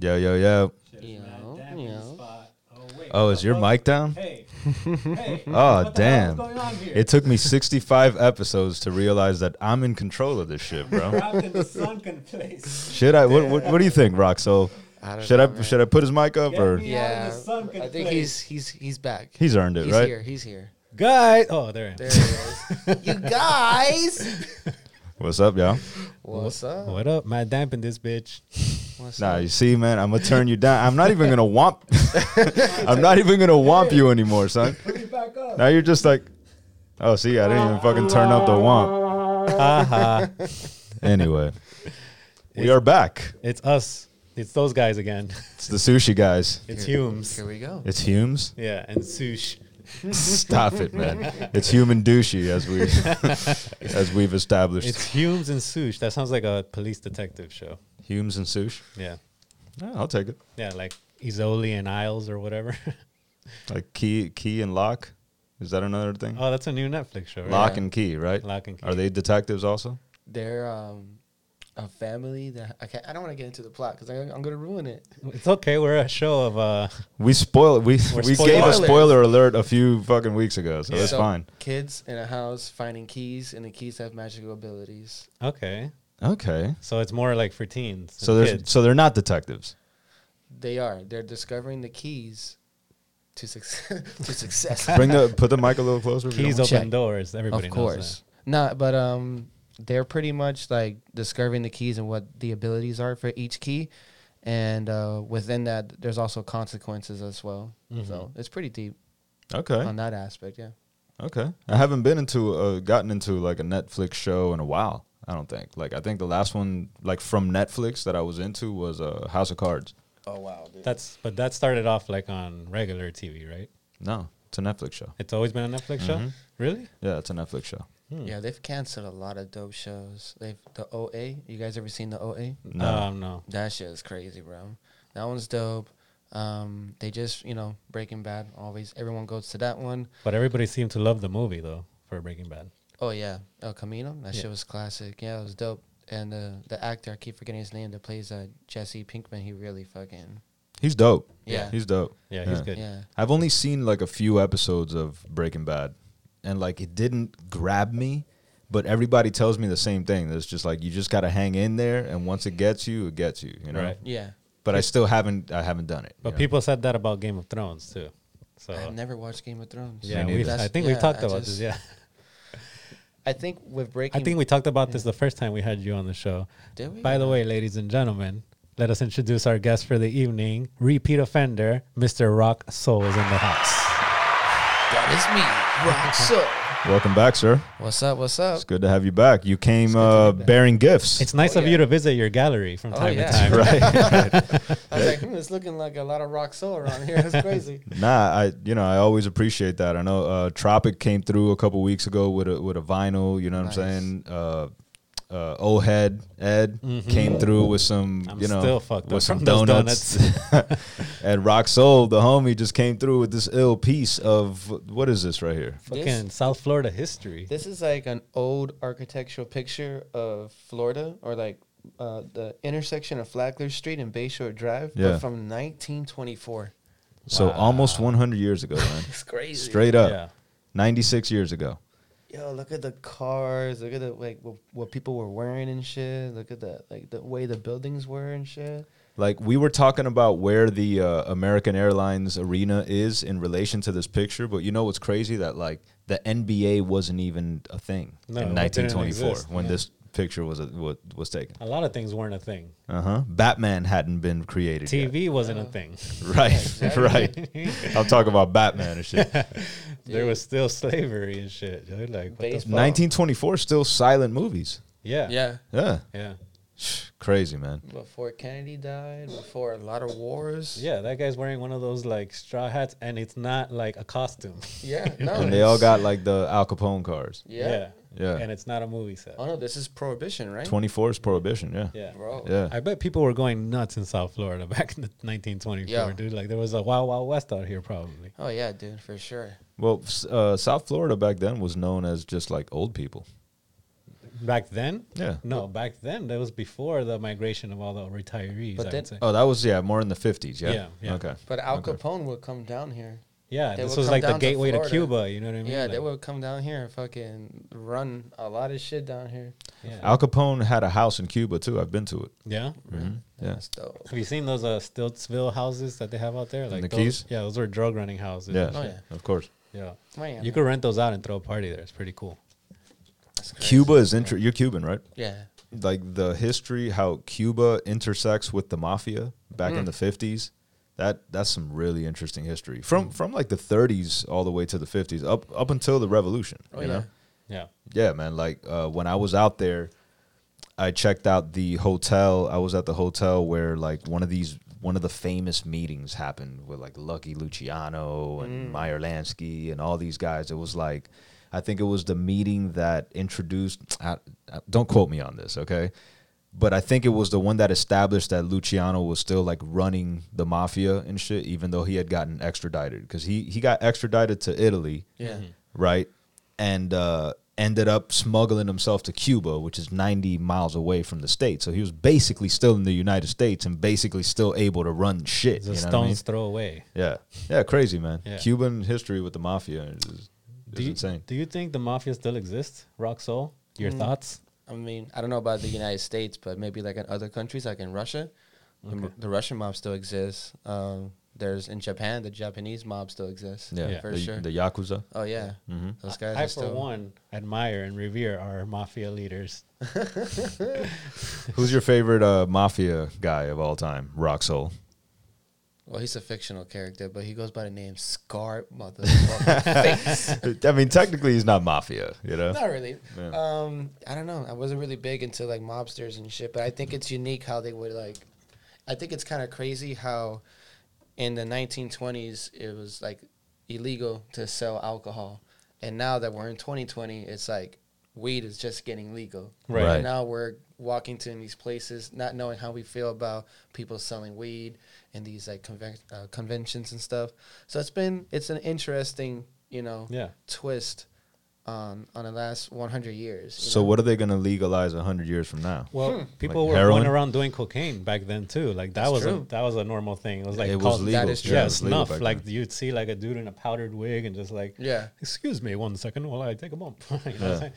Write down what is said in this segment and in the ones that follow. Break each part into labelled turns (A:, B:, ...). A: Yo, yo, yo.
B: Shit is mad
C: Yo,
B: damp in the
C: yo.
B: spot. Oh, wait,
A: Oh,
B: what
A: is
B: the
A: your
B: fuck?
A: mic down?
B: Hey, hey.
A: Oh,
B: what the hell is
A: damn.
B: going on here?
A: It took me 65 episodes to realize that I'm in control of this shit, bro.
B: trapped in the sunken place.
A: Should I? What, what, what do you think, Roxo?
C: I don't
A: Should
C: know,
A: I
C: man.
A: should I put his mic up
B: Get
A: or
B: me out
C: Yeah,
B: of the sunken
C: I think
B: place.
C: he's he's he's back.
A: he's earned it,
C: he's
A: right?
C: here. He's here.
D: Guys, oh, there. I
C: There
D: am.
C: he is. you guys,
A: What's up, y'all?
C: what's up?
D: What up? Matt Oh, Damp in this bitch.
C: What's
A: Nah,
C: up?
A: you see, man, I'm gonna turn you down. I'm not even gonna womp. I'm not even gonna womp you anymore, son.
B: Put me back up.
A: Now you're just like, oh, see, I didn't even fucking turn up the womp.
D: Haha.
A: Anyway, we are back.
D: it's us. It's those guys again.
A: It's the sushi guys.
D: It's
C: Here-
D: Humes.
C: Here we go.
A: It's Humes.
D: Yeah, and Sush.
A: Stop it, man. It's human douchey as we as we've established.
D: It's Humes and Sush. That sounds like a police detective show.
A: Humes and sushi.
D: Yeah.
A: Yeah, I'll take it.
D: Yeah, like Isoli and Isles or whatever.
A: Like key, key and lock. Is that another thing?
D: oh, that's a new Netflix show. Right?
A: lock
C: yeah.
A: and key, right?
D: Lock and Key.
A: Are they detectives also?
C: They're um, a family that I can't. I don't want to get into the plot because I'm gonna ruin it.
D: It's okay. We're a show of uh,
A: We spoil. We
D: We're
A: we gave a
C: spoilers.
A: spoiler alert a few fucking weeks ago, so
D: Yeah.
A: it's
C: So,
A: fine.
C: Kids in a house finding keys, and the keys have magical abilities.
D: okay.
A: Okay.
D: So it's more like for teens.
A: So
D: and
A: there's
D: kids.
A: so they're not detectives.
C: They are. They're discovering the keys to success. to success.
A: Bring the put the mic a little closer. if you
D: keys
A: don't
D: open
A: mind.
C: check.
D: doors. Everybody
C: of
D: knows
C: course. Not, but um, they're pretty much like discovering the keys and what the abilities are for each key, and uh, within that, there's also consequences as well. So
D: Mm-hmm.
C: it's pretty deep
A: Okay.
C: on that aspect. Yeah.
A: Okay. I haven't been into uh, gotten into like a Netflix show in a while. I don't think. Like I think the last one like from Netflix that I was into was uh, House of Cards.
C: Oh wow,
D: That. That's but that started off like on regular TV, right?
A: No, it's a Netflix show.
D: It's always been a Netflix show. Really?
A: Yeah, it's a Netflix show.
D: hmm.
C: Yeah, they've canceled a lot of dope shows. They've the OA. You guys ever seen the OA?
A: No.
D: Um, no.
C: That shit is crazy, bro. That one's dope. Um, they just you know Breaking Bad. Always everyone goes to that one.
D: But everybody seemed to love the movie though for Breaking Bad.
C: Oh yeah, El Camino. That
D: Yeah.
C: shit was classic. Yeah, it was dope. And uh, the actor, I keep forgetting his name, that plays uh, Jesse Pinkman. He really fucking
A: He's dope.
C: Yeah.
A: He's dope.
D: Yeah, he's good.
C: yeah.
A: I've only seen like a few episodes of Breaking Bad, and like it didn't grab me. But everybody tells me the same thing. It's just like you just gotta hang in there, and once it gets you, it gets you. You know.
D: Right.
C: Yeah,
A: But I still haven't. I haven't done it.
D: But
A: you know?
D: people said that about Game of Thrones too. So
C: I've never watched Game of Thrones.
D: Uh-huh. yeah,
A: Me
D: we've,
A: neither.
D: I think
C: yeah,
D: we've talked
C: I
D: about
C: just-
D: this. Yeah,
C: I think with Breaking,
D: I think we talked about this the first time we had you on the show.
C: Did we?
D: By the way, ladies and gentlemen, let us introduce our guest for the evening, repeat offender, Mr. Rock Souls in the house.
C: that is me. Rock so.
A: welcome back, sir.
C: What's up? What's
D: Oh.
C: up?
A: It's good to have you back. You came
C: good to
A: uh,
C: be back.
A: bearing gifts.
D: It's nice
C: Oh,
D: of
C: yeah.
D: you to visit your gallery from
C: Oh,
D: time
C: yeah.
D: to time.
A: right.
C: I was like, hmm, it's looking like a lot of rock soul around here. That's crazy.
A: nah, I you know I always appreciate that. I know uh, Tropic came through a couple weeks ago with a with a vinyl. You know what
C: Nice.
A: I'm saying? Uh, uh, old head Ed came through with some,
D: Mm-hmm. I'm
A: you know,
D: still fucked up
A: with some
D: from those
A: donuts. and Rock Soul, the homie, just came through with this ill piece of what is this right here?
C: This-
D: Fucking South Florida history.
C: This is like an old architectural picture of Florida or like uh, the intersection of Flagler Street and Bayshore Drive,
A: Yeah.
C: but from 1924.
A: So
D: Wow.
A: almost 100 years ago, man.
C: It's crazy.
A: Straight up,
D: Yeah.
A: 96 years ago.
C: Yo, look at the cars. Look at the like what, what people were wearing and shit. Look at that, like the way the buildings were and shit.
A: Like we were talking about where the uh, American Airlines arena is in relation to this picture, but you know what's crazy that like the NBA wasn't even a thing
D: No,
A: in
D: it didn't
A: 1924
D: exist.
A: when
C: Yeah.
A: this picture was was, was taken.
D: A lot of things weren't a thing.
A: Uh huh. Batman hadn't been created. yet.
D: TV wasn't a thing.
A: Right.
C: exactly.
A: right. I'm talking about Batman and shit.
D: There was still slavery and shit. dude. Like, what the
C: Baseball.
D: fuck?
A: 1924 still silent movies.
D: yeah,
C: Yeah.
A: Yeah.
D: yeah,
A: Crazy man.
C: Before Kennedy died, before a lot of wars.
D: yeah. That guy's wearing one of those like straw hats, and it's not like a costume.
C: Yeah. No.
A: And they all
C: Oh, it's-
A: got like the Al Capone cars.
C: Yeah.
A: Yeah.
D: and it's not a movie set.
C: Oh no, this is prohibition, right?
A: 24 is prohibition. Yeah.
D: Yeah,
C: Bro.
A: Yeah.
D: I bet people were going nuts in South Florida back in the 1924,
C: Yeah.
D: dude. Like there was a wild, wild west out here, probably.
C: Oh yeah, dude, for sure.
A: Well, s- uh, South Florida back then was known as just like old people.
D: Back then?
A: Yeah.
D: No, back then that was before the migration of all the retirees.
C: But
D: I
C: then-
D: would say.
A: Oh, that was yeah, more in the fifties. Yeah.
D: Yeah, yeah.
A: Okay.
C: But Al
A: Okay.
C: Capone would come down here.
D: yeah,
C: they
D: this
C: would
D: was
C: come
D: like the
C: down to
D: gateway to,
C: Florida.
D: Cuba. You know what I mean?
C: Yeah, they
D: Like,
C: would come down here and fucking run a lot of shit down here.
D: Yeah.
A: Al Capone had a house in Cuba too. I've been to it.
D: yeah.
A: Mm-hmm. Yeah.
C: That's dope.
D: Have you seen those uh, Stiltsville houses that they have out there? Like
A: the
D: those,
A: Keys?
D: Yeah, those were drug running houses.
A: Yeah.
C: Oh, yeah.
A: Of course.
D: yeah.
C: Man,
D: You could rent those out and throw a party there. It's pretty cool.
C: that's crazy.
A: Cuba is inter. You're Cuban, right?
C: Yeah.
A: Like the history, how Cuba intersects with the mafia back
C: Mm.
A: in the fifties. That that's some really interesting history from from like the 30s all the way to the 50s up up until the revolution.
C: Oh,
A: you
C: yeah.
A: know.
D: Yeah.
A: Yeah, man. Like uh, when I was out there, I checked out the hotel. I was at the hotel where like one of these one of the famous meetings happened with like Lucky Luciano and Meyer Lansky and all these guys. It was like I think it was the meeting that introduced. I, I- don't quote me on this, okay? But I think it was the one that established that Luciano was still like running the mafia and shit, even though he had gotten extradited because he he got extradited to Italy
C: Yeah.
D: Mm-hmm.
A: right? And uh, ended up smuggling himself to Cuba, which is 90 miles away from the state. So he was basically still in the United States and basically still able to run shit.
D: It's
A: You
D: a
A: know what I mean?
D: stone's throw away.
A: Yeah, yeah, crazy man.
D: Yeah.
A: Cuban history with the mafia is, is
D: Do you,
A: insane. Hmm.
D: do you think the mafia still exists? Rock Soul? Your thoughts?
C: I mean, I don't know about the United States, but maybe like in other countries, like in Russia, the the, the Russian mob still exists. Um, there's in Japan, the Japanese mob still exists.
A: yeah,
D: Yeah.
C: for
A: the,
C: sure.
A: the yakuza.
C: oh yeah, those guys.
D: I,
C: are
D: for
C: still,
D: one, admire and revere our mafia leaders.
A: Who's your favorite uh, mafia guy of all time? Roxol.
C: Well, he's a fictional character, but he goes by the name Scar Motherfucker Face.
A: I mean, technically, he's not mafia. You know,
C: Not really.
A: Yeah.
C: Um, I don't know. I wasn't really big into like mobsters and shit, but I think it's unique how they would like. I think it's kind of crazy how, in the 1920s, it was like illegal to sell alcohol, and now that we're in 2020, it's like weed is just getting legal.
D: Right.
A: Right.
C: And now we're walking to these places not knowing how we feel about people selling weed and these like conven- uh, conventions and stuff. So it's been it's an interesting you know
D: Yeah.
C: twist on on the last 100 years. you
A: So
C: know?
A: what are they going to legalize hundred years from now?
D: Well, people
A: Hmm. Like
D: were
A: heroin?
D: going around doing cocaine back then too. Like that
C: That's
D: was
C: true.
D: a, that was a normal thing. It was like
A: it was
D: called-
A: legal.
C: is
A: Yeah,
C: true.
A: it
D: Yeah,
A: was legal
D: snuff.
A: back
D: Like
A: then.
D: you'd see like a dude in a powdered wig and just like,
C: Yeah.
D: excuse me one second while I take a bump. you know what
A: Yeah.
D: I'm saying?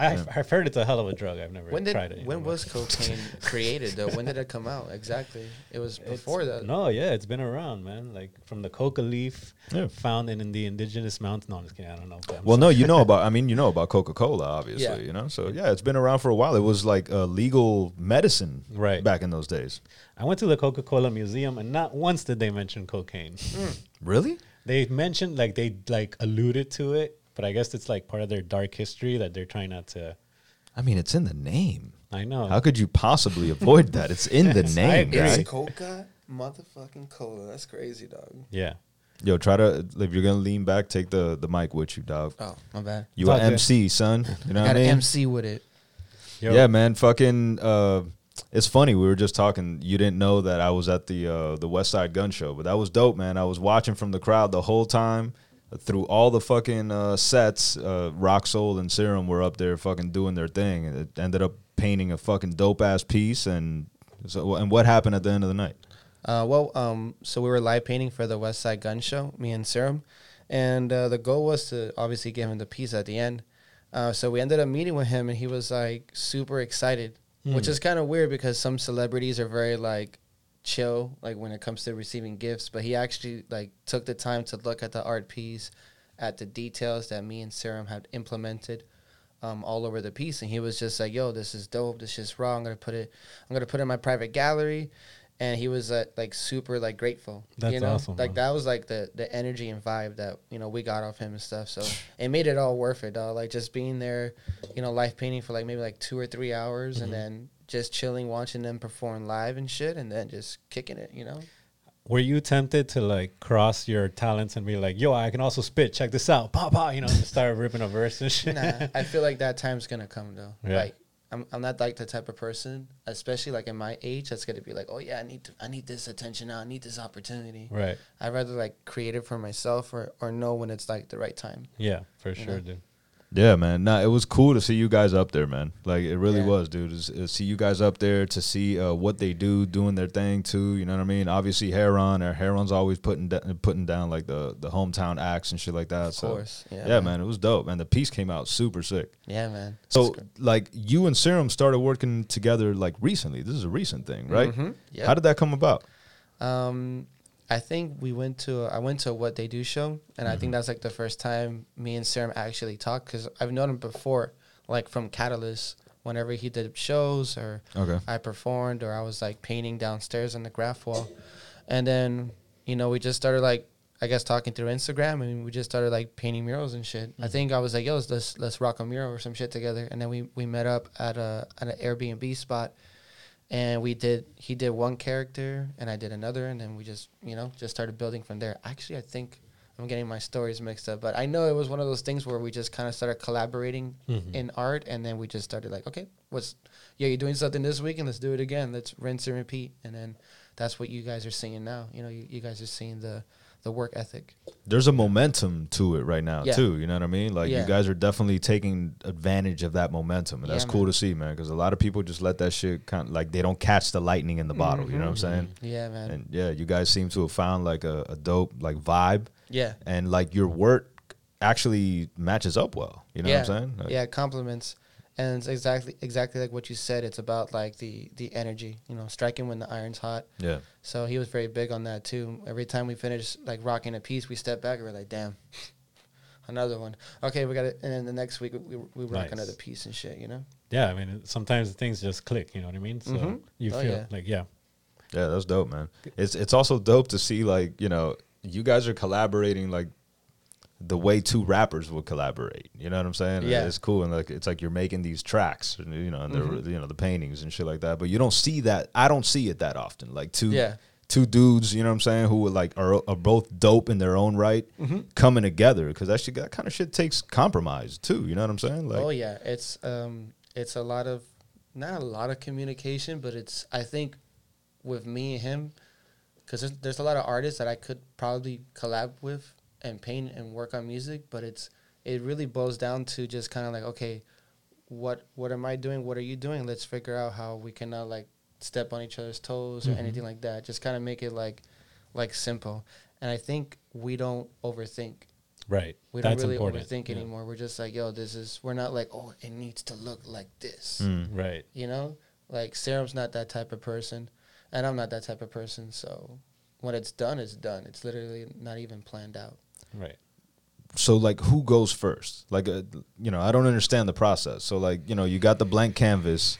D: I, I've heard it's a hell of a drug. I've never
C: When did
D: tried it. you
C: when
D: know,
C: was cocaine created though? When did it come out exactly? It was
D: but it's-
C: before that.
D: No, yeah, it's been around, man. Like from the coca leaf
A: Yeah.
D: found in, in the indigenous mountain. No, I'm just kidding. I don't know. but I'm
A: Well,
D: sorry.
A: no, you know about. I mean, you know about Coca Cola, obviously.
C: Yeah.
A: You know, so yeah, it's been around for a while. It was like uh, legal medicine,
D: Right.
A: Back in those days.
D: I went to the Coca Cola Museum and not once did they mention cocaine.
A: Mm. Really?
D: they mentioned like they like alluded to it, but I guess it's like part of their dark history that they're trying not to.
A: I mean, it's in the name.
D: I know.
A: How could you possibly avoid that? It's in the name,
D: agree.
A: guy.
C: It's coca motherfucking cola. That's crazy, dog.
D: yeah.
A: Yo, try to if you're gonna lean back, take the the mic with you, dog.
C: Oh, my bad.
A: You a
D: It's all good.
A: MC, son. You know
C: I
A: what I
C: got an
A: mean?
C: MC with it.
D: Yo,
A: Yeah, man. Fucking. Uh, it's funny. We were just talking. You didn't know that I was at the uh, the West Side Gun Show, but that was dope, man. I was watching from the crowd the whole time through all the fucking uh, sets. Uh, Rock Soul and Serum were up there fucking doing their thing. and It ended up painting a fucking dope ass piece. And so, and what happened at the end of the night?
C: Uh, well, um, so we were live painting for the West Side Gun Show, me and Serum, and uh, the goal was to obviously give him the piece at the end. Uh, so we ended up meeting with him, and he was like super excited, which is kind of weird because some celebrities are very like chill, like when it comes to receiving gifts. But he actually like took the time to look at the art piece, at the details that me and Serum had implemented um, all over the piece, and he was just like, "Yo, this is dope. This is raw. I'm gonna put it. I'm gonna put it in my private gallery." And he was uh, like super like grateful. you
D: That's
C: know?
D: awesome,
C: Like
D: man.
C: that was like the the energy and vibe that you know we got off him and stuff. So it made it all worth it. Dog. Like just being there, you know, live painting for like maybe like two or three hours, and
D: Mm-hmm.
C: then just chilling, watching them perform live and shit, and then just kicking it. You know.
D: Were you tempted to like cross your talents and be like, yo, I can also spit. Check this out. Pop, pop. You know, and start ripping a verse and shit.
C: nah, I feel like that time's gonna come though.
D: Yeah.
C: Like I'm, I'm not like the type of person, especially like in my age, that's gonna be like, oh yeah, I need to, I need this attention now, I need this opportunity.
D: Right.
C: I'd rather like create it for myself or or know when it's like the right time.
D: Yeah, for sure, dude.
A: Yeah, man. Nah, it was cool to see you guys up there, man. Like it really
C: Yeah.
A: was, dude. Is, is see you guys up there to see uh, what they do, doing their thing too. You know what I mean? Obviously, Heron or Heron's always putting da- putting down like the the hometown acts and shit like that.
C: Of
A: so
C: course, yeah,
A: yeah,
C: man.
A: man. it was dope, man. The piece came out super sick.
C: Yeah, man.
A: So like you and Serum started working together like recently. This is a recent thing, right?
C: Mhm, yep.
A: How did that come about?
C: Um, I think we went to I went to a what they do show, and I think that's like the first time me and Serum actually talked because I've known him before, like from Catalyst. Whenever he did shows or
A: Okay.
C: I performed or I was like painting downstairs on the graph wall, and then you know we just started like I guess talking through Instagram and we just started like painting murals and shit. I think I was like, yo, let's- let's let's rock a mural or some shit together, and then we we met up at a at an Airbnb spot and we did he did one character and i did another and then we just you know just started building from there actually i think i'm getting my stories mixed up but i know it was one of those things where we just kind of started collaborating in art and then we just started like okay what's yeah you're doing something this weekend let's do it again let's rinse and repeat and then that's what you guys are seeing now you know you, you guys are seeing the the work ethic
A: there's a momentum to it right now
C: Yeah.
A: too. You know what I mean? Like
C: Yeah.
A: you guys are definitely taking advantage of that momentum, and that's
C: Yeah,
A: cool
C: man.
A: to see, man. Because a lot of people just let that shit kind of like they don't catch the lightning in the bottle. You know what I'm saying?
C: Mm-hmm. yeah man
A: And yeah, you guys seem to have found like a, a dope like vibe,
C: yeah
A: and like your work actually matches up well. You know
C: yeah.
A: what I'm saying? Like,
C: yeah, compliments. And it's exactly exactly like what you said. It's about like the the energy, you know, striking when the iron's hot.
A: yeah.
C: So he was very big on that too. Every time we finish like rocking a piece, we step back and we're like, damn. Another one. Okay, we got it. And then the next week we, we rock
D: Nice.
C: another piece and shit, you know?
D: Yeah, I mean, sometimes things just click. You know what I mean? So
C: Mhm.
D: you
C: Oh,
D: feel
C: yeah.
D: like, yeah,
A: Yeah, that's dope, man. It's it's also dope to see like you know you guys are collaborating like the way two rappers would collaborate. You know what I'm saying?
C: Yeah.
A: it's cool and like it's like you're making these tracks, and, you know, and they're
C: Mm-hmm.
A: you know the paintings and shit like that. But you don't see that. I don't see it that often. Like two
C: Yeah.
A: two dudes, you know what I'm saying, who are like are, are both dope in their own right,
C: Mm-hmm.
A: coming together because that shit that kind of shit takes compromise too. You know what I'm saying? Like
C: oh yeah, it's um, it's a lot of not a lot of communication, but it's I think with me and him, because there's, there's a lot of artists that I could probably collab with and paint and work on music, but it's it really boils down to just kind of like okay, what what am I doing? What are you doing? Let's figure out how we can not like step on each other's toes or anything like that. Just kind of make it like like simple. And I think we don't overthink
D: right.
C: we don't really overthink anymore. We're just like, yo, this is. We're not like, oh, it needs to look like this.
A: mm.
D: Right.
C: You know, like Serum's not that type of person, and I'm not that type of person. So when it's done, it's done. It's literally not even planned out.
D: Right.
A: so like who goes first like uh, you know i don't understand the process so like you know you got the blank canvas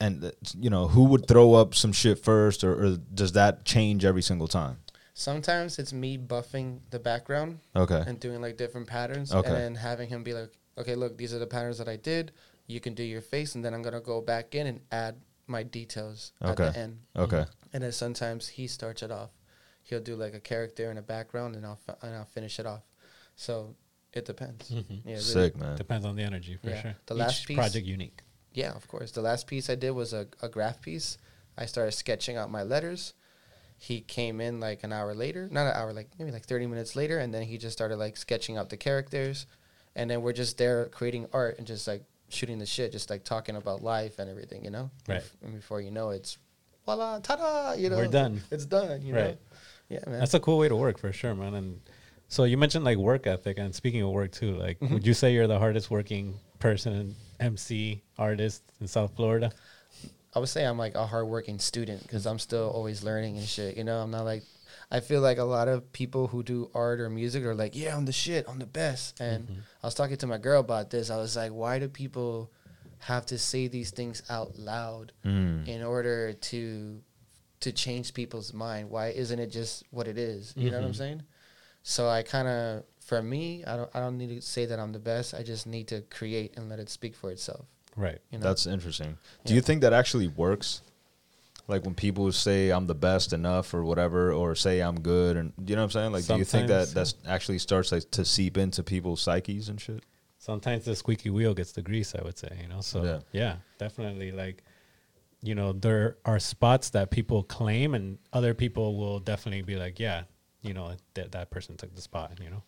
A: and uh, you know who would throw up some shit first or, or does that change every single time
C: Sometimes it's me buffing the background
A: okay
C: and doing like different patterns,
A: Okay.
C: and then having him be like, okay, look, these are the patterns that I did. You can do your face, and then I'm gonna go back in and add my details at
A: Okay.
C: the end.
A: okay
C: And then sometimes he starts it off. He'll do like a character and a background, and I'll fi- and I'll finish it off. So it depends.
D: Mm-hmm.
C: Yeah, really.
A: sick man
D: Depends on the energy for
C: Yeah.
D: sure.
C: The last
D: Each
C: piece-
D: project unique.
C: Yeah, of course. The last piece I did was a, a graph piece. I started sketching out my letters. He came in like an hour later, not an hour, like maybe like thirty minutes later, and then he just started like sketching out the characters, and then we're just there creating art and just like shooting the shit, just like talking about life and everything, you know.
D: Right.
C: And before you know, it, it's voila, ta-da! You know,
D: We're done.
C: It's done. You know.
D: Right.
C: Yeah, man.
D: That's a cool way to work for sure, man. And so you mentioned like work ethic, and speaking of work too, like
C: Mm-hmm.
D: would you say you're the hardest working person, MC artist in South Florida?
C: I would say I'm like a hardworking student because I'm still always learning and shit. You know, I'm not like, I feel like a lot of people who do art or music are like, yeah, I'm the shit, I'm the best. And I was talking to my girl about this. I was like, why do people have to say these things out loud in order to to change people's mind? Why isn't it just what it is? You know what I'm saying? So I kind of, for me, I don't, I don't need to say that I'm the best. I just need to create and let it speak for itself.
D: Right.
C: You know,
A: that's interesting do you think that actually works like when people say i'm the best enough or whatever or say i'm good and you know what i'm saying like do you think that
D: Sometimes,
A: that's actually starts like, to seep into people's psyches and shit
D: sometimes the squeaky wheel gets the grease i would say you know so
A: Yeah.
D: yeah, definitely like you know there are spots that people claim and other people will definitely be like yeah you know that that person took the spot you know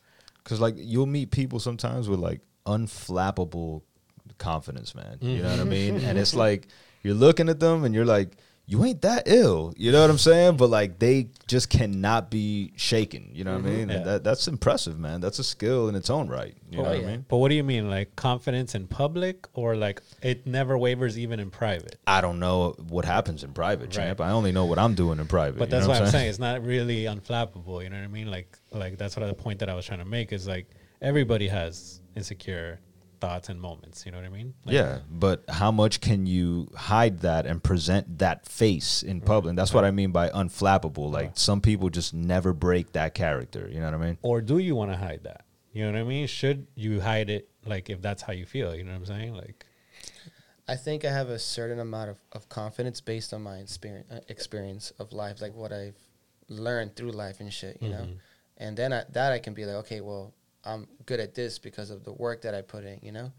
A: Cause like you'll meet people sometimes with like unflappable confidence, man. You know what I mean? And it's like you're looking at them and you're like, you ain't that ill. You know what I'm saying? But like they just cannot be shaken. You know what I mean?
D: Yeah.
A: And that that's impressive, man. That's a skill in its own right. You
D: Oh,
A: know what
C: yeah.
A: I mean?
D: But what do you mean, like confidence in public, or like it never wavers even in private?
A: I don't know what happens in private, champ. I only know what I'm doing in private.
D: But
A: you
D: that's
A: know
D: why
A: what
D: I'm saying. it's not really unflappable. You know what I mean? Like, like that's what the point that I was trying to make is like everybody has insecure thoughts and moments. You know what I mean? Like,
A: yeah, but how much can you hide that and present that face
D: Mm.
A: in public? And that's what I mean by unflappable. Like some people just never break that character. You know what I mean?
D: Or do you want to hide that? You know what I mean? Should you hide it? Like, if that's how you feel, you know what I'm saying? Like,
C: I think I have a certain amount of, of confidence based on my experience uh, experience of life, like what I've learned through life and shit, you know. And then I, that I can be like, okay, well, I'm good at this because of the work that I put in, you know.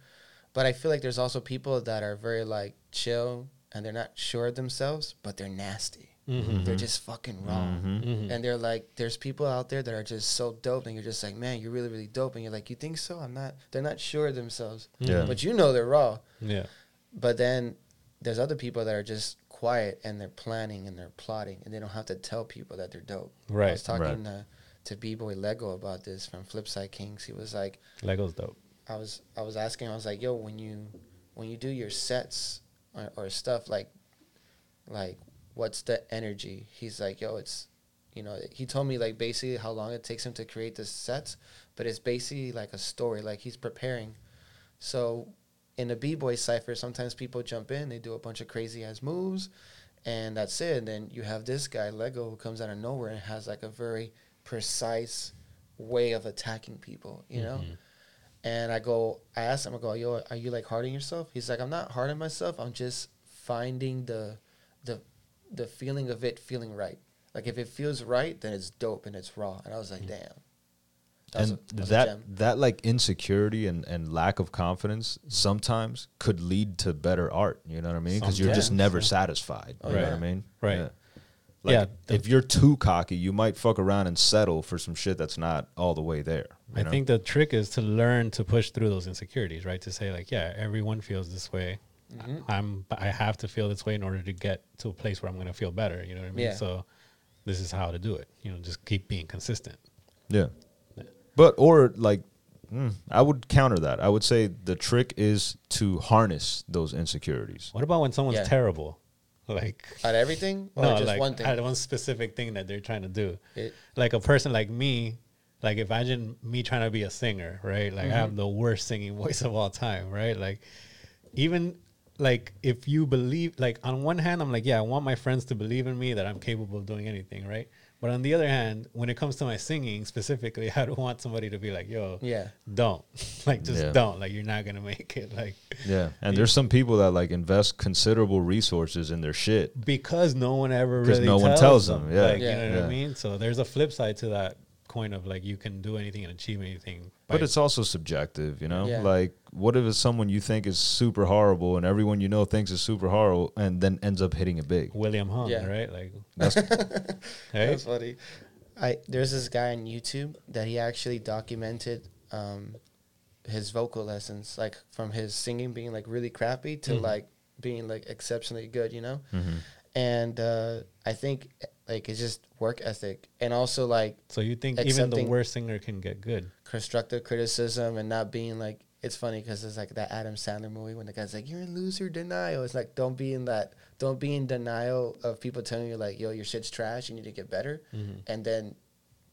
C: But I feel like there's also people that are very like chill and they're not sure of themselves, but they're nasty. They're just fucking wrong. And they're like, there's people out there that are just so dope, and you're just like, man, you're really, really dope. And you're like, you think so? I'm not. They're not sure of themselves.
A: Yeah.
C: But you know they're raw.
D: yeah,
C: But then there's other people that are just quiet and they're planning and they're plotting and they don't have to tell people that they're dope. I
D: Right,
C: was talking uh, to B Boy Lego about this from Flipside Kings. He was like,
D: Lego's dope.
C: I was I was asking, I was like, yo, when you when you do your sets or, or stuff like like what's the energy? He's like, yo, it's you know, he told me like basically how long it takes him to create the sets, but it's basically like a story, like he's preparing. So in the B boy cipher, sometimes people jump in, they do a bunch of crazy ass moves, and that's it. And then you have this guy, Lego, who comes out of nowhere and has like a very precise way of attacking people, you know? And I go, I asked him, I go, yo, are you like harding yourself? He's like, I'm not harding myself. I'm just finding the, the, the feeling of it feeling right. Like if it feels right, then it's dope and it's raw. And I was like, damn. That was
A: and
C: a- that was a
A: that
C: gem.
A: that like insecurity and, and lack of confidence sometimes could lead to better art. You know what I mean? Because you're just
D: Sometimes,
A: never satisfied. You know
C: yeah.
A: what I mean?
D: Right.
A: Yeah. Like
D: Yeah, the-
A: if you're too cocky, you might fuck around and settle for some shit that's not all the way there. you
D: I
A: know?
D: think the trick is to learn to push through those insecurities, right? To say like, yeah, everyone feels this way.
C: Mm-hmm.
D: I- I'm, but I have to feel this way in order to get to a place where I'm going to feel better. You know what I mean?
C: Yeah.
D: So, this is how to do it. You know, just keep being consistent.
A: Yeah. But or like mm, I would counter that. I would say the trick is to harness those insecurities.
D: What about when someone's
C: Yeah.
D: terrible? Like,
C: At everything or
D: no,
C: just
D: like
C: one thing?
D: at one specific thing that they're trying to do.
C: It-
D: like a person like me, like imagine me trying to be a singer, right? Like I
C: Mm-hmm.
D: have the worst singing voice of all time, right? Like even like if you believe like on one hand I'm like, yeah, I want my friends to believe in me that I'm capable of doing anything, right? But on the other hand, when it comes to my singing specifically, I don't want somebody to be like, yo,
C: Yeah.
D: don't. like just
A: Yeah.
D: don't. Like you're not gonna make it. Like
A: Yeah. And there's some people that like invest considerable resources in their shit.
D: because no one ever
A: 'Cause
D: really
A: no one tells them, yeah.
D: like,
C: Yeah.
D: you know what
A: Yeah.
D: I mean. So there's a flip side to that coin of like you can do anything and achieve anything.
A: But
D: by-
A: it's also subjective, you know?
C: Yeah.
A: Like what if it's someone you think is super horrible and everyone you know thinks is super horrible and then ends up hitting it big.
D: William Hung,
C: Yeah.
D: right? Like
A: That's
D: right?
C: That's funny. I there's this guy on YouTube that he actually documented um, his vocal lessons, like from his singing being like really crappy to like being like exceptionally good, you know. And uh, I think like it's just work ethic and also like
D: so you think even the
C: Accepting-
D: worst singer can get good?
C: constructive criticism and not being like it's funny because it's like that Adam Sandler movie when the guy's like you're in loser denial. It's like don't be in that don't be in denial of people telling you like yo your shit's trash you need to get better and then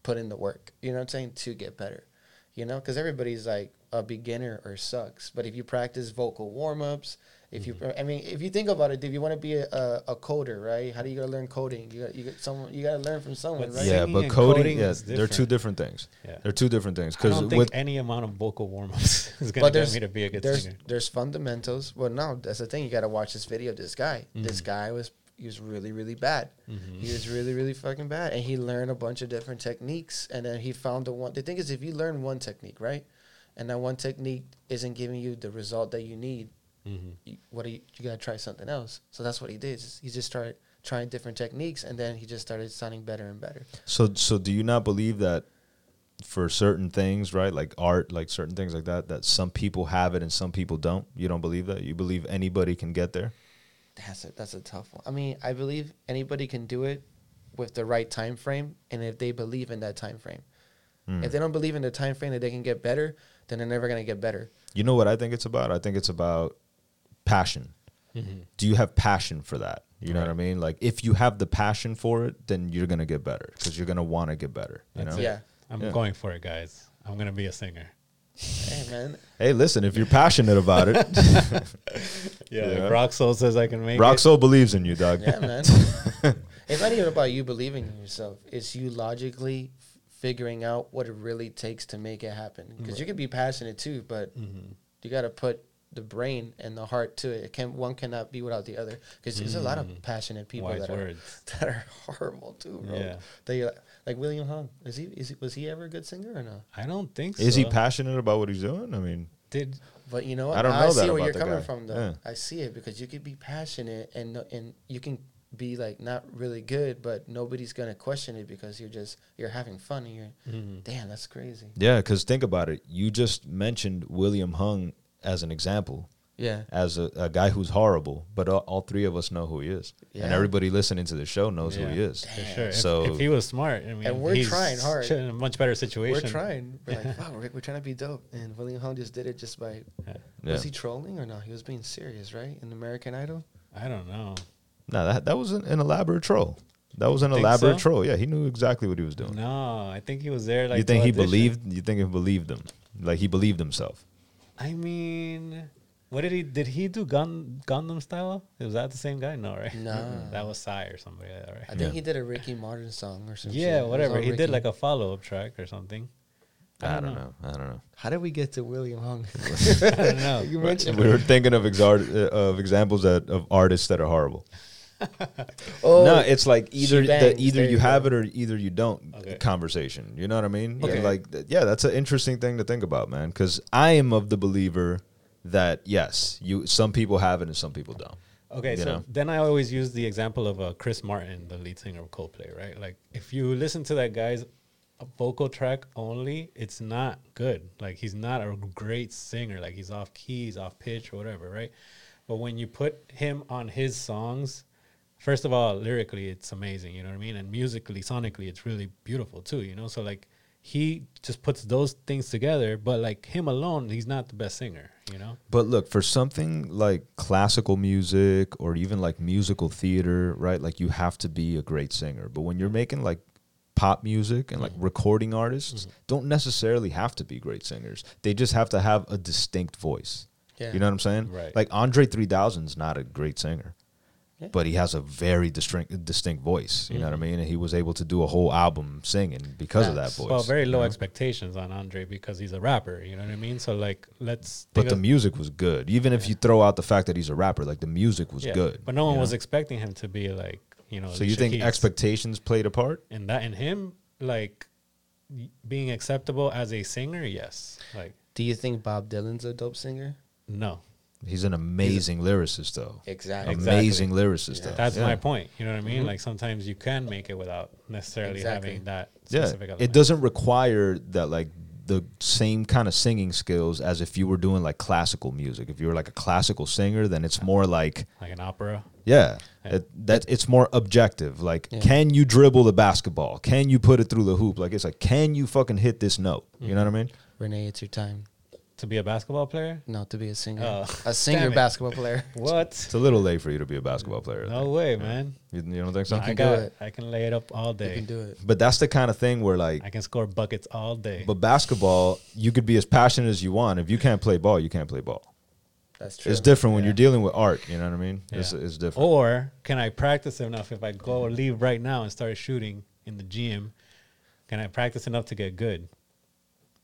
C: put in the work. You know what I'm saying to get better. You know because everybody's like a beginner or sucks. But if you practice vocal warm ups. If you, I mean, if you think about it, if you want to be a, a, a coder, right? How do you gotta learn coding? You got you got someone you gotta learn from someone,
D: But
C: right?
A: yeah,
D: Singing
A: but
D: and
A: coding,
D: coding
A: yeah,
D: is
A: they're two different things.
D: Yeah.
A: They're two different things.
D: I
A: Because
D: don't think
A: with
D: any amount of vocal warm ups is gonna
C: but
D: get
C: there's
D: me to be a good
C: there's,
D: singer.
C: there's fundamentals. Well, no, that's the thing. You got to watch this video of this guy.
D: Mm-hmm.
C: This guy was he was really really bad. He was really really fucking bad, and he learned a bunch of different techniques, and then he found the one. The thing is, if you learn one technique, right, and that one technique isn't giving you the result that you need,
D: Mm-hmm.
C: you, what do you, you got to try something else. So that's what he did. is He just started trying different techniques, and then he just started sounding better and better.
A: So so do you not believe that for certain things, right? Like art, like certain things like that, that some people have it and some people don't. You don't believe that? You believe anybody can get there?
C: That's a that's a tough one. I mean, I believe anybody can do it with the right time frame, and if they believe in that time frame. If they don't believe in the time frame that they can get better, then they're never gonna get better.
A: You know what I think it's about? I think it's about passion.
D: Mm-hmm.
A: Do you have passion for that? You know what I mean? Like if you have the passion for it, then you're gonna get better because you're gonna want to get better. You
D: That's
A: know?
D: it.
C: Yeah.
D: I'm
A: Yeah.
D: going for it, guys. I'm gonna be a singer.
C: Hey man,
A: Hey, listen, if you're passionate about it,
D: Yeah.
A: Yeah.
D: If Rock Soul says I can make it.
A: Roxo believes in you, dog.
C: yeah man. it's not even about you believing in yourself. It's you logically f- figuring out what it really takes to make it happen. Because you can be passionate too, but
D: Mm-hmm.
C: you got to put the brain and the heart to it. It can one cannot be without the other. Because there's a lot of passionate people
D: Mm. Wise
C: that are
D: words.
C: that are horrible too, bro.
D: Yeah.
C: They like, like William Hung. Is he is he, was he ever a good singer or no?
D: I don't think so.
A: Is he passionate about what he's doing? I mean,
D: Did
C: But you know, what?
A: I don't know
C: see
A: that
C: where
A: about
C: you're
A: the
C: coming
A: guy.
C: from, though.
A: Yeah.
C: I see it because you could be passionate and no- and you can be like not really good, but nobody's gonna question it because you're just you're having fun and you're
D: Mm-hmm.
C: damn that's crazy.
A: yeah, because think about it. You just mentioned William Hung as an example,
C: Yeah,
A: as a, a guy who's horrible, but all, all three of us know who he is, and
C: Yeah.
A: everybody listening to the show knows who he
D: Yeah.
A: is.
D: for sure. If,
A: So-
D: if he was smart, I mean,
C: And we're
D: he's
C: trying hard.
D: ch- In a much better situation.
C: we're trying. We're like wow, we're, we're trying to be dope, and William Hung just did it just by
D: Yeah.
A: Yeah.
C: was he trolling or no? He was being serious, right? In American Idol.
D: I don't know.
A: No, that that was an, an elaborate troll. That was an
D: Think
A: elaborate
D: so?
A: troll. Yeah, he knew exactly what he was doing.
D: No, I think he was there. Like
A: you think
D: to
A: he
D: audition.
A: believed? You think he believed him? Like he believed himself?
D: I mean, what did he? Did he do Gun Gundam style? Was that the same guy? No, right?
C: No.
D: that was Psy or somebody like that, right?
C: I think
A: Yeah.
C: he did a Ricky Martin song or something.
D: yeah, whatever. He did like a follow up track or something.
A: I don't know. I don't know.
C: How did we get to William Hung?
D: I don't know.
C: you mentioned.
A: We were thinking of exar- uh, of examples that of artists that are horrible.
C: Oh,
A: no, it's like either the,
C: she bangs.
A: either
C: There
A: you
C: you
A: have it or either you don't.
D: Okay.
A: Conversation, you know what I mean? Yeah,
C: Okay.
A: like th- yeah, that's an interesting thing to think about, man. Because I am of the believer that yes, you some people have it and some people don't.
D: Okay,
A: You
D: so
A: know?
D: then I always use the example of uh, Chris Martin, the lead singer of Coldplay, right? Like, if you listen to that guy's vocal track only, it's not good. Like, he's not a great singer. Like, he's off keys, off pitch, or whatever, right? But when you put him on his songs, first of all, lyrically, it's amazing. You know what I mean? And musically, sonically, it's really beautiful too. You know, so like he just puts those things together. But like him alone, he's not the best singer. You know?
A: But look, for something like classical music or even like musical theater, right? Like you have to be a great singer. But when you're making like pop music and like
D: Mm-hmm.
A: recording artists don't necessarily have to be great singers. They just have to have a distinct voice.
C: Yeah.
A: You know what I'm saying?
D: Right.
A: Like Andre 3000's not a great singer. But he has a very distinct, distinct voice. You know what
D: Mm-hmm.
A: I mean? And he was able to do a whole album singing because of that
C: Facts.
A: voice.
D: Well, very
A: you
D: low
A: know?
D: expectations on Andre because he's a rapper. You know what I mean? So like, let's.
A: But
D: think
A: the
D: of-
A: music was good. Even if you throw out the fact that he's a rapper, like the music was
D: yeah,
A: good.
D: But no one
A: you know?
D: was expecting him to be like Oh, you know.
A: So you think
D: Shaquille's.
A: expectations played a part?
D: and that and him like y- being acceptable as a singer? Yes. Like
C: Do you think Bob Dylan's a dope singer?
D: no.
A: He's an amazing lyricist, though.
C: Exactly.
A: Amazing lyricist, though.
D: That's
A: yeah. Mm-hmm.
D: my point. You know what I mean? Like sometimes you can make it without necessarily
C: Exactly.
D: having that
A: Yeah,
D: specific element.
A: it doesn't require that like the same kind of singing skills as if you were doing like classical music. If you were like a classical singer, then it's more like
D: like an opera.
A: yeah,
D: Yeah.
A: It, that it's more objective. Like,
C: Yeah.
A: can you dribble the basketball? Can you put it through the hoop? Like, it's like, can you fucking hit this note? You
D: Mm-hmm.
A: know what I mean?
C: Renee, it's your time.
D: To be a basketball player?
C: No, to be a singer.
D: Oh,
C: a singer
D: damn it.
C: basketball player.
D: What?
A: It's a little late for you to be a basketball player.
D: No way, man.
A: You, you don't think so?
D: I
C: do
D: got.
C: it.
D: I can lay it up all day.
C: You can do it.
A: But that's the kind of thing where like
D: I can score buckets all day.
A: But basketball, you could be as passionate as you want. If you can't play ball, you can't play ball.
C: That's true.
A: It's different when
D: Yeah.
A: you're dealing with art. You know what I mean? It's,
D: Yeah.
A: it's different.
D: Or can I practice enough if I go leave right now and start shooting in the gym? Can I practice enough to get good?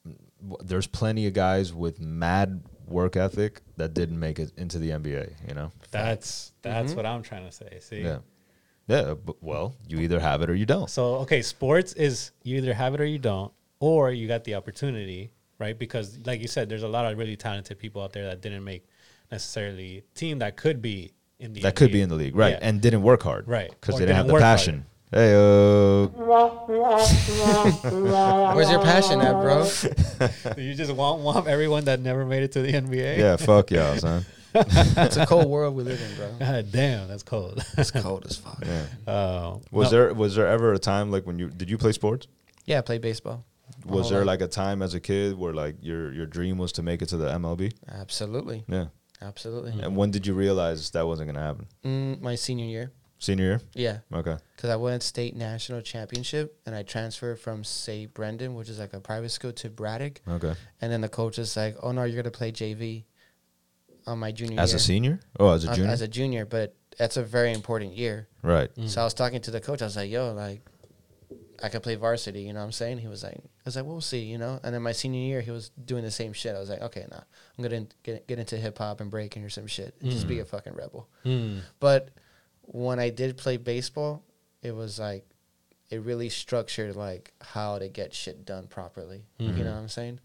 D: Oh.
A: W- There's plenty of guys with mad work ethic that didn't make it into the NBA. You know?
D: That's that's what I'm trying to say. See,
A: Mm-hmm. Yeah. Yeah. But, well, you either have it or you don't.
D: so okay, sports is you either have it or you don't, or you got the opportunity, right? Because like you said, there's a lot of really talented people out there that didn't make necessarily a team that could be in the
A: that could
D: NBA.
A: be in the league, right?
D: Yeah.
A: And didn't work hard,
D: Right.
A: Because
D: Or
A: they didn't have
D: didn't
A: the
D: work
A: passion.
D: harder.
A: Hey, uh,
C: Where's your passion at, bro?
D: you just womp womp everyone that never made it to the NBA.
A: yeah, fuck y'all, son.
C: it's a cold world we live in, bro.
D: God damn, that's cold.
C: It's cold as fuck.
A: Yeah.
D: Uh,
A: Was
D: no,
A: there was there ever a time like when you did you play sports?
C: Yeah, I play baseball. My
A: Was
D: Oh,
C: whole
A: there
C: life.
A: like a time as a kid where like your your dream was to make it to the MLB?
C: Absolutely,
A: Yeah.
C: absolutely.
A: And when did you realize that wasn't gonna happen?
C: Mm, my senior year.
A: Senior year?
C: Yeah,
A: Okay.
C: because I won state national championship, and I transferred from St. Brendan, which is like a private school, to Braddock,
A: Okay.
C: and then the coach is like, "Oh no, you're gonna play JV on my junior
A: As
C: year."
A: a senior? Oh, as a
C: As-
A: junior?
C: as a junior, but that's a very important year.
A: right.
D: Mm-hmm.
C: So I was talking to the coach. I was like, "Yo, like, I could play varsity." You know what I'm saying? He was like, "I was like, we'll see," you know. And then my senior year, he was doing the same shit. I was like, "Okay, nah, I'm gonna get, get into hip hop and breaking or some shit. and Just be a fucking rebel."
D: Mm.
C: But when I did play baseball, it was like it really structured like how to get shit done properly. You know what I'm saying?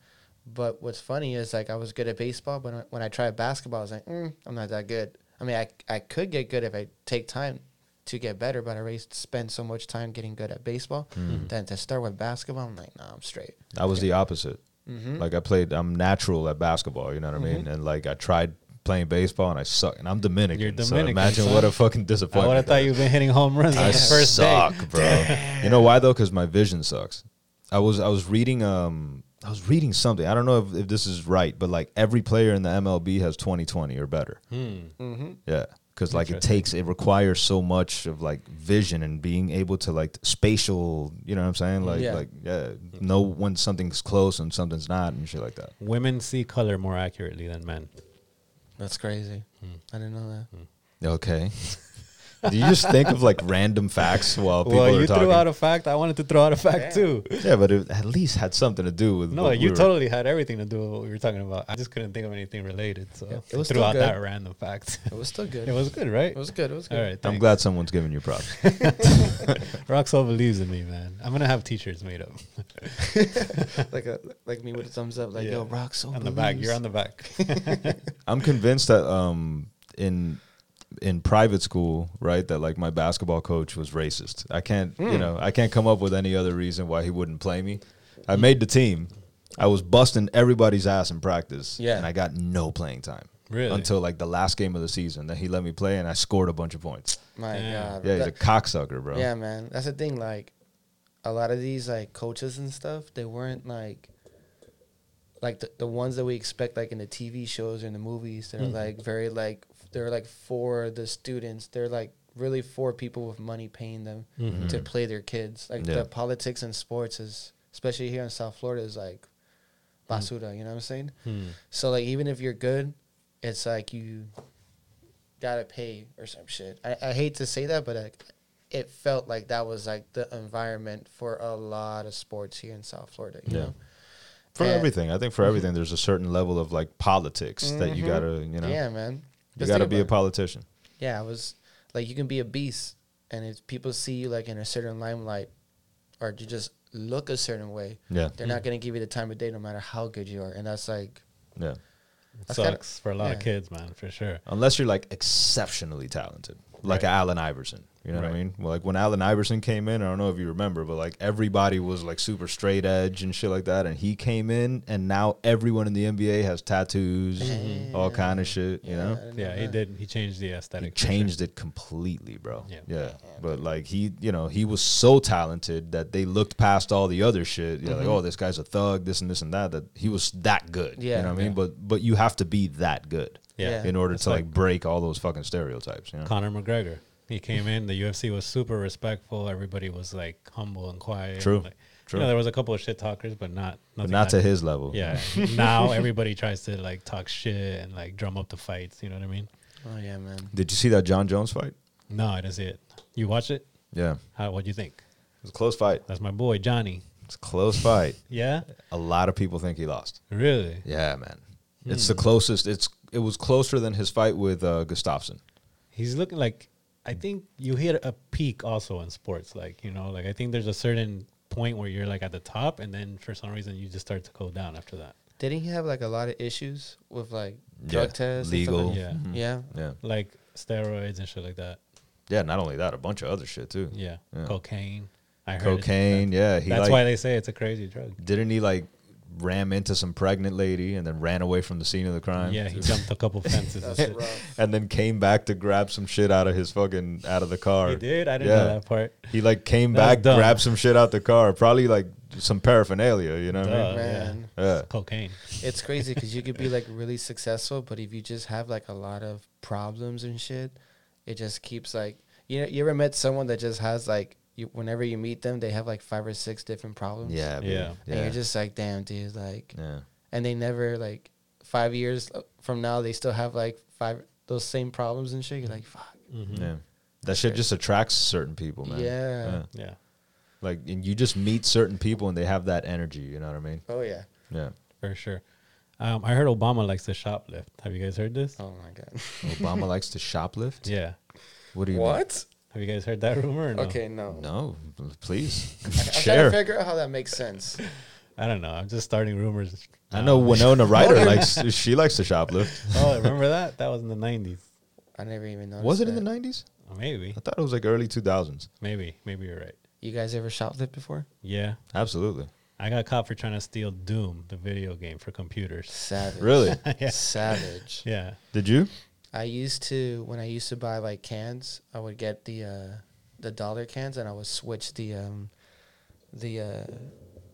C: But what's funny is like I was good at baseball, but when I- when I tried basketball, I was like, mm, I'm not that good. I mean, I I could get good if I take time to get better, but I already spend so much time getting good at baseball. Then to start with basketball, I'm like, nah, I'm straight.
A: I was the opposite.
D: Mm-hmm.
A: Like I played, I'm natural at basketball. You know what I mean? And like I tried playing baseball and I suck. And I'm Dominican.
D: You're
A: so
D: Dominican,
A: imagine
D: son.
A: what a fucking
D: I would
A: disappointment.
D: have thought
A: that
D: you've been hitting home runs on
A: I
D: the first
A: suck,
D: day.
A: bro. You know why though? Because my vision sucks. I was I was reading um I was reading something. I don't know if, if this is right, but like every player in the MLB has twenty twenty or better.
D: Mm-hmm.
A: Yeah, because like it
D: Interesting.
A: takes it requires so much of like vision and being able to like spatial. You know what I'm saying? Like
C: Yeah.
A: like yeah, know when something's close and something's not and shit like that.
D: Women see color more accurately than men.
C: That's crazy.
D: Hmm.
C: Hmm. I didn't know that.
A: Okay. Do you just think of like random facts while people
D: Well,
A: are
D: you
A: talking?
D: threw out a fact. I wanted to throw out a fact too.
A: yeah, but it at least had something to do with.
D: No,
A: what
D: you
A: we were-
D: totally had everything to do with what we were talking about. I just couldn't think of anything related, so
C: Yeah, it
D: I
C: was
D: threw
C: still
D: out
C: good.
D: that random fact.
C: It was still good.
D: it was good, right?
C: It was good. It was good.
D: All right,
A: I'm
D: thanks.
A: glad someone's giving you props.
D: Roxel believes in me, man. I'm gonna have T-shirts made up
C: like a like me with a thumbs up, like
D: Yeah.
C: yo, rock so
D: on the back. You're on the back.
A: I'm convinced that um in in private school, right, that like my basketball coach was racist. I can't,
C: Hmm.
A: you know, I can't come up with any other reason why he wouldn't play me. I made the team. I was busting everybody's ass in practice,
C: Yeah.
A: and I got no playing time.
D: Really?
A: Until like the last game of the season, that he let me play, and I scored a bunch of points.
C: My
D: Yeah.
C: God,
A: Yeah, he's a
C: That-
A: cocksucker, bro.
C: yeah, man. That's the thing. Like, a lot of these like coaches and stuff, they weren't like, like the, the ones that we expect like in the TV shows or in the movies. They're like very like f- they're like for the students. They're like really for people with money paying them to play their kids. Like
A: Yeah.
C: the politics and sports is especially here in South Florida is like basura. You know what I'm saying?
A: Hmm.
C: So like even if you're good, it's like you gotta pay or some shit. I, I hate to say that, but like it felt like that was like the environment for a lot of sports here in South Florida. You
A: Yeah.
C: know?
A: For
C: Yeah. Mm-hmm.
A: everything, I think for everything, there's a certain level of like politics that you gotta, you know,
C: Yeah, man.
A: you
C: Just
A: gotta
C: think
A: be a
C: about
A: politician.
C: it. Yeah, I was like you can be a beast, and if people see you like in a certain limelight, or you just look a certain way,
A: Yeah,
C: they're not gonna give you the time of day no matter how good you are, and that's like
A: yeah.
D: It
C: That's kinda-
D: sucks for a lot of
C: yeah.
D: kids, man, for sure.
A: unless you're like exceptionally talented, like
D: Right.
A: a Allen Iverson. You know what I
D: Right.
A: mean? Well, like when Allen Iverson came in, I don't know if you remember, but like everybody was like super straight edge and shit like that, and he came in, and now everyone in the NBA has tattoos, all kind of shit. You know,
C: I didn't know
D: Mm-hmm. Yeah, he
C: that.
D: did. He changed the
A: he
D: aesthetic. for sure.
A: changed it completely, bro.
D: Yeah.
A: yeah, but like he, you know, he was so talented that they looked past all the other shit. You know,
D: Mm-hmm.
A: like oh, this guy's a thug, this and this and that. That he was that good.
C: Yeah.
A: you know what I mean?
C: Yeah.
A: But but you have to be that good.
D: Yeah.
A: In order
D: It's
A: to like,
D: like-
A: break all those fucking stereotypes, you know?
D: Conor McGregor. He came in. The UFC was super respectful. Everybody was like humble and quiet.
A: True,
D: Like,
A: true.
D: You know, there was a couple of shit talkers, but not
A: but
D: nothing
A: not to
D: that-
A: his level.
D: Yeah. now everybody tries to like talk shit and like drum up the fights. You know what I mean?
C: Oh yeah, man.
A: Did you see that John Jones fight?
D: No, I didn't see it. You watch it?
A: Yeah. It
D: How? What do you think?
A: was a close fight.
D: That's my boy Johnny.
A: It's a close fight.
D: Yeah.
A: A lot of people think he lost.
D: Really?
A: Yeah, man. It's the
D: Hmm.
A: closest. It's it was closer than his fight with uh, Gustafsson.
D: He's looking like. I think you hit a peak also in sports. Like you know, like I think there's a certain point where you're like at the top, and then for some reason you just start to go down after that.
C: Didn't he have like a lot of issues with like drug tests? and stuff
A: legal.
C: like-
D: Yeah.
A: Mhm.
C: Yeah.
A: yeah.
D: like steroids and shit like that.
A: Yeah, not only that, a bunch of other shit too.
D: Yeah.
A: Yeah.
D: Cocaine. I heard it-
A: Cocaine. Yeah, he
D: That's
A: like,
D: why they say it's a crazy drug.
A: didn't he like ram into some pregnant lady and then ran away from the scene of the crime.
D: Yeah, he jumped a couple fences. and
C: That's
D: shit.
C: rough.
A: and then came back to grab some shit out of his fucking out of the car.
D: He did. I didn't
A: Yeah.
D: know that part.
A: He like came
D: That was
A: back,
D: dumb.
A: grabbed some shit out the car, probably like some paraphernalia. You know what I mean?
D: Duh.
C: Man,
A: Yeah.
D: Cocaine.
C: it's crazy because you could be like really successful, but if you just have like a lot of problems and shit, it just keeps like you know. You ever met someone that just has like you, whenever you meet them, they have like five or six different problems.
A: Yeah. dude.
D: Yeah.
A: Yeah.
C: and you're just like, damn, dude, like,
A: yeah.
D: Mm-hmm.
C: and they never like five years uh, from now they still have like five those same problems and shit. You're like, fuck,
D: Mm-hmm.
A: Yeah. That shit just attracts certain people, man.
C: Yeah.
D: Yeah.
A: Like, and you just meet certain people and they have that energy. You know what I mean?
C: oh yeah,
A: Yeah.
D: For sure. Um, I heard Obama likes to shoplift. Have you guys heard this?
C: oh my god,
A: Obama likes to shoplift.
D: Yeah.
A: What do you
D: Have you guys heard that rumor? Or no?
C: Okay, no,
A: mean? No, please
C: I'm trying to
A: share.
C: figure out how that makes sense.
D: I don't know. I'm just starting rumors.
A: I
D: now.
A: know Winona Ryder likes. She likes to shoplift.
D: oh, remember that? That was in the 90s.
C: I never even noticed.
A: Was it in the
C: that.
A: nineties?
D: Maybe.
A: I thought it was like early two thousands.
D: Maybe. Maybe you're right.
C: You guys ever shoplift before?
D: Yeah.
A: Absolutely.
D: I got caught for trying to steal Doom, the video game for computers.
C: Savage.
A: Really?
C: Savage.
D: Yeah.
A: Did you?
C: I used to when I used to buy like cans, I would get the uh the dollar cans and I would switch the um the uh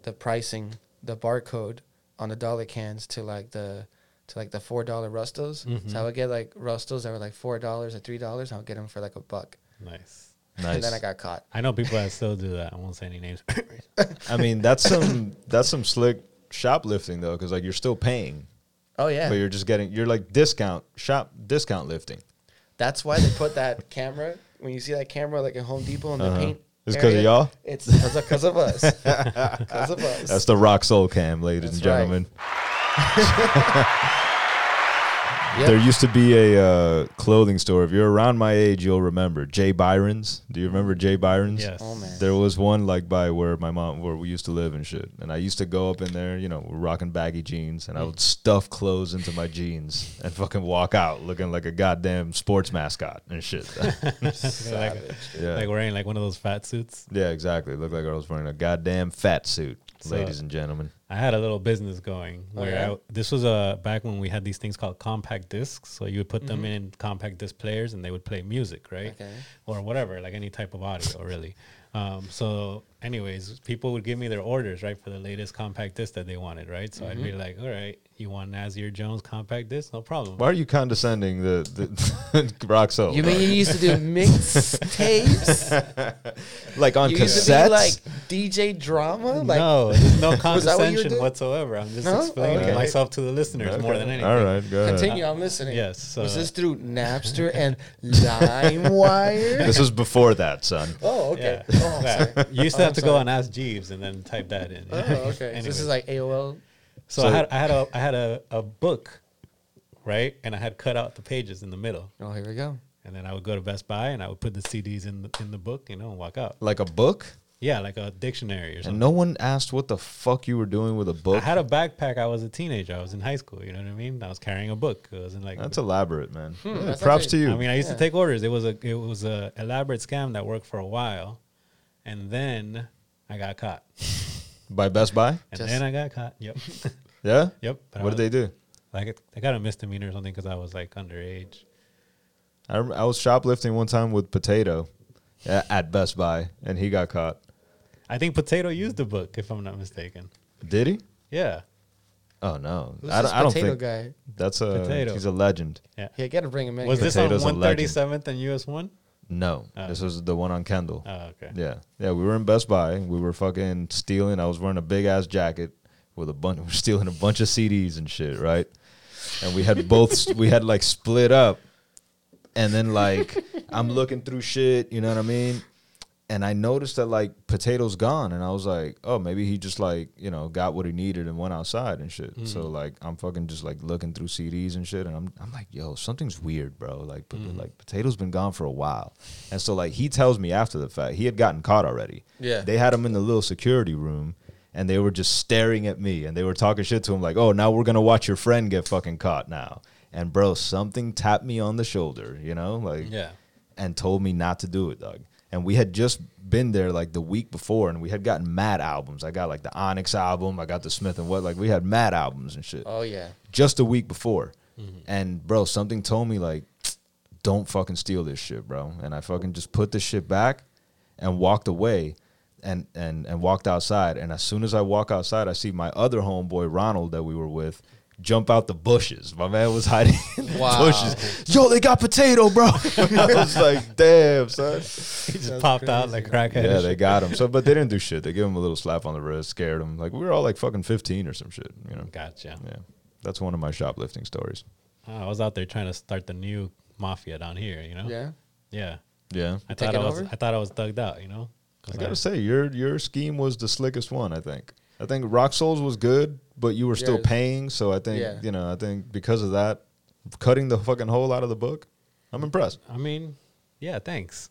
C: the pricing, the barcode on the dollar cans to like the to like the four dollar rustos. So
A: Mm-hmm.
C: I would get like rustos that were like four dollars or three dollars. I would get them for like a buck,
D: Nice.
A: Nice.
C: and then I got caught.
D: I know people that still do that. I won't say any names.
A: I mean, that's some that's some slick shoplifting though, because like you're still paying,
C: Oh yeah,
A: but you're just getting you're like discount shop discount lifting.
C: that's why they put that camera. When you see that camera like at Home Depot in the paint,
A: Uh-huh. It's 'cause of
C: area,
A: y'all?
C: It's because of us. Because of us.
A: That's the rock soul cam, ladies
C: That's
A: and gentlemen.
C: Yep.
A: There used to be a uh, clothing store. If you're around my age, you'll remember Jay Byron's. Do you remember Jay Byron's?
D: yes.
C: Oh man.
A: There was one like by where my mom, where we used to live and shit. And I used to go up in there, you know, rocking baggy jeans, and I would stuff clothes into my jeans and fucking walk out looking like a goddamn sports mascot and shit.
D: like,
C: Savage.
A: yeah.
D: like wearing like one of those fat suits.
A: yeah, exactly. Looked like I was wearing a goddamn fat suit,
D: So-
A: ladies and gentlemen.
D: I had a little business going where
C: Oh, yeah?
D: I, this was uh, back when we had these things called compact discs. So you would put them in compact disc players and they would play music, right?
C: Mm-hmm. Okay.
D: Or whatever, like any type of audio, really. Um, so, anyways, people would give me their orders, right, for the latest compact disc that they wanted, right? So
C: Mm-hmm.
D: I'd be like, all right, you want Nazir Jones compact disc? No problem.
A: Why are you condescending the, the rock soul?
C: You mean you used to do mixtapes?
A: like on
C: you used to
A: cassettes?
C: be like DJ drama? Like
D: no, there's no
C: that what you were
D: condescension
C: doing?
D: whatsoever. I'm just
C: No?
D: explaining
C: Okay.
D: myself to the listeners more than anything.
A: All right, go ahead.
C: continue, I'm listening.
D: Yes, so-
C: Was this through Napster and LimeWire?
A: This was before that, son.
C: oh, okay.
D: Yeah.
C: Oh, I'm
D: Yeah.
C: sorry.
D: You used
C: Oh,
D: to have
C: I'm
D: to go
C: sorry.
D: and ask Jeeves and then type that in.
C: Oh, okay. So
D: Anyways.
C: this is like AOL.
D: So, I had I had a I had a, a book, right? And I had cut out the pages in the middle,
C: Oh, here we go.
D: and then I would go to Best Buy and I would put the CDs in the, in the book, you know, and walk out.
A: Like a book?
D: Yeah, like a dictionary or
A: And
D: something.
A: no one asked what the fuck you were doing with a
D: I
A: book.
D: had a backpack. I was a teenager. I was in high school. You know what I mean? I was carrying a book. It wasn't like
A: That's elaborate, man. Yeah,
C: Hmm, that's
A: props
C: actually-
A: to you.
D: I mean, I used
C: Yeah.
D: to take orders. It was a it was a elaborate scam that worked for a while, and then I got caught.
A: By Best Buy?
D: And
C: Just-
D: then I got caught. Yep.
A: Yeah?
D: yep. But I
A: What did they
D: was-
A: do?
D: Like I got a misdemeanor or something because I was like underage.
A: I, rem- I was shoplifting one time with Potato a- at Best Buy, and he got caught.
D: I think Potato used the book, if I'm not mistaken.
A: Did he?
D: Yeah.
A: Oh, no.
C: Who's
A: I,
C: this
A: don't- I don't
C: potato
A: think.
C: guy?
A: That's a.
D: Potato.
A: He's a legend.
D: Yeah.
C: Yeah, gotta bring him in.
D: Was
C: here.
D: this on
A: Potato's a
D: 137th and US 1?
A: No.
D: Oh.
A: This was the one on Kendall.
D: Oh, okay.
A: Yeah. Yeah, we were in Best Buy. We were fucking stealing. I was wearing a big ass jacket with a bunch. We were stealing a bunch of CDs and shit, right? And we had both, we had like split up. And then like, I'm looking through shit, you know what I mean? And I noticed that like potato's gone. And I was like, oh, maybe he just like, you know, got what he needed and went outside and shit. So like, I'm fucking just like looking through CDs and shit. And I'm, I'm like, yo, something's weird, bro. Like, but like potato's been gone for a while. And so like, he tells me after the fact, he had gotten caught already.
C: Yeah.
A: They had him in the little security room and they were just staring at me and they were talking shit to him like, "Oh, now we're going to watch your friend get fucking caught now." And bro, something tapped me on the shoulder, you know? Like
D: Yeah.
A: and told me not to do it, Doug. And we had just been there like the week before, and we had gotten mad albums. I got like the Onyx album, I got the Smith and what, like we had mad albums and shit
C: Oh yeah.
A: just a week before. And bro, something told me like, don't fucking steal this shit, bro. And I fucking just put this shit back and walked away and and and walked outside. And as soon as I walk outside, I see my other homeboy Ronald that we were with jump out the bushes. My man was hiding in the
C: Wow.
A: bushes. Yo, they got potato, bro. I was like, damn, son.
D: He just popped out like crackhead.
A: Yeah,
D: and
A: they
D: shit.
A: got him. So but they didn't do shit. They gave him a little slap on the wrist, scared him. Like we were all like fucking fifteen or some shit, you know.
D: Gotcha. Oh,
A: Yeah. That's one of my shoplifting stories.
D: I was out there trying to start the new mafia down here. You know.
C: Yeah.
D: Yeah.
A: Yeah.
D: I
C: Take
D: thought
C: it
D: I was.
C: over?
D: I thought I was thugged out. You know. 'Cause
A: I
D: I-
A: gotta say, your your scheme was the slickest one. I think. I think Rock Souls was good, but you were still
C: Yeah.
A: paying. So I think
C: Yeah.
A: you know. I think because of that, cutting the fucking hole out of the book, I'm impressed.
D: I mean, yeah. Thanks.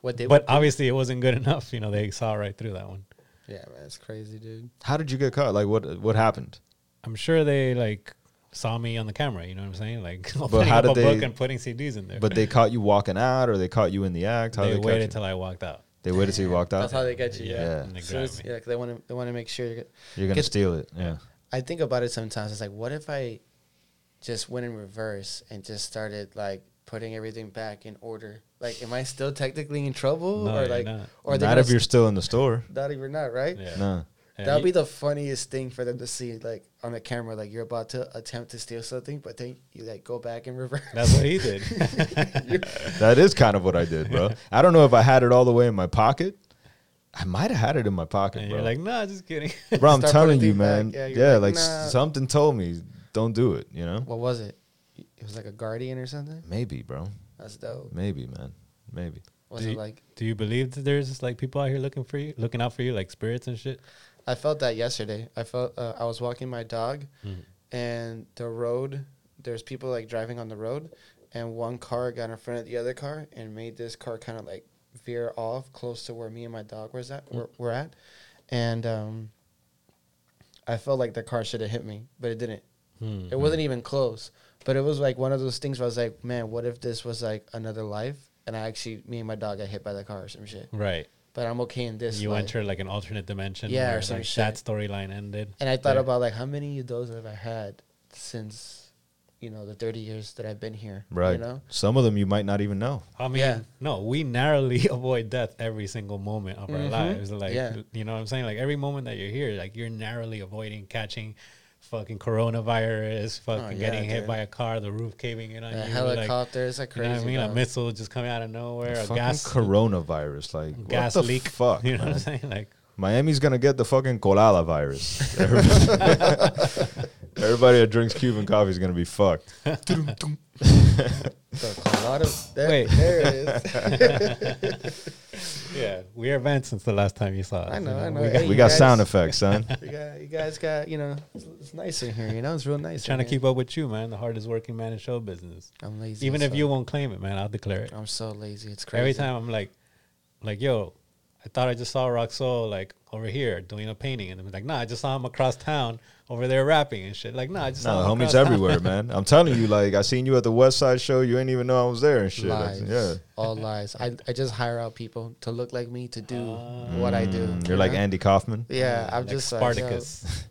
C: What they?
D: But obviously, it wasn't good enough. You know, they saw right through that one.
C: yeah, man, it's crazy, dude.
A: How did you get caught? Like what what happened?
D: I'm sure they like saw me on the camera. You know what I'm saying? Like opening
A: how
D: up
A: did
D: a book
A: they-
D: and putting CDs in there.
A: But they caught you walking out, or they caught you in the act. How
D: they,
A: did they
D: waited
A: catch you?
D: till I walked out.
A: they waited till you walked out.
C: That's how they get you.
D: Yeah,
C: Yeah.
A: Yeah.
D: and they
C: As soon
D: grabbed
C: as-
D: me.
C: yeah, 'cause they want to they want to make sure. You're good.
A: You're gonna
C: Get-
A: steal it. Yeah.
C: I think about it sometimes. It's like, what if I just went in reverse and just started like putting everything back in order? Like, am I still technically in trouble,
D: No,
C: or
D: you're
C: like,
D: not.
C: or they're
A: not
C: gonna
A: if you're
C: s-
A: still in the store.
C: not if you're not right?
D: Yeah.
A: No.
D: Yeah,
C: That would
D: you-
C: be the funniest thing for them to see, like on the camera, like you're about to attempt to steal something, but then you like go back in reverse.
D: That's what he did.
A: That is kind of what I did, bro. I don't know if I had it all the way in my pocket. I might have had it in my pocket,
D: and
A: bro.
D: you're like, nah, just kidding.
A: bro, I'm
C: Start
A: telling
C: putting
A: you,
C: things
A: man.
C: back. Yeah, you're
A: Yeah, like,
C: like,
A: s
C: nah.
A: something told me, don't do it. You know,
C: What was it? It was like a guardian or something.
A: maybe, bro.
C: That's dope.
A: Maybe, man. Maybe.
C: Was
D: Do
C: it
D: you-
C: like
D: Do you believe that there's just like people out here looking for you, looking out for you, like spirits and shit?
C: I felt that yesterday. I felt uh, I was walking my dog, and the road. There's people like driving on the road, and one car got in front of the other car and made this car kind of like veer off close to where me and my dog was at. Were, were at, and um, I felt like the car should have hit me, but it didn't. It wasn't even close. But it was like one of those things where I was like, man, what if this was like another life? And I actually, me and my dog got hit by the car or some shit.
D: Right.
C: But I'm okay in this.
D: you
C: life.
D: enter like an alternate dimension.
C: Yeah, or
D: where,
C: some
D: like,
C: shit.
D: That storyline ended.
C: And I thought
D: Yeah.
C: about like how many of those have I had since, you know, the thirty years that I've been here.
A: Right.
C: You know?
A: Some of them you might not even know.
D: I mean,
C: Yeah.
D: no, we narrowly avoid death every single moment of our
C: Mhm.
D: lives. Like,
C: Yeah.
D: you know what I'm saying? Like, every moment that you're here, like, you're narrowly avoiding catching fucking coronavirus, fucking
C: Oh, yeah,
D: getting hit
C: dude.
D: by a car, the roof caving in on
C: The
D: Uh, you. Like,
C: helicopter is like
D: you
C: crazy.
D: know what I mean? A
C: dog.
D: missile just coming out of nowhere, a
A: Fucking
D: gas,
A: coronavirus, like
D: gas
A: what the
D: leak.
A: Fuck,
D: You know what
A: man?
D: I'm saying? Like,
A: Miami's gonna get the fucking colala virus. Everybody- Everybody that drinks Cuban coffee is gonna be fucked.
C: The Colorado- there-
D: Wait.
C: there it is.
D: yeah, we are banned since the last time you saw us.
C: I
D: you
C: know, I know.
D: We
C: Hey,
A: we
C: you
A: got
C: guys-
A: sound effects, son.
C: You, got, you guys got, you know, it's, it's nice in here. You know, it's real nice.
D: trying
C: in
D: to
C: here.
D: keep up with you, man, the hardest working man in show business.
C: I'm lazy.
D: Even
C: as
D: if you
C: fuck.
D: won't claim it, man, I'll declare it.
C: I'm so lazy. It's crazy.
D: Every time I'm like, like, yo, I thought I just saw Roxo like over here doing a painting, and I'm like, nah, I just saw him across town over there rapping and shit. Like, nah, I just
A: No,
D: saw
A: homies
D: him across town.
A: everywhere, man. I'm telling you, like I seen you at the West Side Show. You ain't even know I was there and shit.
C: lies.
A: Yeah.
C: All lies. I, I just hire out people to look like me to do what I do.
A: Mm,
C: you
A: You're like
C: know?
A: Andy Kaufman.
C: Yeah, I'm
D: Ah. Like
C: just like, yo,
D: Spartacus.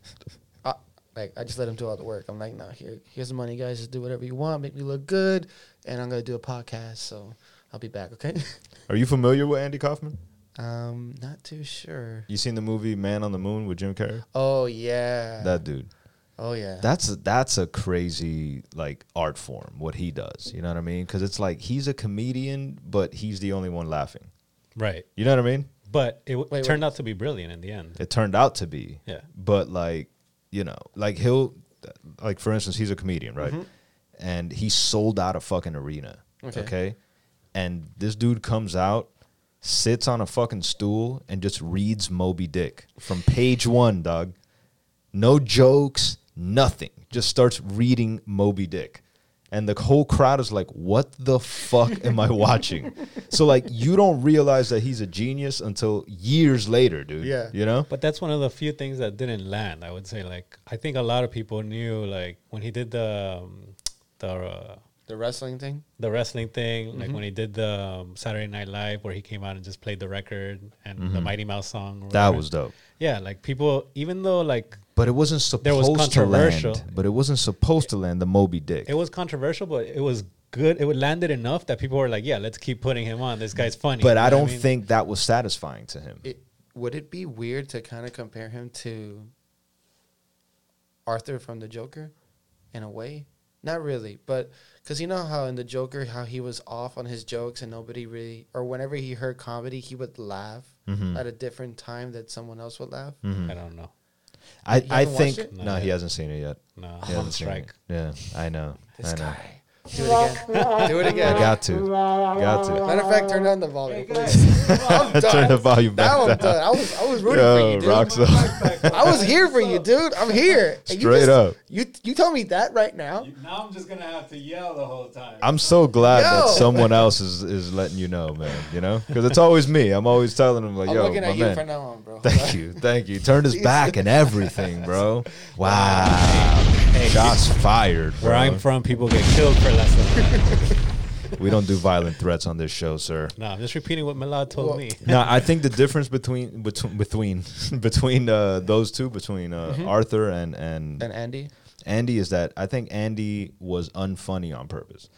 C: I, like I just let him do all the work. I'm like, no, here, here's the money, guys. Just do whatever you want, make me look good, and I'm gonna do a podcast, so I'll be back, okay?
A: Are you familiar with Andy Kaufman?
C: um, not too sure.
A: You seen the movie Man on the Moon with Jim Carrey?
C: Oh yeah.
A: That dude.
C: oh yeah.
A: That's a, that's a crazy like art form what he does. You know what I mean? Because it's like he's a comedian, but he's the only one laughing.
D: right.
A: You know what I mean?
D: But it w-
C: Wait,
D: turned out to be brilliant in the end.
A: It turned out to be.
D: Yeah.
A: But like you know, like he'll like for instance, he's a comedian, right? And he sold out a fucking arena.
C: Mm-hmm. Okay.
A: okay. And this dude comes out, sits on a fucking stool, and just reads Moby Dick from page one, dog. No jokes, nothing. Just starts reading Moby Dick. And the whole crowd is like, what the fuck am I watching? so, like, you don't realize that he's a genius until years later, dude.
C: Yeah.
A: You know?
D: But that's one of the few things that didn't land. I would say, like, I think a lot of people knew, like, when he did the um, the uh,
C: The wrestling thing.
D: the wrestling thing,
A: Mm-hmm.
D: like when he did the um, Saturday Night Live, where he came out and just played the record and the Mighty Mouse song. or
A: Mm-hmm. That
D: whatever.
A: was dope.
D: yeah, like people, even though like
A: But it wasn't
D: There was
A: supposed to
D: controversial.
A: land. But it wasn't supposed to land the Moby Dick.
D: it was controversial, but it was good. It would landed enough that people were like, yeah, let's keep putting him on. This guy's funny.
A: but
D: You know
A: I
D: what
A: don't
D: mean?
A: think that was satisfying to him.
C: It would it be weird to kind of compare him to Arthur from the Joker, in a way. Not really, but because you know how in the Joker how he was off on his jokes and nobody really, or whenever he heard comedy, he would laugh
A: Mhm.
C: at a different time that someone else would laugh.
A: Mm, Hmm.
D: I don't know.
A: I,
C: You
A: I
C: haven't watched
A: think
C: it?
A: no,
D: No,
A: he
D: yeah.
A: hasn't seen it yet.
D: No,
A: He
D: I'm on
A: hasn't seen
D: Uh-huh. strike.
A: it. Yeah, I know.
C: This
A: I know.
C: guy. Do it again. Do it
A: I
C: again.
A: got to. Got to.
C: Matter of fact, turn down the volume,
B: Hey,
C: please.
B: guys,
C: I'm done.
A: Turn the volume
C: Now
A: back
C: I'm
A: down.
C: done. I was I was rooting for
A: Yo,
C: you, dude.
A: rocks
B: my
A: up.
B: backpack back.
C: I was here for you, dude. I'm here. And you
A: Straight up.
C: just- You you tell me that right now?
B: You- Now I'm just gonna have to yell the whole time.
A: I'm so glad that
C: Yo.
A: someone else is, is letting you know, man. You know, because it's always me. I'm always telling them like,
C: I'm
A: "Yo,
C: looking
A: my
C: at you
A: man."
C: from now on, bro.
A: Thank you, thank you. Turned his back and everything, bro. Wow, shots fired, bro.
D: Where I'm from, people get killed for less than that.
A: we don't do violent threats on this show, sir.
D: no, I'm just repeating what Milad told
C: Well-
D: me.
A: No, I think the difference between between between between uh, those two, between uh, Arthur and and
C: And Andy,
A: Andy, is that I think Andy was unfunny on purpose,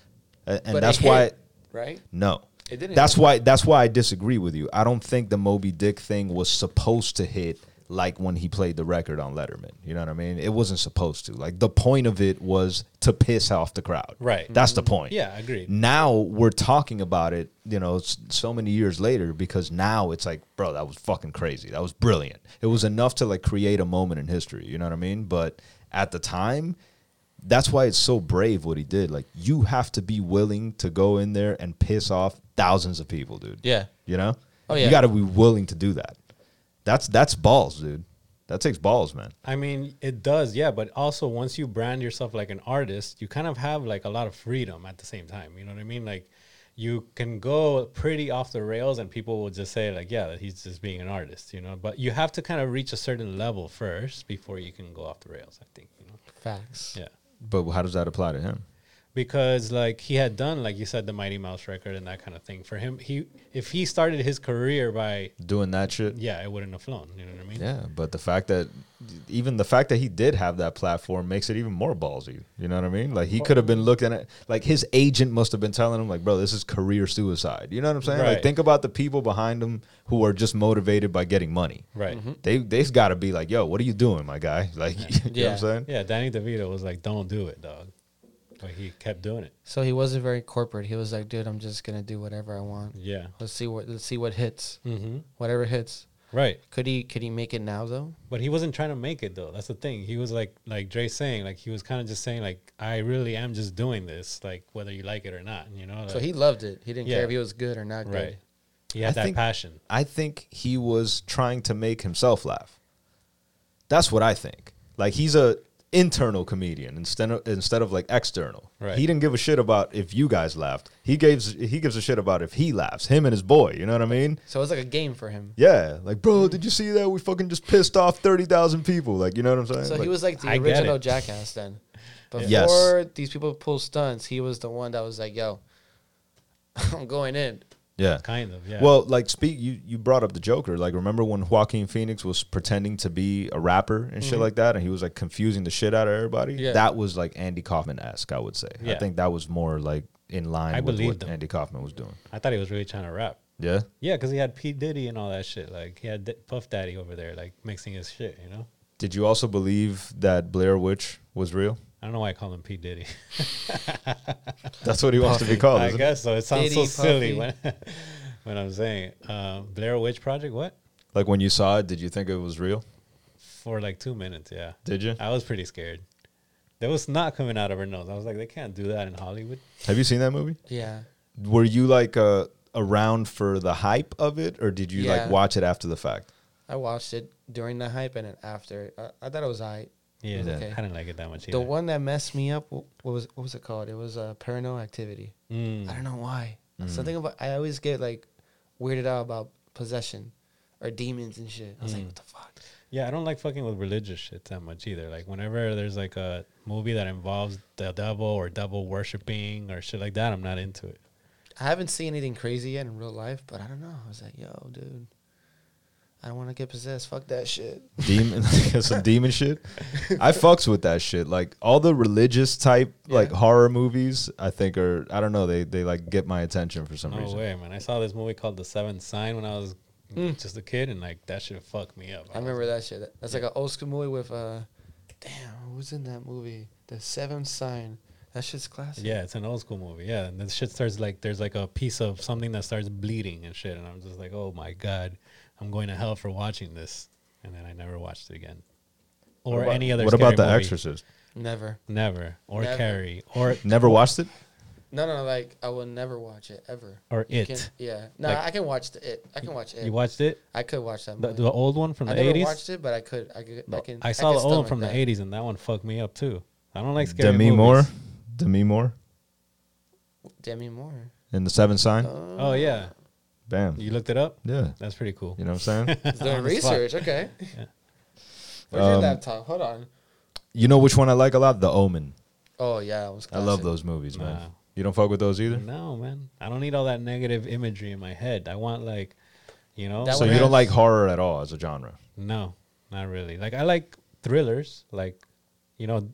A: A- and
C: But
A: that's
C: it hit.
A: why.
C: right?
A: No.
C: It didn't
A: That's why that's why I disagree with you. I don't think the Moby Dick thing was supposed to hit like when he played the record on Letterman. You know what I mean? It wasn't supposed to. Like the point of it was to piss off the crowd.
D: Right.
A: That's the point.
D: Yeah, agreed.
A: Now we're talking about it, you know, s- so many years later because now it's like, bro, that was fucking crazy. That was brilliant. It was enough to like create a moment in history, you know what I mean? But at the time, that's why it's so brave what he did. Like you have to be willing to go in there and piss off thousands of people, dude.
C: Yeah.
A: You know?
C: Oh,
A: You
C: yeah.
A: got to be willing to do that. That's that's balls, dude. That takes balls, man.
D: I mean, it does, yeah. But also, once you brand yourself like an artist, you kind of have like a lot of freedom at the same time. You know what I mean? Like, you can go pretty off the rails, and people will just say like, "Yeah, he's just being an artist," you know. But you have to kind of reach a certain level first before you can go off the rails. I think, you know.
C: Facts.
D: Yeah,
A: But how does that apply to him?
D: because like he had done, like you said, the Mighty Mouse record and that kind of thing. For him, he if he started his career by
A: Doing that shit?
D: yeah, it wouldn't have flown. You know what I mean?
A: Yeah, but the fact that even the fact that he did have that platform makes it even more ballsy. You know what I mean? Like he could have been looking at like his agent must have been telling him like, "Bro, this is career suicide." You know what I'm saying? Like
D: Right.
A: think about the people behind him who are just motivated by getting money.
D: Right.
A: They they've got to be like, "Yo, what are you doing, my guy?" Like, you know what I'm
C: Yeah.
A: saying?
D: Yeah, Danny DeVito was like, "Don't do it, dog," but he kept doing it.
C: So he wasn't very corporate. He was like, dude, I'm just gonna do whatever I want.
D: Yeah.
C: Let's see what let's see what hits.
D: Mm-hmm.
C: Whatever hits.
D: Right.
C: Could he could he make it now though?
D: But he wasn't trying to make it though. That's the thing. He was like, like Dre saying, like he was kind of just saying, like I really am just doing this, like whether you like it or not. You know.
C: So
D: like-
C: he loved it. He didn't
D: Yeah.
C: care if he was good or not good.
D: right. He
A: I
D: had that
A: think-
D: passion.
A: I think he was trying to make himself laugh. That's what I think. Like he's a internal comedian instead of instead of like external.
D: Right.
A: He didn't give a shit about if you guys laughed. He gives he gives a shit about if he laughs. Him and his boy. You know what I mean?
C: So it was like a game for him.
A: Yeah. Like, bro, did you see that? We fucking just pissed off thirty thousand people. Like, you know what I'm saying?
C: So he was like the
D: Uh, I get
C: original
D: it.
C: jackass then. Before
A: Yes.
C: these people pull stunts, he was the one that was like, yo, I'm going in.
A: yeah.
D: Kind of. Yeah.
A: Well, like speak you you brought up the Joker. Like remember when Joaquin Phoenix was pretending to be a rapper and
D: Mm-hmm.
A: shit like that and he was like confusing the shit out of everybody?
C: Yeah.
A: That was like Andy Kaufman esque, I would say. I
D: Yeah.
A: think that was more like in line
D: I
A: with what
D: believed him.
A: Andy Kaufman was doing.
D: I thought he was really trying to rap.
A: Yeah.
D: Yeah, because he had P Diddy and all that shit. Like he had D- Puff Daddy over there, like mixing his shit. You know.
A: Did you also believe that Blair Witch was real?
D: I don't know why I call him P Diddy.
A: That's what he wants to be called.
D: I
A: Oh, isn't it?
D: guess so. It sounds so
C: Diddy,
D: silly when,
C: Puffy.
D: when I'm saying it. Uh, Blair Witch Project. What?
A: Like when you saw it, did you think it was real?
D: For like two minutes. Yeah.
A: Did you?
D: I was pretty scared. There was snot coming out of her nose. I was like, they can't do that in Hollywood.
A: Have you seen that movie?
C: Yeah.
A: Were you like uh, around for the hype of it or did you
C: Yeah.
A: like watch it after the fact?
C: I watched it during the hype and then after. I, I thought it was I.
D: Yeah,
A: Yeah.
D: I didn't like it that much either.
C: The one that messed me up, wh- what was what was it called? It was uh, Paranoid Activity.
D: Mm.
C: I don't know why. Something about I always
D: Mm.
C: get like weirded out about possession or demons and shit. I was like, what the fuck?
D: Yeah, I don't like fucking with religious shit that much either. Like whenever there's like a movie that involves the devil or devil worshiping or shit like that, I'm not into it.
C: I haven't seen anything crazy yet in real life, but I don't know. I was like, yo, dude, I don't want to get possessed. Fuck that shit.
A: demon some demon shit i fucks with that shit like all the religious type like
C: Yeah.
A: horror movies i think are i don't know they they like get my attention for some
D: No
A: reason
D: way, man. I saw this movie called The Seventh Sign when I was just a kid, and like that shit fucked me up.
C: Hmm. I remember that shit. That- That's like an old school movie with, uh, damn, who was in that movie? The Seventh Sign. That shit's classic.
D: Yeah, it's an old school movie. Yeah, and then shit starts like there's like a piece of something that starts bleeding and shit, and I'm just like, oh my god, I'm going to hell for watching this, and then I never watched it again, or
A: What about-
D: any other.
A: what about the
D: scary movie.
A: exorcist
C: Never.
D: Never, or
C: Never.
D: Carrie, or
A: never watched it
C: No, no, no. Like, I will never watch it, ever.
D: or
C: You
D: it.
C: Can, yeah. No,
D: Like-
C: I can watch the It. I can watch It.
D: You watched it,
C: I could watch that
D: the,
C: movie.
D: the old one from
C: I
D: the
C: never
D: eighties.
C: watched it, but I could. I could. I, can,
D: I saw
C: could
D: the old one
C: stomach
D: from
C: that.
D: the eighties, and that one fucked me up too. I don't like scary
A: demi
D: movies.
A: moore demi moore
C: Demi Moore.
A: in the seventh sign
D: Oh yeah,
A: bam
D: you looked it up.
A: yeah
D: That's pretty cool.
A: you know what i'm saying
C: He's doing
D: On the spot.
C: research. Okay.
D: Yeah.
C: Where's your
A: Um,
C: laptop? Hold on.
A: you know which one i like a lot the omen
C: Oh yeah, it was
A: i love
C: classic.
A: those movies man
D: Nah.
A: you don't fuck with those either
D: No, man. I don't need all that negative imagery in my head. I want like, you know,
C: That
A: so
C: one
A: you don't
C: has-
A: like horror at all as a genre
D: no, not really. Like I like thrillers, like you know,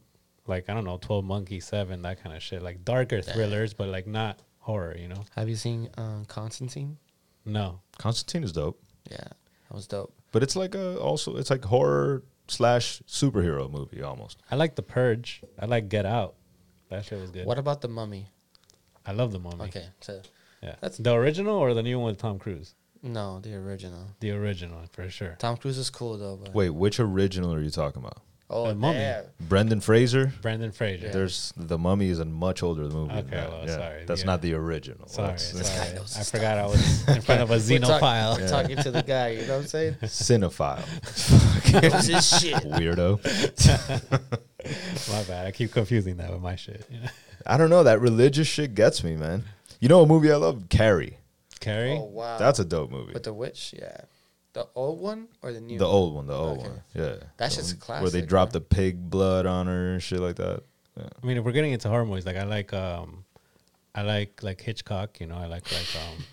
D: like I don't know, Twelve Monkey Seven, that kind of shit. Like darker thrillers, but like not horror. You know,
C: Have you seen um, Constantine?
D: no.
A: constantine is dope
C: Yeah, that was dope.
A: but it's like a also it's like horror slash superhero movie almost
D: I like The Purge. I like Get Out. That shit was good.
C: What about the Mummy?
D: I love the Mummy.
C: Okay, so
D: Yeah.
C: That's-
D: the original or the new one with Tom Cruise?
C: no, the original.
D: The original for sure.
C: Tom Cruise is cool though. But
A: Wait, which original are you talking about?
C: oh,
D: The Mummy.
C: damn.
A: Brendan Fraser?
D: Brandon Fraser.
C: Yeah.
A: There's The Mummy is a much older movie. than
D: Okay,
A: that.
D: well,
A: Yeah,
D: sorry,
A: That's
D: yeah.
A: not the original.
D: Sorry,
A: That's-
D: sorry.
A: that's
C: guy knows
D: I
C: his
D: forgot I was in front of a
C: We're talk-
D: xenophile.
C: we're talking to the guy. You know what I'm saying?
A: Cinephile.
C: Knows his shit.
A: Weirdo.
D: My bad. I keep confusing that with my shit. Yeah.
A: I don't know. That religious shit gets me, man. You know a movie I love? Carrie.
D: Carrie.
C: Oh wow,
A: That's a dope movie.
C: with the witch. Yeah, the old one or the new?
A: The
C: one?
A: old one, the old
C: Okay.
A: one. Yeah.
C: That
A: The
C: shit's
A: one
C: classic.
A: Where they drop the pig blood on her and shit like that. Yeah.
D: I mean, if we're getting into horror movies, like I like, um, I like like Hitchcock. You know, I like like. um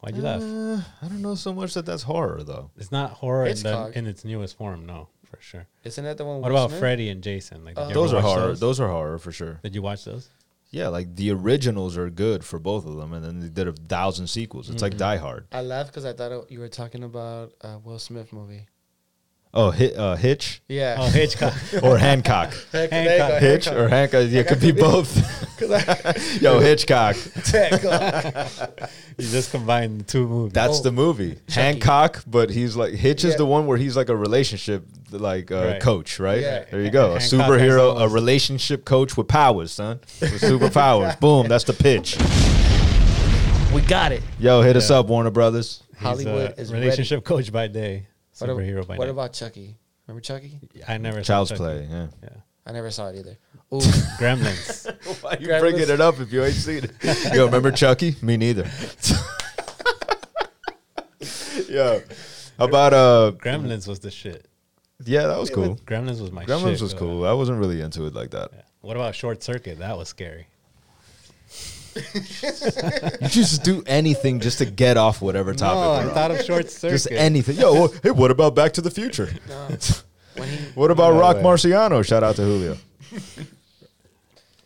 D: Why'd you laugh?
A: Uh, I don't know so much that that's horror, though.
D: It's not horror in, the,
C: Hitchcock. Oh,
D: in its newest form. No, for sure.
C: Isn't that the one?
D: What
C: Will
D: about
C: Smith?
D: Freddy and Jason? Like, did
C: Uh,
D: you ever
A: Those are
D: watch
A: horror. Those? are horror for sure.
D: Did you watch those?
A: Yeah, like the originals are good for both of them, and then they did a thousand sequels. It's like Die Hard.
C: I laughed because I thought it- you were talking about uh, Will Smith movie.
A: Oh, hi, uh, Hitch
C: Yeah.
D: Oh, Hitchcock.
A: or Hancock.
C: Heck,
D: Hancock.
C: there you go,
A: Hitch or Hancock. Yeah, it could be both. Yo, Hitchcock.
D: you just combined the two movies.
A: That's
C: Oh,
A: the movie. Hancock, but he's like Hitch is
C: Yeah.
A: the one where he's like a relationship like uh,
D: Right.
A: coach, right?
C: Yeah.
A: There you go. A
D: Hancock has
A: superhero, a
D: almost-
A: relationship coach with powers, son. With superpowers. Boom, that's the pitch.
C: we got it.
A: Yo, hit us up, Warner Brothers.
D: He's,
C: Hollywood
D: uh,
C: is
D: relationship coach by
C: Ready.
D: day,
C: What,
D: superhero
C: ab-
D: by
C: what
D: day.
C: about Chucky? Remember Chucky?
D: I never saw
A: Child's
D: Chucky.
A: play. Yeah.
D: Yeah.
C: I never saw it either. Ooh,
D: Gremlins.
A: Why you
C: Gremlins.
A: bringing it up if you ain't seen it? Yo, remember Chucky? Me neither. Yo, how about uh?
D: Gremlins was the shit.
A: Yeah, that was cool.
D: Gremlins was my
A: Gremlins
D: shit,
A: was
D: but,
A: cool. I wasn't really into it like that.
D: yeah. What about Short Circuit? That was scary.
A: You just do anything just to get off whatever
C: Oh,
A: topic.
D: I
A: we're on.
D: thought of Short Circuit.
A: just anything. Yo, well, hey, what about Back to the Future?
C: no. when he
A: What about
D: No
A: Rock
D: way.
A: Marciano? Shout out to Julio.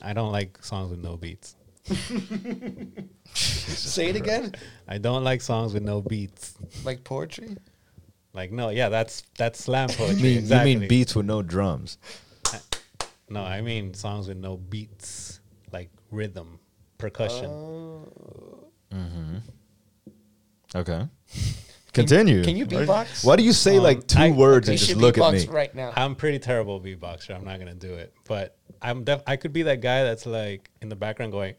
D: I don't like songs with no beats.
C: say it again,
D: I don't like songs with no beats.
C: like poetry.
D: Like no, yeah, that's that's slam poetry.
A: You mean,
D: exactly.
A: you mean beats with no drums?
D: No, I mean songs with no beats, like rhythm, percussion.
C: Uh,
A: Okay. Continue.
C: can you beatbox?
A: Why do you say
D: Um,
A: like two
D: I-
A: words
C: You
A: and just
C: should
A: look at me?
C: beatbox right now.
D: I'm pretty terrible beatboxer. I'm not gonna do it, but I'm def- I could be that guy that's like in the background going.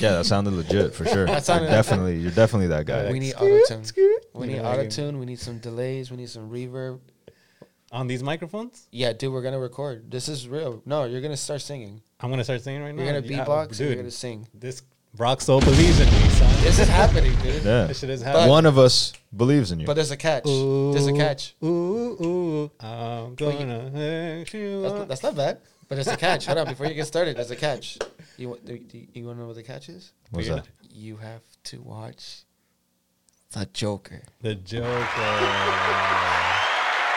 A: Yeah, that sounded legit for sure. You're
C: sounded-
A: definitely, you're definitely that guy.
C: we need
D: Scoot,
C: auto tune.
D: scoot.
C: We
D: You
C: need
D: know, like-
C: auto tune. We need some delays. We need some reverb.
D: On these microphones,
C: Yeah, dude, we're gonna record. This is real. No, you're gonna start singing.
D: I'm gonna start singing right
C: You're
D: now.
C: gonna
D: Yeah,
C: beatbox. and
D: dude.
C: You're gonna sing.
D: this rock soul believes in me, son.
C: This is happening, dude.
A: Yeah.
D: That shit is happening.
A: One of us believes in you.
C: But there's a catch. There's a catch.
D: Ooh, ooh, I'm gonna hang you
C: That's,
D: up.
C: that's not bad. But there's a catch. Hold on, before you get started, there's a catch. You want? Do, do, you want to know what the catch is?
A: What's
D: Yeah.
A: that?
C: You have to watch the Joker.
D: The Joker.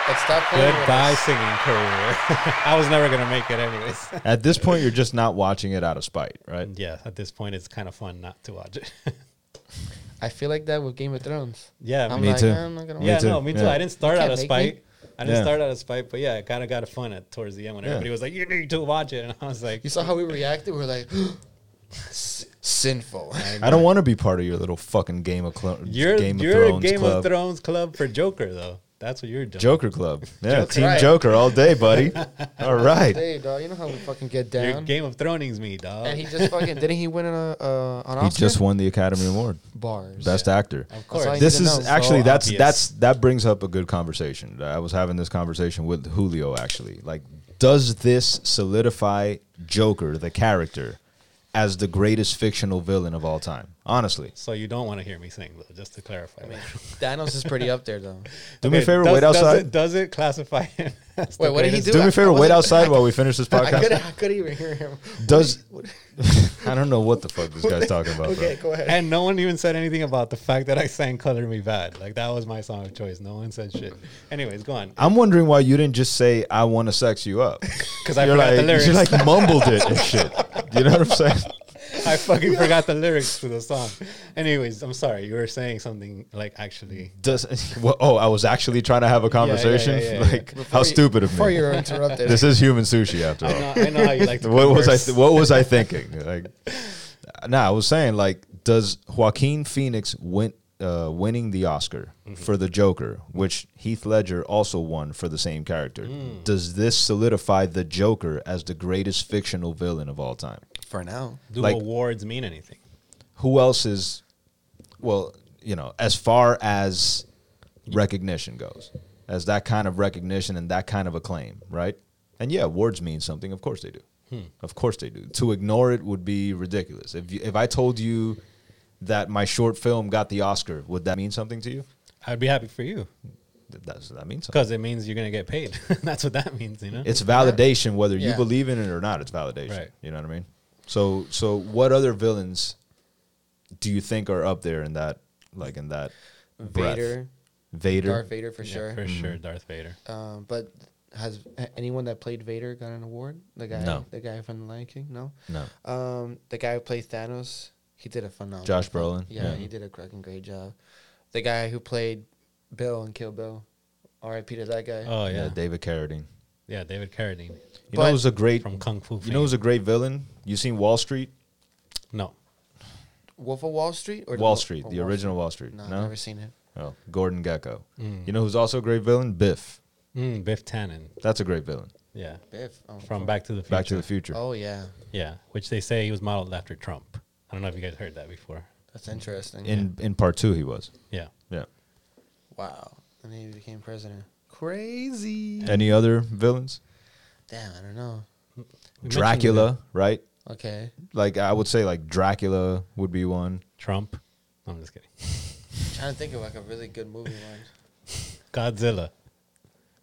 C: But stop playing with
D: Goodbye,
C: us.
D: singing career. I was never gonna make it, anyways.
A: At this point, you're just not watching it out of spite, right?
D: yeah, at this point, it's kind of fun not to watch it.
C: I feel like that with Game of Thrones.
D: yeah,
C: I'm
D: me-
A: Me
C: like,
A: too.
C: I'm not gonna watch.
D: yeah,
A: too,
D: no, me too.
A: yeah.
D: I didn't start
C: You
D: out
C: can't
D: of
C: make
D: spite.
C: me.
D: I didn't
A: Yeah.
D: start out of spite, but yeah, I kind of got fun at towards the end when
A: Yeah.
D: everybody was like, "You need to watch it," and I was like,
C: You saw how we reacted. We were like, S- sinful.
A: I don't want to be part of your little fucking Game of, Clo-
D: "You're
A: Game of
D: you're a
A: Thrones
D: Game
A: club.
D: of Thrones club for Joker, though. That's what you're doing."
A: Joker Club. Yeah,
C: Joker,
A: Team
C: right.
A: Joker all day, buddy. all right.
C: Dave, dog, you know how we fucking get
D: You're
C: down.
D: Game of Thronesings me, dog.
C: And he just fucking didn't he win an uh, uh, an
A: He
C: Oscar?
A: just won the Academy Award,
C: bars.
A: Best Actor.
D: of
C: all
D: course,
C: you
A: This
C: need to
A: is
C: know.
A: actually
D: So
A: that's
D: obvious.
A: that's that brings up a good conversation. I was having this conversation with Julio actually. Like, does this solidify Joker, the character, as the greatest fictional villain of all time? Honestly,
D: so you don't want to hear me sing, though. Just to clarify,
C: I mean,
D: that.
C: Thanos is pretty up there though.
A: do me a
D: Okay,
A: favor,
D: does-
A: wait
D: does
A: outside.
D: it- Does it classify him? as the
C: Wait, what did he
D: greatest-
A: do,
C: Dude,
A: me
C: I-
A: a favor,
C: I
A: wait
C: wasn't-
A: outside while we finish this
C: I could
A: podcast.
C: I could even hear him.
A: Does I don't know what the fuck this guy's talking about. bro.
C: Okay, go ahead.
D: And no one even said anything about the fact that I sang "Color Me Bad." Like that was my song of choice. No one said shit. Anyways, go on.
A: I'm wondering why you didn't just say I want to sex you up.
D: 'Cause I
A: You're
D: forgot the
A: like,
D: lyrics.
A: You like mumbled it and shit. You know what I'm saying?
D: I fucking forgot the lyrics to the song. Anyways, I'm sorry. You were saying something like actually.
A: Does well, oh, I was actually trying to have a conversation.
D: yeah, yeah, yeah.
A: Like how stupid of
C: Before
A: me.
C: you were interrupted.
A: This is human sushi after
D: I
A: all.
D: know, I know how you like. To
A: what was I?
D: converse.
A: Th- what was I thinking? Like, nah, I was saying like, does Joaquin Phoenix win uh, winning the Oscar
D: Mm-hmm.
A: for the Joker, which Heath Ledger also won for the same character?
D: Mm.
A: Does this solidify the Joker as the greatest fictional villain of all time?
C: for now.
D: Do
A: like-
D: awards mean anything?
A: Who else is? Well, you know, as far as recognition goes, as that kind of recognition and that kind of acclaim, right? And yeah, awards mean something. Of course they do. Of course they do. To ignore it would be ridiculous. If you, if I told you that my short film got the Oscar, would that mean something to you?
D: I'd be happy for you
A: That, that's, that means something.
D: because it means you're gonna get paid. That's what that means, you know.
A: It's validation whether you
C: Yeah.
A: believe in it or not. It's validation.
D: Right.
A: You know what I mean? So so what other villains do you think are up there in that like in that breath?
C: Vader,
A: Vader
C: Darth Vader for
D: Yeah,
C: sure.
D: for
A: Mm-hmm.
D: sure, Darth Vader.
C: Um, but has a- anyone that played Vader got an award? The guy,
A: No.
C: the guy from The Lion King, no.
A: No.
C: Um, the guy who played Thanos, he did a phenomenal.
A: Josh
C: job.
A: Brolin,
C: Yeah,
A: yeah.
C: he did a fucking great job. The guy who played Bill and Kill Bill, R.I.P. to that guy.
D: Oh
A: yeah.
D: yeah,
A: David Carradine.
D: yeah, David Carradine
A: You
C: But-
A: know who's a great
D: from Kung Fu.
A: You know who's a great villain? You seen Wall Street?
D: no.
C: Wolf of Wall Street or the
A: Wall
C: Wo-
A: Street,
C: or
A: the original Wall Street.
C: No,
A: No,
C: I've never seen it.
A: Oh, Gordon Gecko. You know who's also a great villain? Biff.
D: Mm, Biff Tannen.
A: That's a great villain.
D: Yeah,
C: Biff. Oh,
D: from Back to the Future.
A: Back to the Future.
C: Oh yeah,
D: Yeah, which they say he was modeled after Trump. I don't know if you guys heard that before.
C: that's interesting.
A: In in part two, he was.
D: Yeah.
A: Yeah.
C: wow, and then he became president. Crazy.
A: Any other villains?
C: Damn, I don't know.
D: We
A: Dracula,
D: mentioned
A: right?
C: Okay,
A: Like I would say, like Dracula would be one.
D: that Trump. I'm just kidding.
C: trying to think of like a really good movie one.
D: Godzilla.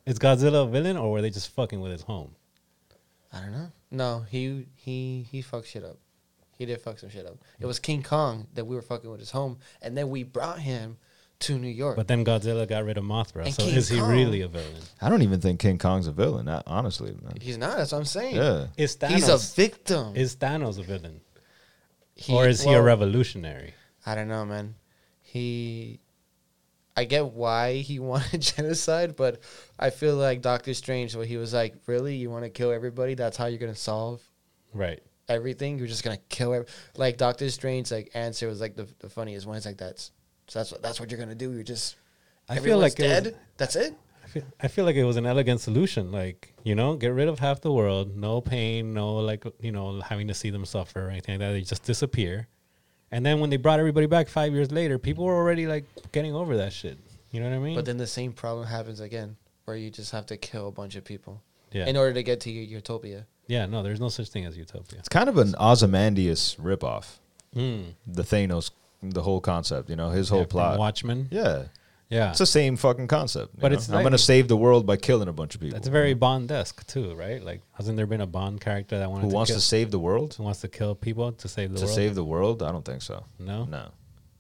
D: Is Godzilla a villain or were they just fucking with his home?
C: I don't know. No, he he he fucked shit up. He did fuck some shit up. It was King Kong that we were fucking with his home, and then we brought him to New York.
D: But then Godzilla got rid of Mothra.
C: And
D: so
C: King
D: is he
C: Kong.
D: really a villain?
A: I don't even think King Kong's a villain. I, honestly, man.
C: he's not. That's what I'm saying.
A: yeah.
D: Is Thanos,
C: He's a victim.
D: is Thanos a villain?
C: He-
D: or is he a
C: well,
D: revolutionary?
C: I don't know, man. He. I get why he wanted genocide, but I feel like Doctor Strange, where he was like, "Really, you want to kill everybody? That's how you're gonna solve
D: Right.
C: everything. You're just gonna kill every like Doctor Strange's like answer was like the, the funniest one. It's like that's so that's what that's what you're gonna do. You're just
D: I feel
C: everyone's
D: like it was- Mm.
C: dead. that's it.
D: I feel, I feel like it was an elegant solution. Like, you know, get rid of half the world, no pain, no, like, you know, having to see them suffer or anything like that. They just disappear. And then when they brought everybody back five years later, people were already, like, getting over that shit. You know what I mean?
C: But then the same problem happens again, where you just have to kill a bunch of people
D: yeah.
C: in order to get to your utopia.
D: yeah, no, there's no such thing as utopia.
A: It's kind of an Ozymandias ripoff.
D: Mm.
A: The Thanos the whole concept. You know, his whole
D: Yeah, from
A: plot.
D: Watchmen.
A: yeah,
D: Yeah,
A: it's the same fucking concept. you
D: But
A: know?
D: it's
A: I'm gonna
D: like-
A: save the world by killing a bunch of people.
D: that's very Bond-esque too, right? Like, hasn't there been a Bond character that wanted
A: who
D: to
A: wants
D: kill,
A: to save the world?
D: who wants to kill people to save the
A: to
D: world?
A: save the world? I don't think so.
D: no,
A: No,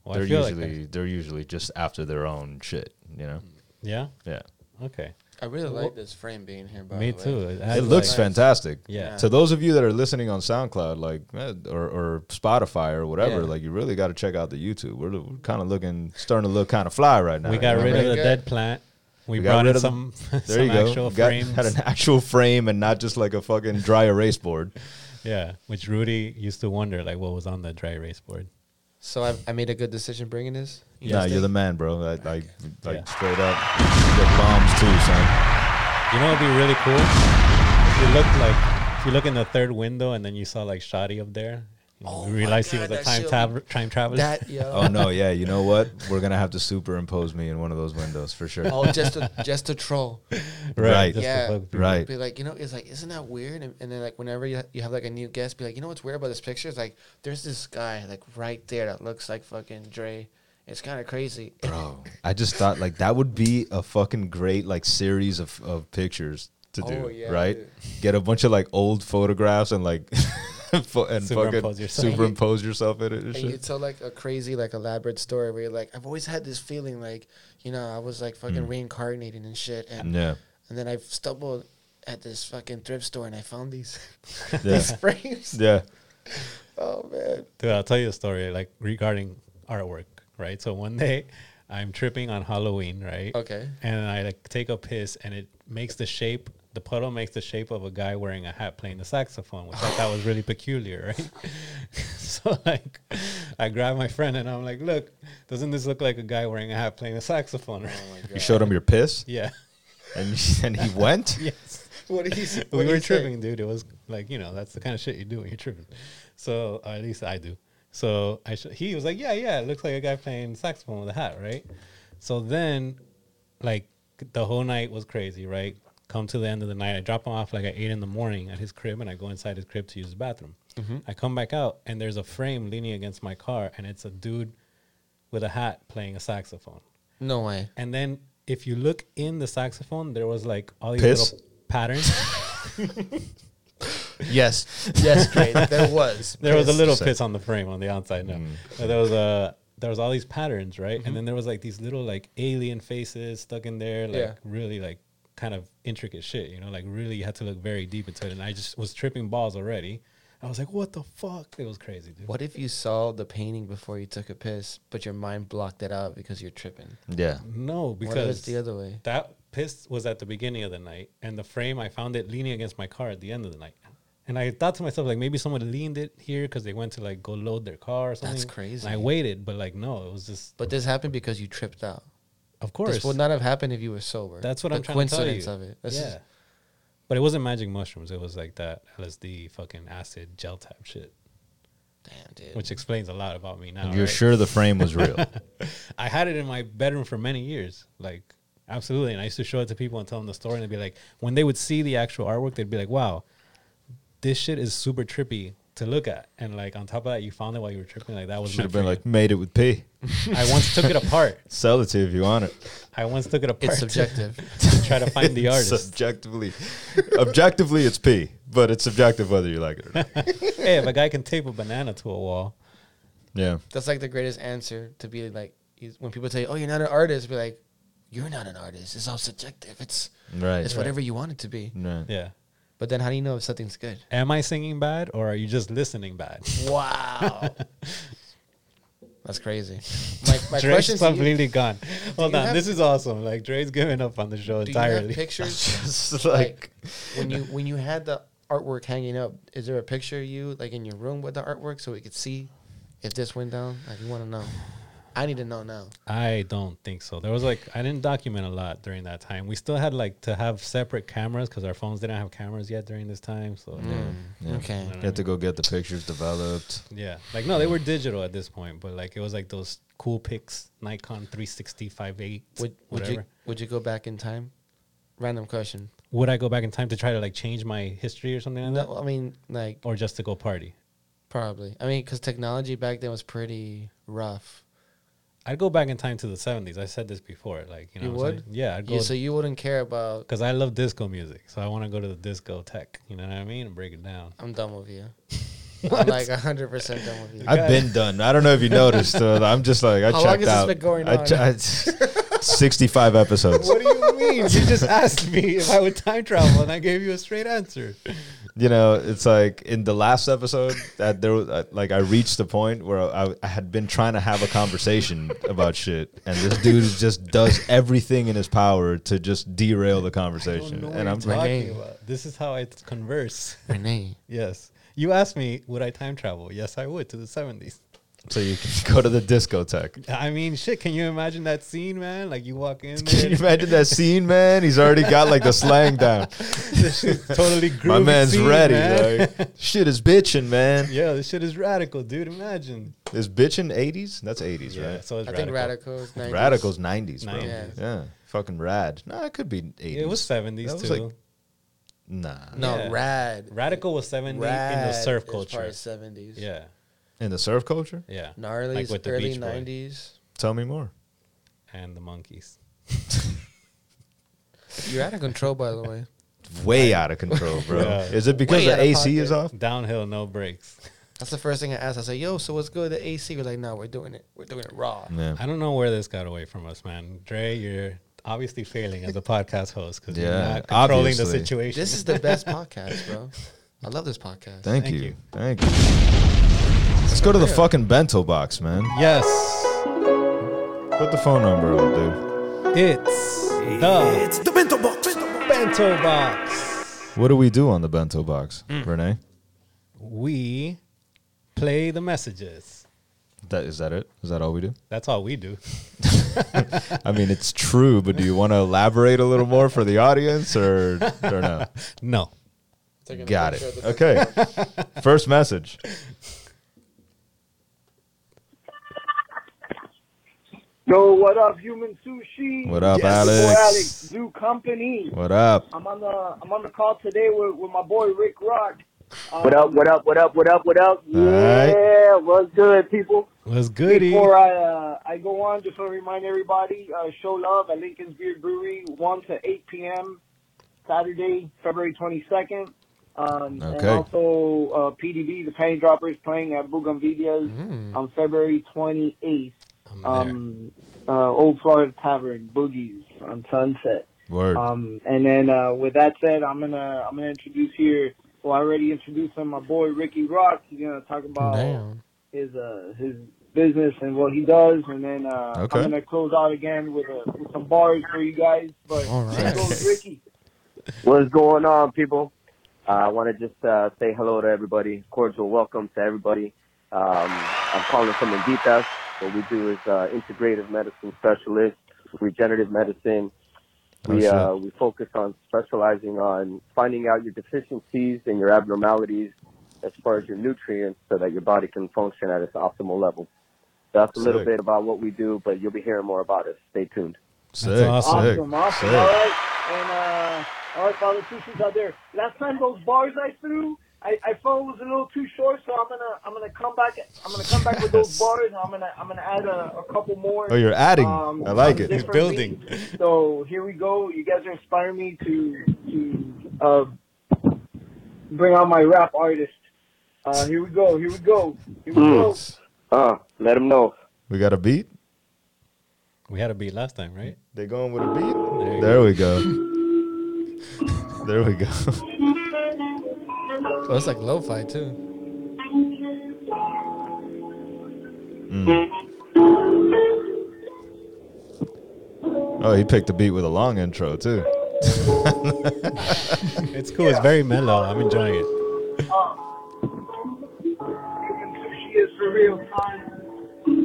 D: Well, I
A: they're
D: feel like
A: usually they're usually just after their own shit. You know?
D: Mm. yeah.
A: Yeah.
D: Okay,
C: I really
D: Well,
C: like this frame being here. By
D: me
C: the way.
D: too. It,
A: it
D: has,
A: looks
D: like-
A: fantastic.
D: Yeah.
A: To those of you that are listening on SoundCloud, like eh, or, or Spotify or whatever,
D: Yeah.
A: like you really got to check out the YouTube. We're, we're kind of looking, starting to look kind of fly right now.
D: we
A: you
D: got
A: know
D: rid
A: what I
D: of
A: mean?
D: the
C: Good.
D: dead plant. We,
A: We got
D: brought
A: rid
D: in
A: of the-
D: some
A: There
D: some
A: you go.
D: actual
A: got,
D: frames.
A: Had an actual frame and not just like a fucking dry erase board.
D: yeah, which Rudy used to wonder like what was on the dry erase board.
C: So I, I made a good decision bringing this. You
A: nah,
C: guys
A: you're the
C: think?
A: man, bro. Like, like, like
D: Yeah.
A: straight up, the bombs too, son.
D: You know, it'd be really cool. If you look like if you look in the third window and then you saw like Shoddy up there. You
C: Oh
D: we
C: my
D: realized he
C: God,
D: was a
C: that
D: time
C: shit
D: travel time traveler.
C: That yo.
A: Oh no, yeah. You know what? We're gonna have to superimpose me in one of those windows for sure.
C: Oh, just a just a troll.
A: Right.
D: just to
C: Yeah.
D: fuck people.
A: Right.
C: Be like, you know, it's like, isn't that weird? And, and then like, whenever you, you have like a new guest, be like, you know what's weird about this picture? It's like, there's this guy like right there that looks like fucking Dre. It's kind of crazy.
D: Oh,
A: bro. I just thought like that would be a fucking great like series of, of pictures to do,
C: Oh, yeah,
A: right?
C: dude.
A: Get a bunch of like old photographs and like fo- and
D: Superimpose
A: fucking
D: yourself.
A: superimpose yourself in it and
C: And you
A: shit.
C: tell like a crazy, like elaborate story where you're like, I've always had this feeling like, you know, I was like fucking reincarnating and shit, and
A: Hmm. Yeah,
C: and then I stumbled at this fucking thrift store and I found these
A: yeah,
C: these frames.
A: yeah.
C: Oh man,
D: Dude, I'll tell you a story like regarding artwork, right? So one day I'm tripping on Halloween, right?
C: Okay.
D: And I like take a piss and it makes the shape the puddle makes the shape of a guy wearing a hat playing the saxophone, which I thought was really peculiar, right? so like I grab my friend and I'm like, look, doesn't this look like a guy wearing a hat playing a saxophone? Right?
A: You showed him your piss,
D: yeah.
A: and and he went.
D: Yes.
C: what did he? s- what
D: we
C: did
D: were
C: he say?
D: tripping, dude. It was like you know that's the kind of shit you do when you're tripping. So or at least I do. So I sh- he was like, yeah, yeah, it looks like a guy playing saxophone with a hat, right? So then, like the whole night was crazy, right? Come to the end of the night, I drop him off like at eight in the morning at his crib, and I go inside his crib to use the bathroom. I come back out, and there's a frame leaning against my car, and it's a dude with a hat playing a saxophone.
C: No way.
D: And then if you look in the saxophone, there was like all these
A: Piss?
D: little patterns.
A: Yes,
C: Yes, great. There was.
D: there was a
C: piss.
D: little
A: Sick.
D: piss on the frame on the outside.
C: Mm.
D: No, But there was a there was all these patterns, right?
C: Mm-hmm.
D: And then there was like these little like alien faces stuck in there, like
C: Yeah.
D: really like kind of intricate shit. You know, like really you had to look very deep into it. And I just was tripping balls already. I was like, what the fuck? It was crazy, dude.
C: What if you saw the painting before you took a piss, but your mind blocked it out because you're tripping?
A: yeah.
D: No,
C: Because what if it's
D: because
C: the other way?
D: that piss was at the beginning of the night, and the frame I found it leaning against my car at the end of the night. And I thought to myself, like maybe someone leaned it here because they went to like go load their car or something.
C: crazy.
D: And I waited, but like no, it was just
C: But this happened because you tripped out.
D: Of course.
C: This would not have happened if you were sober.
D: That's what
C: the
D: I'm trying
C: coincidence
D: to tell
C: of
D: you.
C: it. That's
D: yeah.
C: just-
D: but it wasn't magic mushrooms. It was like that LSD fucking acid gel type shit,
C: damn, dude.
D: which explains a lot about me now.
A: And you're
D: right?
A: sure the frame was real?
D: I had it in my bedroom for many years. Like, absolutely. And I used to show it to people and tell them the story. And they'd be like, when they would see the actual artwork, they'd be like, wow, this shit is super trippy to look at. And like, on top of that, you found it while you were tripping. Like, that was
A: Should
D: my
A: have been
D: dream.
A: like made it with pee.
D: I once took it apart.
A: Sell it to you if you want it.
D: I once took it apart.
C: It's subjective.
D: To, to try to find the artist.
A: Subjectively, objectively, it's pee, but it's subjective whether you like it or not.
D: hey, if a guy can tape a banana to a wall,
A: Yeah.
C: That's like the greatest answer to be like is when people tell you, "Oh, you're not an artist," be like, "You're not an artist. It's all subjective. It's
A: Right.
C: it's whatever you want it to be."
A: Right.
D: yeah.
C: But then, how do you know if something's good?
D: Am I singing bad or are you just listening bad?
C: Wow, that's crazy. My my
D: Dre's
C: question to you,
D: completely gone. Hold
C: you
D: on,
C: have-
D: this is awesome. Like Dre's giving up on the show
C: do you have
D: entirely.
C: pictures?
A: Just
C: like when you when you had the artwork hanging up, is there a picture of you like in your room with the artwork so we could see if this went down? Like, we want to know. I need to know now.
D: I don't think so. There was like I didn't document a lot during that time. We still had like to have separate cameras because our phones didn't have cameras yet during this time. So
C: Mm.
A: Yeah.
C: Okay.
A: You have to go get the pictures developed.
D: yeah, like no, they were digital at this point, but like it was like those cool pics, Nikon 360 5.8,
C: Would would
D: whatever.
C: you would you go back in time? Random question.
D: Would I go back in time to try to like change my history or something like that,
C: No, I mean like
D: or just to go party?
C: Probably. I mean, because technology back then was pretty rough.
D: I'd go back in time to the 70s. I said this before. Like, you know,
C: You
D: what I'm
C: would?
D: saying? yeah, I'd go
C: You, so you wouldn't care about.
D: because I love disco music. So I want to go to the disco tech. You know what I mean? And break it down.
C: I'm done with you. I'm like 100 percent done with you.
A: I've been done. I don't know if you noticed. Uh, I'm just like I
C: How long
A: checked
C: has this
A: out.
C: been going
A: I
C: on?
A: ch- I- Sixty-five episodes.
D: what do you mean? You just asked me if I would time travel, and I gave you a straight answer.
A: you know, it's like in the last episode that there was uh, like I reached the point where I, I had been trying to have a conversation about shit, and this dude just does everything in his power to just derail the conversation. And I'm
C: talking
A: like,
C: Renee.
D: about. This is how I t- converse.
C: Renee.
D: Yes. You asked me, would I time travel? Yes, I would to the 70s.
A: so you can go to the discotheque.
D: I mean, shit, can you imagine that scene, man? Like, you walk in
A: Can you
D: there,
A: imagine that scene, man? He's already got like the slang down.
D: this shit's totally groovy.
A: My man's
D: scene,
A: ready.
D: man.
A: Like, shit is bitching, man.
D: yeah, this shit is radical, dude. Imagine.
A: Is bitching 80s? That's 80s,
D: Yeah,
A: right?
D: so it's
C: I
D: radical.
C: think radical
A: Radical's
C: is 90s.
A: 90s, bro.
D: 90s.
A: Yeah. Fucking rad. Nah, it could be 80s.
D: It was 70s,
A: That was,
D: too.
A: like, Nah.
C: No,
D: Yeah.
C: rad.
D: radical was 70 in the
C: Rad
D: surf
C: is probably
D: culture.
C: 70s.
D: Yeah,
A: In the surf culture?
D: yeah.
C: Gnarly's
D: with the
C: early
D: Beach Boy.
C: 90s.
A: Tell me more.
D: And the monkeys.
C: You're out of control, by the way.
A: Way out of control, bro.
D: Yeah.
A: Is it because
C: Way out
A: the
C: of
A: AC is off?
C: pocket.
D: Downhill, no brakes.
C: That's the first thing I asked. I said, "Yo, so what's good with the AC?" We're like, "No, we're doing it. We're doing it raw."
A: Yeah.
D: I don't know where this got away from us, man. Dre, you're obviously failing as a podcast host because you're
A: Yeah,
D: not controlling the
A: obviously.
D: situation.
C: This is the best podcast, bro. I love this podcast.
A: Thank,
D: Thank
A: you.
D: you.
A: Thank you. Let's go to the fucking bento box, man.
D: yes,
A: Put the phone number up, dude.
D: it's the
E: It's the bento box.
D: bento box.
A: What do we do on the bento box, Renee?
D: We play the messages.
A: That is that it? Is that all we do?
D: That's all we do.
A: I mean, it's true, but do you want to elaborate a little more for the audience, or or no?
D: No.
A: Got it. Okay. First message.
F: Yo, what up, human sushi?
A: What up,
F: Boy, Alex,
A: Alex?
F: Zoo Company.
A: What up?
F: I'm on the I'm on the call today with, with my boy Rick Rock. Uh,
G: What up, what up, what up, what up, what up?
A: Alright.
F: Yeah, what's good, people?
D: What's goody?
F: Before I uh, I go on, just want to remind everybody: uh, show love at Lincoln's Beer Brewery, one to eight p.m. Saturday, February twenty second. Um, And
A: Okay.
F: also, uh, PDB, the Pain Droppers, playing at Bugambilia's on February twenty eighth.
D: I'm there.
F: um, uh, Old Florida Tavern Boogies on Sunset.
A: Word.
F: Um, and then uh, with that said, I'm gonna I'm gonna introduce here. Well, I already introduced him, my boy Ricky Rock. He's gonna talk about
C: Damn.
F: his uh, his business and what he does, and then uh,
A: Okay.
F: I'm gonna close out again with, uh with some bars for you guys. But
C: All
F: here
C: right.
F: goes Ricky.
G: What's going on, people? Uh, I want to just uh, say hello to everybody. Cordial welcome to everybody. Um, I'm calling from Inditas. What we do is uh, integrative medicine specialist, regenerative medicine. We,
A: Oh,
G: uh, we focus on specializing on finding out your deficiencies and your abnormalities as far as your nutrients so that your body can function at its optimal level. That's a little
A: Sick.
G: bit about what we do, but you'll be hearing more about us. Stay tuned.
A: Sick.
D: awesome.
A: Sick.
F: Awesome, awesome.
A: sick.
F: All right, and uh, all right, all the sushis out there. Last time those bars I threw, I, I felt it was a little too short, so I'm gonna I'm gonna come back. I'm gonna come back with those bars. And I'm gonna I'm gonna add a, a couple more.
A: Oh, you're adding.
F: um,
A: I like it.
F: different
D: You're building.
F: things. So here we go. You guys are inspiring me to to uh, bring on my rap artist. Uh, here we go. Here we go. Here we go.
G: Uh, let them know.
A: We got a beat.
D: we had a beat last time, right?
A: They going with a beat.
D: There you
A: There we go. There we go.
C: Oh, it's like lo-fi too.
A: Oh, he picked a beat with a long intro too.
D: It's cool. It's very mellow. I'm enjoying it.
F: She is for real time.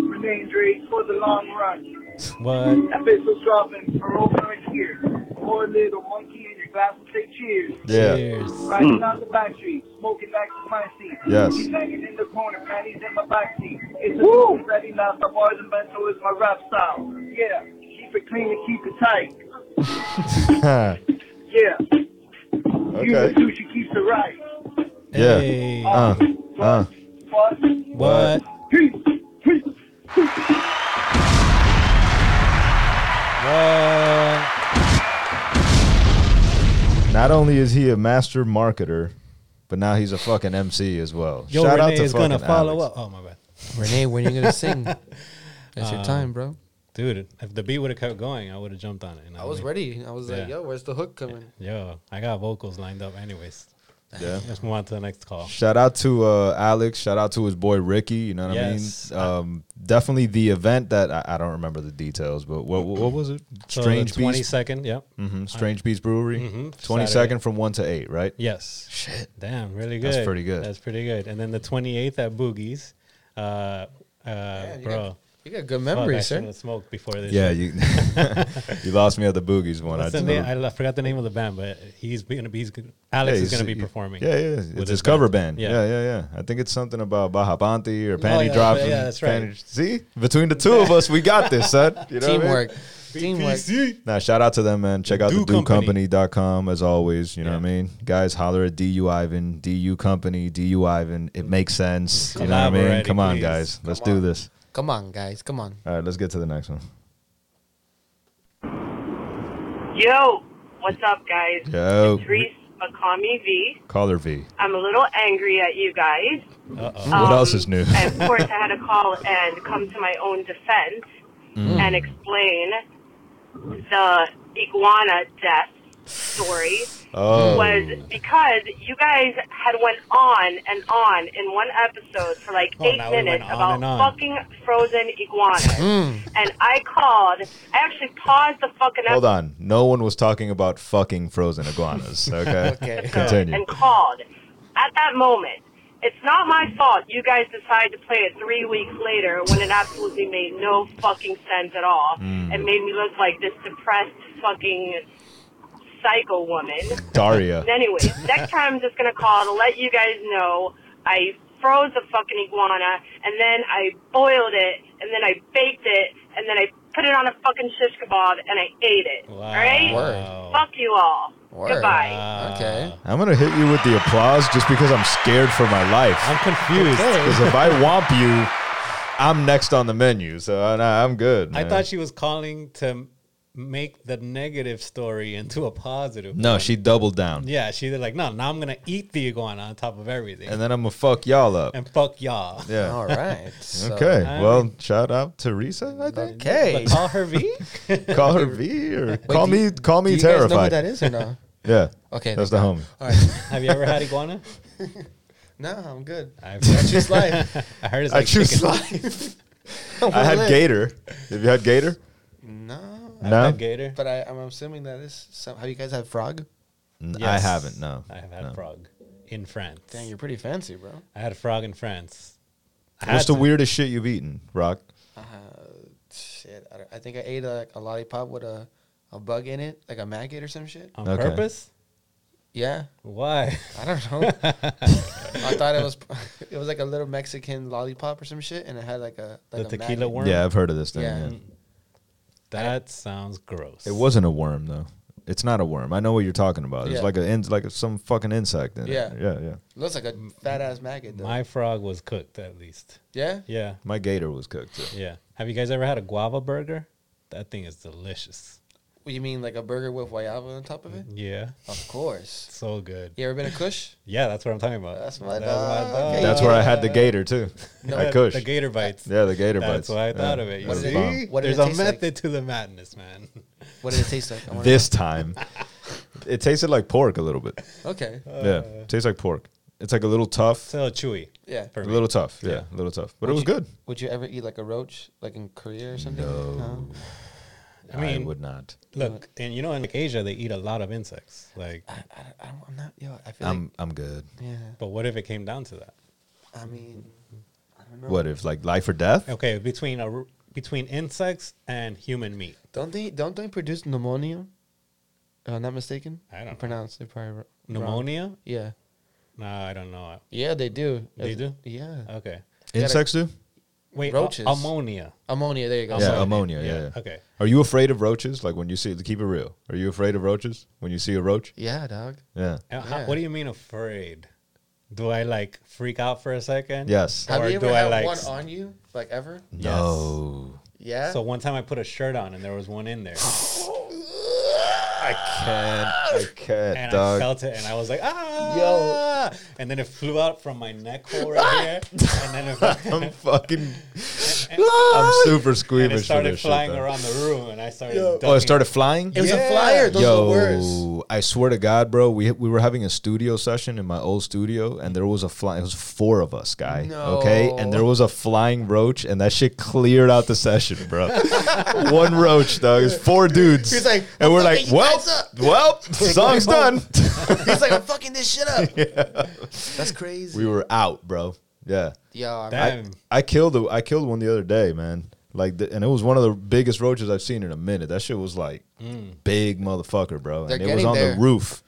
F: Renee Dre for the long run.
D: What?
F: That bitch was dropping for over a year. Poor little monkey in your glass and say cheers.
A: Yeah.
D: Cheers.
F: Riding out the back street, smoking back to my seat.
A: Hmm. Yes.
F: He's hanging in the corner, man. He's in my back seat. It's a Woo! ready now. The bars and bento is my rap style. Yeah. Keep it clean and keep it tight. Yeah. You the
A: okay.
F: sushi keeps it right.
A: Yeah.
D: Hey.
A: Uh. Uh.
F: fuck.
D: What?
F: Peace, peace.
D: What?
A: Not only is he a master marketer, but now he's a fucking MC as well.
D: Yo,
A: Shout
D: Renee
A: out to
D: is gonna
A: fucking
D: follow
A: Alex.
D: up. Oh my bad,
C: Renee, when are you gonna sing? That's your time,
D: Um,
C: bro.
D: dude. If the beat would have kept going, I would have jumped on it. you know
C: I
D: what
C: was
D: mean?
C: ready. I was
D: Yeah.
C: like, yo, where's the hook coming?
D: Yo, I got vocals lined up. Anyways,
A: Yeah.
D: let's move on to the next call.
A: Shout out to uh, Alex. Shout out to his boy Ricky. You know what
D: Yes.
A: I mean? Um, definitely the event that I, I don't remember the details, but what what was it? Strange
D: twenty
A: Beats.
D: second. Yep.
A: hmm Strange Beats Brewery.
D: Mhm,
A: Twenty
D: Saturday.
A: second from one to eight, right?
D: Yes. Shit. Damn, really good.
A: That's pretty good.
D: That's pretty good. And then the 28th at Boogie's. Uh, uh,
C: you
D: bro.
C: got You got good
D: fuck, I
C: memories,
D: shouldn't
C: sir.
D: have smoked before this.
A: Yeah,
D: shit.
A: you you lost me at the boogies one.
D: What's the name? I lo- forgot the name of the band, but he's going to be, he's gonna, Alex
A: Yeah,
D: is going to
A: you
D: be
A: see-
D: performing.
A: Yeah, yeah,
D: with
A: it's
D: his
A: his cover
D: band.
A: band.
D: Yeah. Oh,
A: Yeah. yeah, yeah, I think it's something about Baja Panti or
D: yeah,
A: Panty
D: yeah,
A: Drops.
D: yeah,
A: and
D: that's right.
A: Panty- see, between the two of us, we got this, son. You know what I mean?
C: Teamwork. Teamwork.
A: Nah, shout out to them, man. Check out
D: Do
A: the
D: Company.
A: DoCompany.com as always. You know
D: Yeah.
A: what I mean? Guys, holler at DU Ivan, DU Company, DU Ivan. It makes sense. You know what I
D: Collab
A: mean?
D: already,
A: Come on,
D: please.
A: guys. Let's
C: Come
A: do
C: on.
A: this.
C: Come on, guys. Come on.
A: All right, let's get to the next one.
E: Yo, what's up, guys?
A: Yo,
E: It's Reese Akami V.
A: caller V.
E: I'm a little angry at you guys.
D: Uh-oh.
C: Oh.
A: What
E: Um,
A: else is new?
E: and of course, I had to call and come to my own defense
D: Mm.
E: and explain the iguana death story
A: Oh,
E: was because you guys had went on and on in one episode for like
D: Oh,
E: eight
D: now we went
E: minutes
D: on
E: about
D: and on. Mm.
E: fucking frozen iguanas, and I called. I actually paused the fucking episode.
A: hold on. No one was talking about fucking frozen iguanas. Okay,
C: Okay.
A: continue.
E: and called at that moment. It's not my fault you guys decided to play it three weeks later when it absolutely made no fucking sense at all and made me look like this depressed fucking psycho woman.
A: Daria.
E: Anyways, next time I'm just gonna call to let you guys know I froze the fucking iguana and then I boiled it and then I baked it and then I put it on a fucking shish kebab and I ate it. All right,
D: Wow.
E: fuck you all.
C: Word.
E: Goodbye.
D: Uh,
C: Okay.
A: I'm gonna hit you with the applause just because I'm scared for my life.
D: I'm confused.
A: Because if I womp you, I'm next on the menu. So I, I'm good.
D: I
A: man.
D: thought she was calling to m- make the negative story into a positive.
A: No,
D: one.
A: she doubled down.
D: Yeah, she was like, no, now I'm going to eat the iguana on top of everything
A: And
D: and,
A: then I'm gonna fuck y'all up.
D: fuck y'all.
A: Yeah.
C: All right. So-
A: okay.
D: I
A: well, shout out Teresa, I think.
C: Okay.
D: But call her V?
A: Call her V or call
C: do you-
A: me call
C: Do
A: me
C: you guys
A: terrified.
C: know who that is or no?
A: Yeah.
C: Okay.
A: That's the
C: thank
A: homie.
C: God. All right.
D: Have you ever had iguana?
C: No, I'm good.
D: I've
C: Choose life.
D: I heard it's
A: I
D: like
A: choose
D: chicken.
A: life. I had Gator. Have you had Gator?
C: No.
A: no.
D: I've had gator.
C: But I, I'm assuming that is some. Have you guys had frog?
A: N- I
D: Yes.
A: haven't, no.
D: I have had
A: no.
D: frog in France.
C: Dang, you're pretty fancy, bro.
D: I had frog in France. I
A: What's
D: had
A: the
D: to-
A: weirdest shit you've eaten, Rock?
C: Uh, shit. I, don't- I think I ate a, a lollipop with a, a bug in it, like a maggot or some shit.
D: on
A: Okay.
D: purpose?
C: Yeah.
D: Why?
C: I don't know. I thought it was it was like a little Mexican lollipop or some shit, and it had like a like
D: The
C: a
D: tequila
C: maggot.
D: worm?
A: Yeah, I've heard of this thing.
C: Yeah.
A: yeah.
D: That sounds gross.
A: It wasn't a worm though. It's not a worm. I know what you're talking about. It's
C: Yeah.
A: like a in, like some fucking insect in
C: Yeah.
A: it. Yeah, yeah.
C: Looks like a fat ass maggot though.
D: My frog was cooked at least.
C: yeah.
D: Yeah.
A: My gator was cooked too.
D: Yeah. Have you guys ever had a guava burger? That thing is delicious.
C: What, You mean like a burger with guayaba on top of it?
D: Yeah.
C: Of course.
D: So good.
C: You ever been to Kush?
D: Yeah, that's what I'm talking about.
C: That's my dog.
D: dog.
A: That's where I had the gator too.
D: Yeah,
A: at Kush.
D: The gator bites.
A: yeah, the gator
D: That's
A: bites.
D: why I thought
A: Yeah.
D: of it. You
A: That's
C: What did
D: see?
C: it-
A: bomb.
C: what did
D: There's
C: it
D: a
C: taste like?
D: method to the madness, man.
C: What did it taste like? I wanna
A: This time, it tasted like pork a little bit.
C: know. Okay.
A: yeah, tastes like pork. It's like a little tough,
D: Uh, It's a little chewy.
C: Yeah.
A: a
D: For me.
A: little tough. Yeah, a little tough, but it was
C: you-
A: good.
C: Would you ever eat like a roach, like in Korea or something?
A: No.
D: I mean,
A: would not.
D: look, and you know, in like Asia, they eat a lot of insects. Like,
C: I, I, I don't, I'm not. Yo, I feel
A: I'm I'm good.
C: like. Yeah.
D: but what if it came down to that?
C: I mean, I don't know.
A: What if like life or death?
D: Okay, between a between insects and human meat.
C: Don't they? Don't they produce pneumonia? If I'm not mistaken.
D: I don't know.
C: pronounce it probably wr- wrong.
D: Pneumonia?
C: Yeah.
D: No, I don't know.
C: Yeah, they do.
D: They do? Uh,
C: Yeah.
D: Okay.
A: Insects do?
D: Wait,
C: Roaches.
D: a- ammonia.
C: ammonia. There you go.
A: Yeah,
C: Sorry.
A: ammonia. Yeah, yeah.
D: Okay.
A: Are you afraid of roaches? Like when you see, keep it real. Are you afraid of roaches when you see a roach?
C: Yeah, dog.
A: Yeah.
D: Uh, how-
C: Yeah.
D: what do you mean afraid? do I like freak out for a second?
A: Yes.
D: Or
C: Have you
D: do
C: ever
D: I
C: had
D: like
C: one on you, like ever?
A: No.
C: Yeah.
D: So one time I put a shirt on and there was one in there,
A: I can't. I can't,
D: and I
A: dog.
D: felt it, and I was like, ah, yo, and then it flew out from my neck hole right here, and then it,
A: I'm fucking.
D: and-
A: I'm super squeamish
D: and it
A: for
D: started
A: this
D: flying
A: shit. though.
D: around the room, and I started.
A: Oh, it
D: ducking.
A: started flying.
C: it was
D: Yeah.
C: a flyer. Those are
A: Yo,
C: the worst.
A: I swear to God, bro, we we were having a studio session in my old studio, and there was a fly. It was four of us, guy. Okay, and there was a flying roach, and that shit cleared out the session, bro. One roach, dog. It's four dudes.
C: He's like,
A: and we're
C: "I'm
A: like,
C: fucking you
A: well,
C: guys up."
A: well, song's done.
C: He's like, I'm fucking this shit up. That's crazy.
A: we were out, bro. Yeah,
C: Yo, I
D: Damn.
A: I killed. A, I killed one the other day, man. Like, the, and it was one of the biggest roaches I've seen in a minute. That shit was like big motherfucker, bro.
C: Mm. They're
A: and it was
C: getting
A: on
C: there.
A: the roof,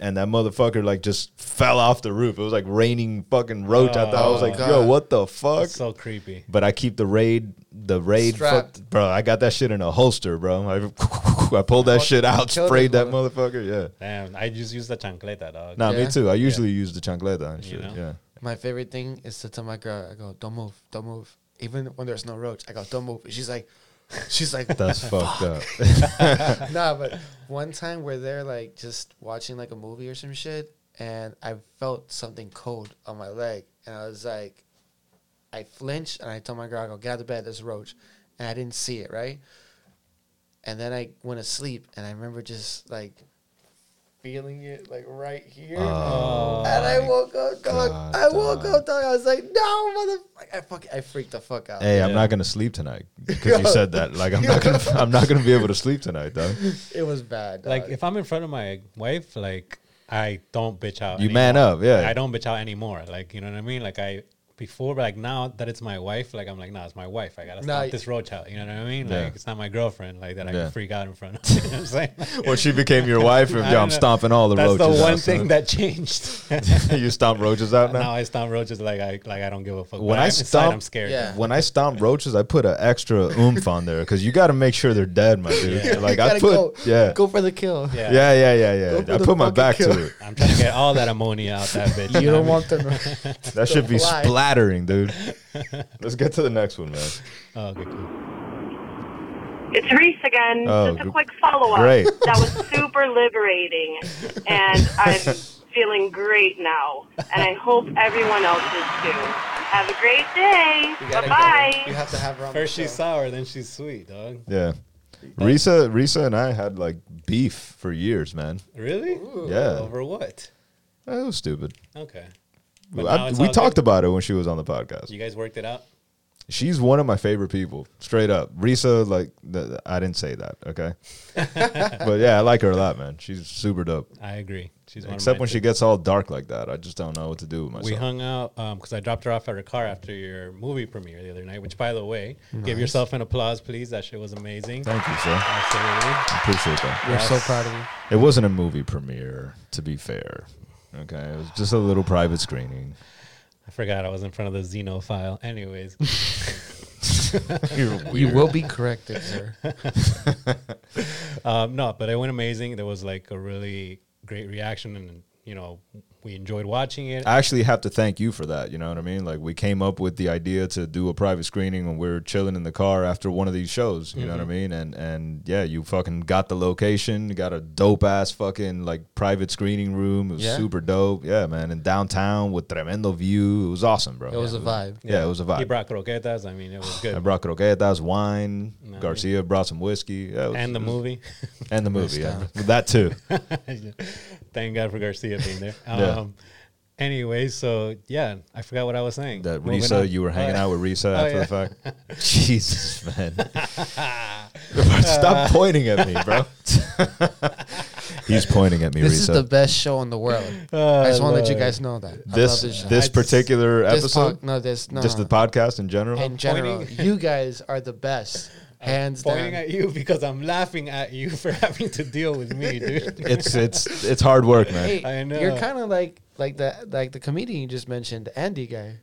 A: and that motherfucker like just fell off the roof. It was like raining fucking roach. I thought I was
D: Oh,
A: like, yo,
C: God.
A: what the fuck?
D: That's so creepy.
A: but I keep the raid, the raid, fuck,
C: Strapped.
A: bro. I got that shit in a holster, bro. I, I pulled that shit out,
C: Oh, Killed
A: sprayed
C: this
A: that motherfucker. Yeah.
D: Damn, I just used the chancleta, dog.
A: Nah,
C: Yeah.
A: me too. I usually use the chancleta and shit.
D: You know?
A: Yeah.
C: My favorite thing is to tell my girl, I go, don't move, don't move. Even when there's no roach, I go, don't move. She's like, she's like,
A: That's fucked up.
C: nah, but one time we're there, like, just watching, like, a movie or some shit, and I felt something cold on my leg. And I was like, I flinched, and I told my girl, I go, get out of bed, there's a roach. And I didn't see it, right? And then I went to sleep, and I remember just, like, feeling it, like, right
A: Uh,
C: here. and I woke up, dog.
A: God,
C: I woke
A: dog.
C: up, dog. I was like, no, motherfucker. I, fuck, I freaked the fuck out.
A: Hey, I'm
D: Yeah.
A: not gonna sleep tonight because you said that. Like, I'm not gonna, I'm not gonna be able to sleep tonight, though.
C: It was bad. Dog.
D: Like if I'm in front of my wife, like I don't bitch out.
A: You man
D: anymore.
A: up, yeah.
D: I don't bitch out anymore. Like you know what I mean. Like I before, but like now that it's my wife, like I'm like, nah, it's my wife. I gotta
C: Nah,
D: stop this roach out. You know what I mean? Like
A: Yeah.
D: it's not my girlfriend. Like that I
A: Yeah.
D: can freak out in front of. you know what I'm saying?
A: When she became your wife, and
D: I
A: yo,
D: don't
A: I'm
D: know.
A: stomping all the
D: That's
A: roaches.
D: the one
A: out,
D: thing
A: son.
D: that changed.
A: you stomp roaches out now.
D: now I stomp roaches like I like I don't give a fuck.
A: When
D: But
A: I
D: I'm
A: stomp-
D: inside, I'm scared.
C: Yeah.
A: When I stomp roaches, I put an extra oomph on there because you got to make sure they're dead, my dude.
D: Yeah.
A: Like
C: You
A: I
C: gotta
A: put,
C: go,
A: yeah.
C: go for the kill.
D: Yeah.
A: yeah, yeah, yeah, yeah.
C: for
A: I
C: the
A: put my
C: fucking
A: back
C: kill.
A: to it.
D: I'm trying to get all that ammonia out that bitch.
C: You
D: know
C: don't
D: what
C: want them.
A: That should be
C: fly.
A: splattering, dude. Let's get to the next one, man.
D: I mean? Oh, okay, cool.
E: It's Reese again.
A: Oh,
E: Just
A: good-
E: a quick follow up.
A: great.
E: That was super liberating, and I'm feeling great now. And I hope everyone else is too. Have a great day. Bye
C: You
E: bye.
C: have to have her on the
D: First she's
C: show.
D: sour, then she's sweet, dog.
A: Yeah. Risa, Risa, and I had like beef for years, man.
D: Really?
A: Yeah.
D: Over what?
A: That was stupid.
D: Okay. But now
A: I,
D: it's
A: we
D: all
A: talked
D: good.
A: about it when she was on the podcast.
D: You guys worked it out.
A: She's one of my favorite people, straight up. Risa, like, th- I didn't say that, okay? but yeah, I like her a lot, man. She's super dope.
D: I agree. She's one
A: Except
D: of
A: when she gets all dark like that. I just don't know what to do with myself.
D: We hung out because I dropped her off at her car after your movie premiere the other night. Which, by the way, give yourself an applause, please. That shit was amazing.
A: Thank you, sir.
D: Absolutely.
A: Appreciate that.
C: We're so
D: Yes.
C: proud of you.
A: It wasn't a movie premiere, to be fair. Okay, it was just a little private screening.
D: I forgot I was in front of the Xenophile. Anyways,
A: You're
C: You will be corrected, sir.
D: um, no, but it went amazing. There was like a really great reaction, and you know, we enjoyed watching it.
A: I actually have to thank you for that. You know what I mean? Like we came up with the idea to do a private screening when we are chilling in the car after one of these shows. You know what I mean? And and yeah, you fucking got the location, you got a dope ass fucking like private screening room. It was
C: Yeah.
A: super dope. Yeah, man. In downtown with tremendo view. It was awesome, bro.
C: It was a vibe.
A: Yeah, it was a
D: he
A: vibe.
D: brought croquetas. I mean, it was
A: I
D: good.
A: brought croquetas, wine. Garcia brought some whiskey. Yeah, it was-
D: And the
A: it was-
D: movie.
A: And the movie. Yeah. That too.
D: Thank God for Garcia being there. Um,
A: Yeah.
D: Anyway, so yeah, I forgot what I was saying.
A: That
D: Moving
A: Risa,
D: on.
A: you were hanging
D: Uh,
A: out with Risa
D: oh,
A: after
D: yeah.
A: the fact. Jesus, man.
D: Uh,
A: Stop pointing at me, bro. He's pointing at me,
C: This
A: Risa.
C: is the best show in the world.
D: Ah,
C: I just want to let you guys know that. I
A: this
C: love this show.
A: this particular
C: This
A: episode,
C: pod- no, this no.
A: just
C: no.
A: the podcast in general.
C: in general, you guys are the best. Hands
D: Uh, pointing
C: down.
D: at you because I'm laughing at you for having to deal with me, dude.
A: it's it's it's hard work, man.
C: Hey,
D: I know.
C: You're kind of like like the like the comedian you just mentioned, the Andy guy.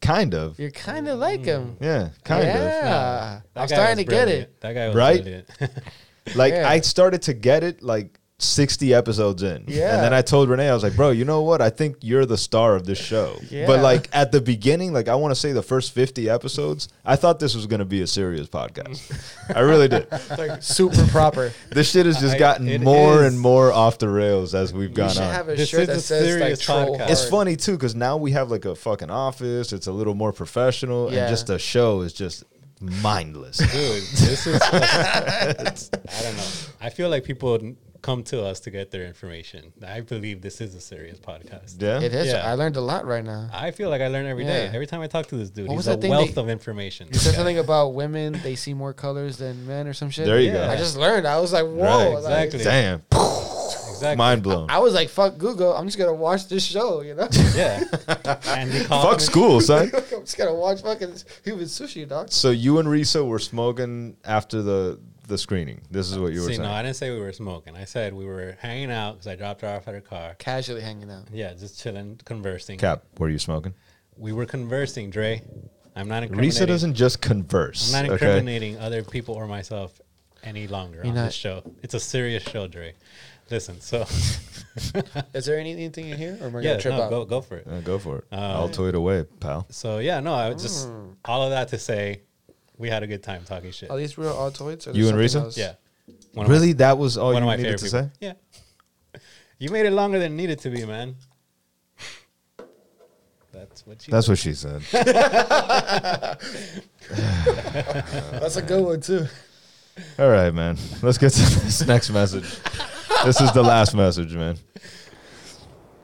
A: Kind of.
C: You're kind of like him.
A: Yeah, Mm. kind
C: yeah.
D: Nah, that
C: I'm
D: guy
C: starting
D: was
C: to get
D: brilliant.
C: it.
D: That guy was
A: Right?
D: brilliant.
A: of. Like
C: Yeah.
A: I started to get it like 60 episodes in.
C: Yeah.
A: And then I told Renee, I was like, bro, you know what? I think you're the star of this show.
C: Yeah.
A: But like at the beginning, like I want to say the first 50 episodes, I thought this was going to be a serious podcast. I really did.
C: Super proper.
A: This shit has just
D: I-
A: gotten
D: it
A: more
D: is.
A: and more off the rails as we've
H: You
A: gone
H: should
A: on.
H: have a
D: This
H: shirt
D: is
H: that
D: a
H: says like
D: serious
H: troll
D: podcast.
H: hard.
A: it's funny too because now we have like a fucking office. It's a little more professional,
C: Yeah.
A: and just the show is just mindless.
D: dude. This is. I don't know. I feel like people n- come to us to get their information. I believe this is a serious podcast.
A: yeah,
C: It is.
D: Yeah.
C: I learned a lot right now.
D: I feel like I learn every day.
C: Yeah.
D: Every time I talk to this dude,
C: What was
D: he's
C: that
D: a
C: thing
D: wealth
C: they-
D: of information.
C: You said something about women, they see more colors than men or some shit.
A: There you
D: Yeah.
A: go.
C: I just learned. I was like, whoa.
A: Right,
C: like-
D: exactly.
A: Damn,
D: Exactly.
A: mind blown.
C: I was like, fuck Google. I'm just gonna watch this show, you know?
D: Yeah. and the
A: Fuck school, son.
C: I'm just gonna watch fucking human sushi, dog.
A: So you and Risa were smoking after the the screening. This is what you were
D: See,
A: saying.
D: no, I didn't say we were smoking. I said we were hanging out because I dropped her off at her car.
C: Casually hanging out.
D: Yeah, just chilling, conversing.
A: Cap, were you smoking?
D: We were conversing, Dre. I'm not incriminating.
A: Risa doesn't just converse.
D: I'm not
A: okay?
D: incriminating other people or myself any longer
C: You're
D: on
C: not-
D: this show. It's a serious show, Dre. Listen, so
C: Is there any- anything in here, or am I
D: yeah,
C: gonna trip
D: no,
C: out?
D: go go for it.
A: Uh, go for it. I'll toy it away, pal.
D: So yeah, no, I was just
C: Mm.
D: all of that to say we had a good time talking shit.
C: Oh,
H: Are these real altoids? Or
A: You and
H: there's something
A: Risa?
H: else?
D: Yeah, One of my-
A: Really, that was all
D: one
A: you
D: of my
A: needed
D: favorite
A: to
D: people.
A: say.
D: Yeah, you made it longer than it needed to be, man. That's what you.
A: That's what she said.
C: That's a good one too.
A: all right, man. Let's get to this next message. This is the last message, man.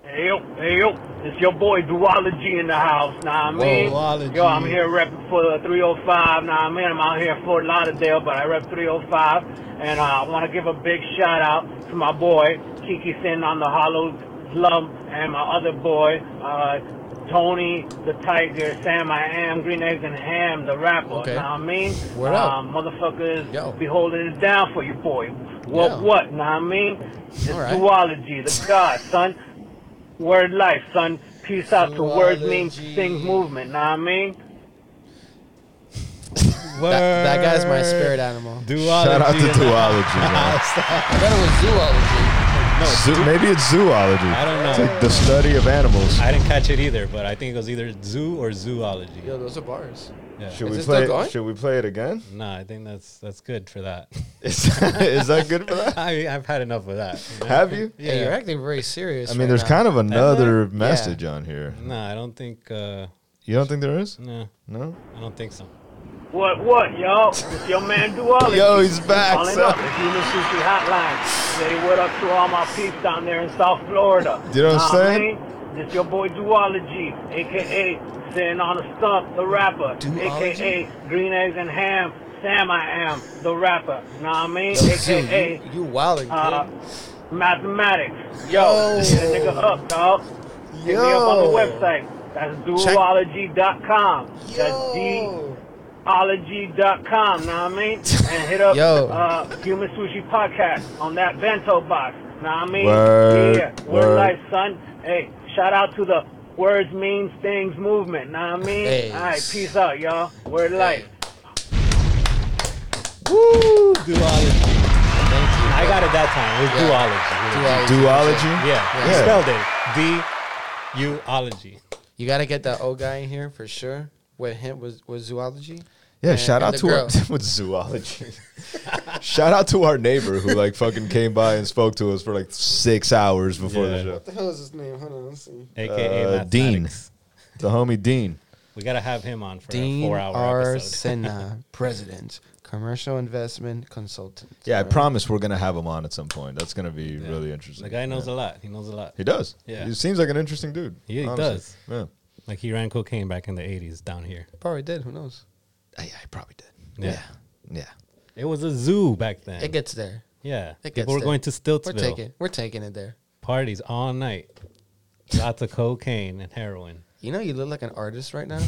B: Hey yo, hey yo, it's your boy Duology in the house. Nah, I mean,
D: Duology.
B: yo, I'm here repping for oh the 305. Nah, I mean, I'm out here in Fort Lauderdale, but I rep 305, and uh, I want to give a big shout out to my boy Kiki Sin on the Hollow Slump, and my other boy uh, Tony the Tiger, Sam I Am, Green Eggs and Ham, the rapper.
C: Okay.
B: Nah, I mean,
C: Word up.
B: Um, motherfuckers,
C: Yo.
B: be holding it down for you, boy. What,
C: Yeah.
B: what? Nah, I mean, it's
C: All right.
B: Duology, the god, son. Word life, son. Peace out to words means
C: Zoology.
B: things movement, know what I mean?
C: That, that guy's my spirit animal.
D: Duology
A: Shout out to
D: and-
A: duology, man.
C: I thought it was zoology.
A: Zoo- maybe it's zoology.
D: I don't know.
A: It's like the study of animals.
D: I didn't catch it either, but I think it was either zoo or zoology.
H: Yo, those are bars.
D: Yeah.
A: Should
H: Is
A: we
H: it
A: play?
H: still going?
A: Should we play it again?
D: Nah, I think that's that's good for that.
A: Is, is that good for that?
D: I I've had enough of that. you know?
A: Have you?
C: Yeah, you're acting very serious.
A: I mean, there's kind of another
D: Ever?
A: message on here.
D: Nah, I don't think. Uh,
A: You don't think there is?
D: no,
A: No.
D: I don't think so.
B: What, what, yo? It's your man Duology.
A: Yo, he's back,
B: Calling
A: son.
B: up the Human Sushi Hotline. Say what up to all my peeps down there in South Florida.
A: You know what I'm
B: Nah, I
A: saying?
B: mean, This your boy Duology, a.k.a. Sin on the Stump, the rapper, a.k.a. Green Eggs and Ham, Sam I Am, the rapper, nah, I mean, a.k.a.
H: You wilding, kid.
B: Uh, mathematics. Yo, this shit nigga up, dog. Hit me up on the website. That's duology.com. That's
H: Yo.
B: duology.com, know what I mean? And hit up
C: Yo.
B: uh, Human Sushi Podcast on that bento box, know what I mean?
A: Word,
B: yeah,
A: word.
B: word life, son. Hey, shout out to the Words Means Things movement, know what I mean?
C: Hey.
B: All right, peace out, y'all. Word life.
D: Woo, duology. I got it that time. It was duology.
A: Duology.
D: Yeah,
A: Yeah.
D: you spelled it. D, uology.
H: You gotta get that old guy in here for sure. With him was was zoology.
A: Yeah.
H: And-
A: shout
H: and
A: out
H: the
A: to our
H: girl.
A: with zoology. shout out to our neighbor who like fucking came by and spoke to us for like six hours before
D: Yeah.
A: the show.
H: the hell is his name? Hold on, let's see.
D: AKA
A: Uh, Dean,
D: mathematics.
A: the homie Dean.
D: We gotta have him on for a
C: Dean
D: four-hour
C: R.
D: episode.
C: Senna, president, commercial investment consultant.
A: Yeah, I promise we're gonna have him on at some point. That's gonna be really interesting.
D: The guy knows
A: Yeah.
D: a lot. He knows a lot.
A: He does.
D: Yeah.
A: He seems like an interesting dude.
D: Yeah, he does.
A: Yeah.
D: Like he ran cocaine back in the '80s down here.
C: Probably did. Who knows?
A: I, I probably did.
D: Yeah.
A: Yeah.
D: It was a zoo back then.
C: It gets there.
D: yeah,
C: it gets
D: people were
C: there.
D: going to
C: We're
D: Stiltsville.
C: taking. We're taking it there.
D: parties all night. Lots of cocaine and heroin.
C: You know, you look like an artist right now.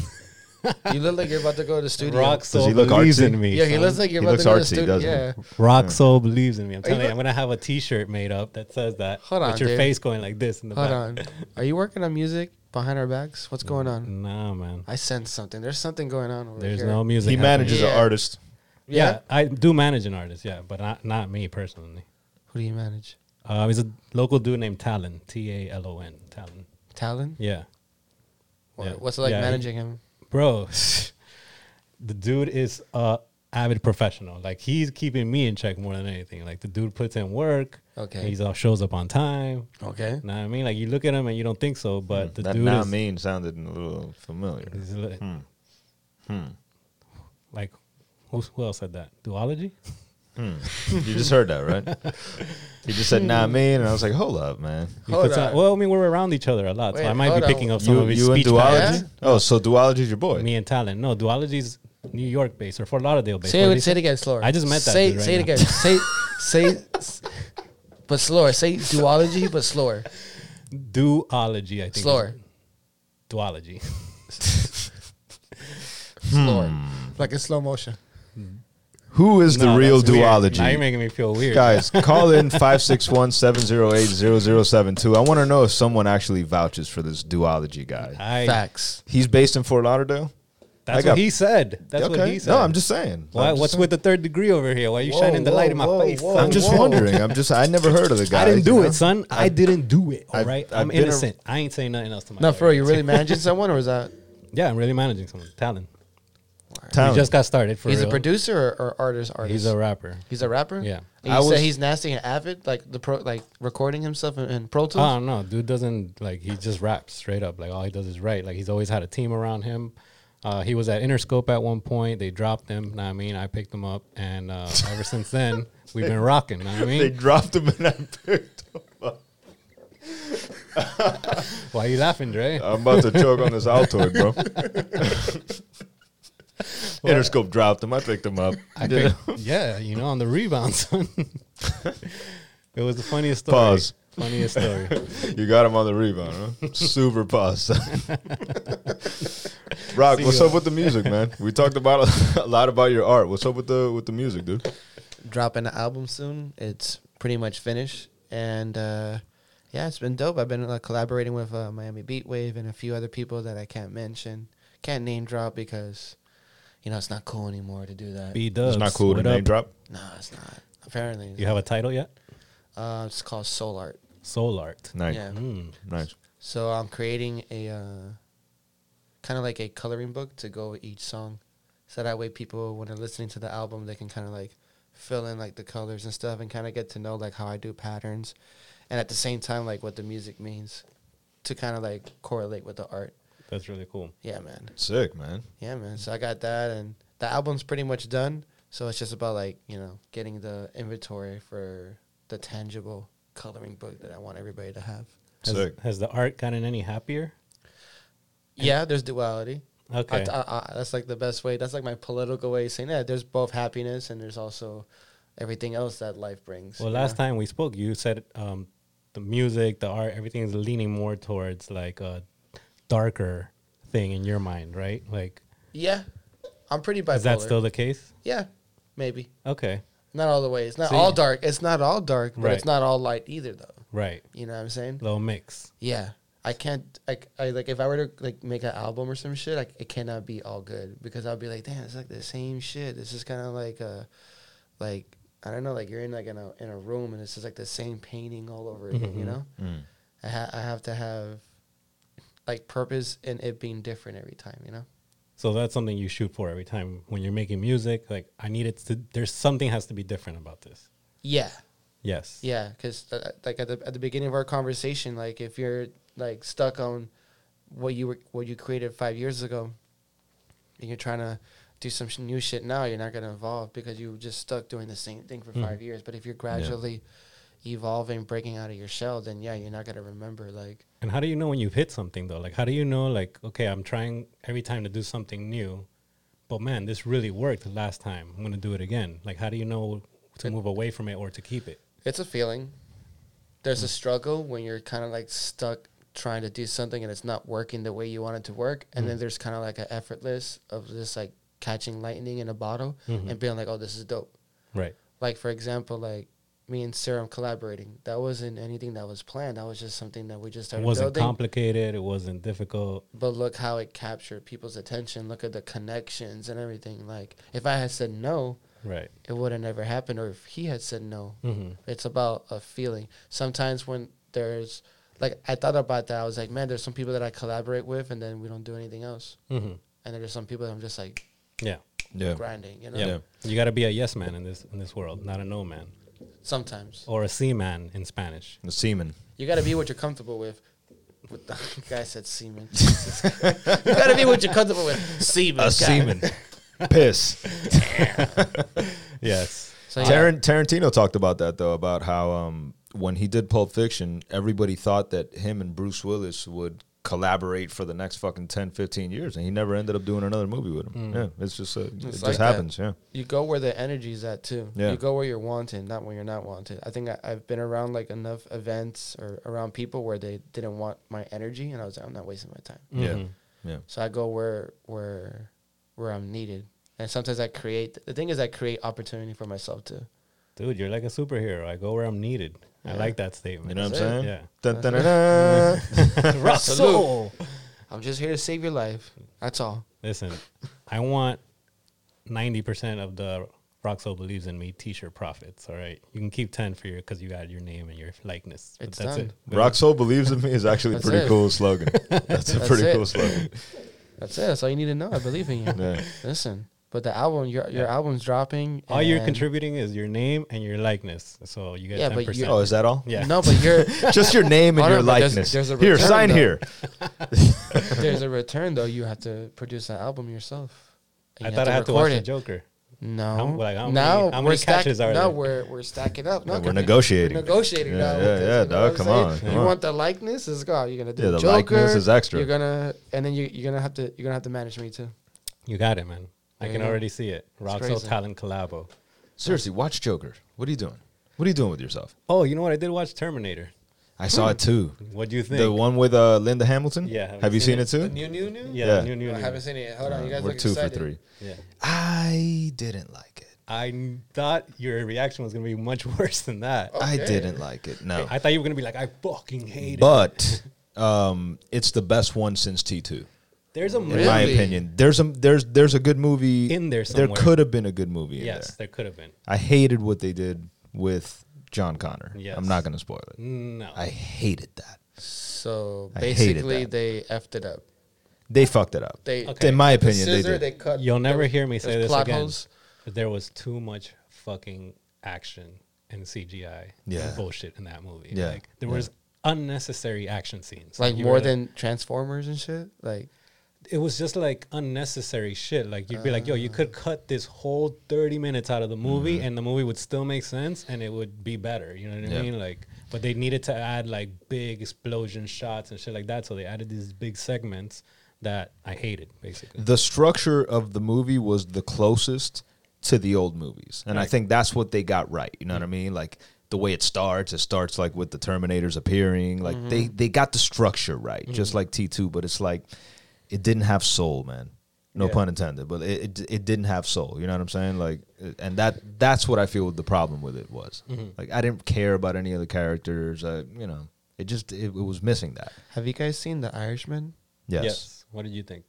C: you look like you're about to go to the studio.
D: Rock Soul
A: he look
D: believes
A: artsy?
D: in me.
C: Yeah, he
D: son.
C: looks like you're
A: He looks
C: about to go to the
A: artsy,
C: studio.
A: doesn't he?
C: Yeah.
D: Rock Soul believes in me. I'm telling you,
C: look-
D: I'm gonna have a T-shirt made up that says that.
C: Hold on,
D: with your
C: dude.
D: face going like this in the
C: Hold
D: back.
C: on. Are you working on music behind our backs? What's going on?
D: Nah, man.
C: I sense something. There's something going on over
D: There's
C: here.
D: no music.
A: He manages
D: happening.
A: an
C: Yeah.
A: artist.
D: Yeah. I do manage an artist. Yeah, but not not me personally.
C: Who do you manage?
D: Uh, he's a local dude named Talon, T A L O N, Talon.
C: Talon?
D: Yeah,
C: What-
D: Yeah.
C: What's it like
D: Yeah, he-
C: managing him?
D: bro, the dude is a avid professional. Like he's keeping me in check more than anything. Like the dude puts in work.
C: Okay.
D: he's all shows up on time.
C: Okay.
D: Know what I mean? Like you look at him and you don't think so, but
C: Hmm,
D: the
A: that
D: dude
A: not
D: is
A: mean sounded a little familiar.
D: is li-
A: Hmm.
D: like who, who else said that? Duology?
A: you just heard that, right? he just said not mean, and I was like, hold up, man.
D: He
C: Hold
D: puts on-
C: on.
D: well, I mean we're around each other a lot, so
C: Wait,
D: I might be
C: hold on.
D: picking up some
A: You
D: of his
A: you in
D: speech patterns.
A: duology? Oh, so duology's your boy.
D: Me and Talon. No, duology's New York based or Fort Lauderdale based.
C: Say
D: or at
C: it,
D: least-
C: say it again slower.
D: I just met that
C: Say
D: dude right
C: say it
D: now.
C: again. say say s- but slower. Say duology but slower.
D: duology, I think. is-
C: Slower.
D: Duology.
C: Slower.
I: like in slow motion.
A: Who is the
D: No,
A: real
D: that's weird.
A: duology?
D: Now you're making me feel weird.
A: Guys, call in 561-708-0072. I want to know if someone actually vouches for this duology guy.
D: I,
C: Facts.
A: He's based in Fort Lauderdale?
D: That's
A: I got-
D: what he said. That's
A: okay.
D: what he said.
A: No, I'm just saying.
D: Why,
A: I'm just
D: what's
A: saying.
D: with the third degree over here? Why are you
I: Whoa,
D: shining the light in my
I: whoa,
D: face?
I: whoa,
D: son?
A: I'm just
I: Whoa.
A: wondering. I'm just I never heard of the guy.
D: I didn't
A: you
D: do
A: know?
D: it, son. I, didn't do it. All
A: I've-
D: right,
A: I've
D: I'm
A: been a-
D: innocent. I ain't saying nothing else to my.
C: No, for real, you
D: audience.
C: really managing someone or is that
D: Yeah, I'm really managing someone. Talent.
A: Talent.
D: He just got started. For
C: he's
D: real.
C: a producer or, or artist artist?
D: He's a rapper.
C: He's a rapper?
D: Yeah.
C: And you
A: I
C: said
A: was-
C: he's nasty and avid, like the pro like recording himself in, in Pro Tools?
D: Oh no, dude doesn't like he just raps straight up. Like all he does is write. Like he's always had a team around him. Uh, he was at Interscope at one point. They dropped him. Know what I mean, I picked him up, and uh, ever since then we've been rocking. Know what I
A: They
D: mean,
A: dropped him and I picked him up.
D: why you laughing, Dre?
A: I'm about to choke on this Altoid, bro. Interscope dropped him. I picked him up.
D: I picked- yeah, you know, on the rebound, son. it was the funniest story.
A: Pause.
D: Funniest story.
A: You got him on the rebound, huh? Super pause. Rock, what's up with the music, man? We talked about a lot about your art. What's up with the with the music, dude?
C: dropping an album soon. It's pretty much finished, and uh, yeah, it's been dope. I've been like, collaborating with uh, Miami Beat Wave and a few other people that I can't mention, can't name drop because you know it's not cool anymore to do that.
D: B
A: It's
D: Dubs.
A: not cool to
D: what up?
A: name drop.
C: no, it's not. Apparently, it's
D: You have a title yet?
C: not. uh, it's called Soul Art.
D: Soul Art.
A: Nice,
C: Yeah.
D: Mm.
A: nice.
C: So I'm creating a uh, kind of like a coloring book to go with each song, so that way people, when they're listening to the album, they can kind of like fill in like the colors and stuff, and kind of get to know like how I do patterns, and at the same time like what the music means, to kind of like correlate with the art.
D: That's really cool.
C: Yeah, man.
A: Sick, man.
C: Yeah, man. So I got that, and the album's pretty much done. So it's just about like you know getting the inventory for the tangible coloring book that I want everybody to have.
D: Has,
A: Sick.
D: has the art gotten any happier?
C: Yeah, there's duality. I-
D: Okay.
C: I, I, that's like the best way. That's like my political way of saying that. There's both happiness and there's also everything else that life brings.
D: Well,
C: you
D: last
C: know?
D: time we spoke, you said um, the music, the art, everything is leaning more towards like a darker thing in your mind, right? Like,
C: yeah, I'm pretty bipolar.
D: is that still the case?
C: yeah, maybe
D: Okay,
C: not all the way. It's not
D: See.
C: all dark. It's not all dark, but
D: Right.
C: it's not all light either, though.
D: right.
C: You know what I'm saying?
D: Little mix.
C: Yeah, I can't. I, I like if I were to like make an album or some shit, like it cannot be all good because I'll be like, damn, it's like the same shit. This is kind of like a, like I don't know, like you're in like in a in a room and it's just like the same painting all over again. You know, I ha- I have to have, like purpose and it being different every time. You know.
D: So that's something you shoot for every time when you're making music. Like, I need it to. There's something has to be different about this.
C: Yeah.
D: Yes.
C: Yeah, because like at the at the beginning of our conversation, like if you're like stuck on what you were what you created five years ago, and you're trying to do some sh- new shit now, you're not gonna evolve because you were just stuck doing the same thing for five years. But if you're gradually evolving, breaking out of your shell, then yeah, you're not gonna remember like
D: And how do you know when you've hit something though? Like, how do you know? Like, okay, I'm trying every time to do something new, but man, this really worked last time. I'm gonna do it again. Like, how do you know to move away from it or to keep it?
C: it's a feeling. There's a struggle when you're kind of like stuck trying to do something and it's not working the way you want it to work. And
D: Mm-hmm.
C: then there's kind of like an effortless of just like catching lightning in a bottle and being like, oh, this is dope.
D: Mm-hmm. Right.
C: Like, for example, like me and Serum collaborating. That wasn't anything that was planned. That was just something that we just
D: It
C: started
D: wasn't
C: building.
D: complicated. It wasn't difficult.
C: but look how it captured people's attention. Look at the connections and everything. Like, if I had said no,
D: Right.
C: it would have never happened or if he had said no.
A: Mm-hmm.
D: Mhm.
C: It's about a feeling. Sometimes when there's like I thought about that, I was like, man, there's some people that I collaborate with and then we don't do anything else.
D: Mhm.
C: And there's some people that I'm just like
D: Yeah.
A: Yeah.
C: grinding, you know.
D: Yeah. You got to be a yes man in this in this world, not a no man
C: Sometimes
D: or a C man in Spanish.
A: The semen.
C: you got to be what you're comfortable with. With the guy said semen. you got to be what you're comfortable with. Semen.
A: A
C: God.
A: semen. Piss.
D: Yes.
C: So, yeah.
A: Taran- Tarantino talked about that though, about how um, when he did Pulp Fiction, everybody thought that him and Bruce Willis would collaborate for the next fucking 10, 15 years, and he never ended up doing another movie with
D: Mm.
A: him. Yeah, it's just uh, it just
C: like that.
A: happens. Yeah,
C: you go where the energy's at too.
A: Yeah.
C: You go where you're wanted, not where you're not wanted. I think I, I've been around like enough events or around people where they didn't want my energy, and I was like, I'm not wasting my time.
D: Mm-hmm.
A: yeah, yeah.
C: So I go where where where I'm needed, and sometimes I create. The thing is, I create opportunity for myself too.
D: Dude, you're like a superhero. I go where I'm needed. I like that statement.
A: You know what I'm saying?
C: That's
D: Yeah.
A: Dun, dun, dun, dun.
C: Russell, I'm just here to save your life. That's all.
D: Listen, I want 90% of the Roxo Believes in Me t shirt profits. All right. You can keep 10 for your, because you got your name and your likeness. But
C: It's
D: that's
C: done.
D: it.
A: Roxo believes in me is actually a
C: That's
A: pretty
C: it.
A: cool slogan. That's a
C: That's
A: pretty
C: it.
A: cool slogan.
C: That's it. That's all you need to know. I believe in you.
A: Yeah.
C: Listen, but the album, your your album's dropping.
D: All you're
C: and-
D: contributing is your name and your likeness. So you get
C: Yeah, but
D: 10%.
C: you-
A: Oh, is that all?
D: yeah.
C: No, but you're
A: Just your name and
C: Oh, no,
A: your
C: but there's-
A: likeness.
C: there's a
A: here,
C: return,
A: sign
C: though.
A: here.
C: there's a return though. You have to produce an album yourself. And
D: I
C: you
D: thought I had to
C: record
D: watch the
C: it.
D: Joker.
C: No,
D: How- like, how
C: now
D: many- how
C: we're
D: many catches
C: stack-
D: are
C: no,
D: there?
C: we're we're stacking up. No,
A: Yeah, we're
C: come-
A: negotiating.
C: negotiating
A: Yeah,
C: now. with
A: yeah,
C: this,
A: yeah,
C: you know
A: dog,
C: what I'm
A: come
C: saying?
A: on, come
C: you
A: on.
C: want the likeness? It's go. You're gonna do
A: Yeah, the
C: Joker.
A: likeness is extra.
C: You're gonna and then you you're gonna have to you're gonna have to manage me too.
D: You got it, man. I can
C: Yeah.
D: already see it. Roxo
C: crazy.
D: Talent Collabo.
A: Seriously, watch Joker. What are you doing? What are you doing with yourself?
D: Oh, you know what? I did watch Terminator.
A: I saw it too.
D: What do you think?
A: The one with uh, Linda Hamilton.
D: Yeah.
A: Have you seen, it too?
C: New new new.
D: yeah,
A: Yeah.
D: New, new,
C: I
D: new.
C: haven't seen it. yet. Hold on, you guys
A: We're
C: look
A: two
C: excited.
A: for three.
D: Yeah.
A: I didn't like it.
D: I thought your reaction was gonna be much worse than that.
C: Oh.
A: I didn't like it. No,
D: I thought you were gonna be like, I fucking hate it.
A: but um, it's the best one since T two.
D: There's a
A: In
D: movie.
A: my
C: Really?
A: opinion, there's a there's there's a good movie
D: In there
A: There
D: somewhere.
A: could have been a good movie.
D: Yes,
A: Yes.
D: there could have been.
A: I hated what they did with John Connor.
D: Yes.
A: I'm not going to spoil it.
D: No.
A: I hated that.
C: So
A: I hated
C: basically,
A: that.
C: they effed it up.
A: They fucked it up.
C: They
D: Okay.
A: In my
C: the
A: opinion, they
C: scissor
A: did.
C: they cut.
D: You'll never hear me say
C: there's
D: this
C: plot
D: again.
C: holes.
D: But there was too much fucking action and CGI
A: Yeah.
D: and bullshit in that movie.
A: Yeah,
D: Like there
A: yeah.
D: was unnecessary action scenes.
C: Like
D: you
C: more
D: were-
C: than Transformers and shit. Like
D: it was just like unnecessary shit. Like you'd be like, yo, you could cut this whole 30 minutes out of the movie and the movie would still make sense and it would be better. You know what I
A: Yeah.
D: mean? Like, but they needed to add like big explosion shots and shit like that. So they added these big segments that I hated basically.
A: the structure of the movie was the closest to the old movies. And I
D: Right.
A: think that's what they got right. You know what I mean? Like the way it starts, it starts like with the Terminators appearing. Like
D: Mm-hmm.
A: they, they got the structure right, just like T2, but it's like it didn't have soul, man. No
D: Yeah.
A: pun intended, but it, it it didn't have soul. You know what I'm saying? Like, uh, and that that's what I feel the problem with it was.
D: Mm-hmm.
A: Like, I didn't care about any of the characters. I, you know, it just it, it was missing that.
C: have you guys seen The Irishman?
A: Yes.
D: What did you think?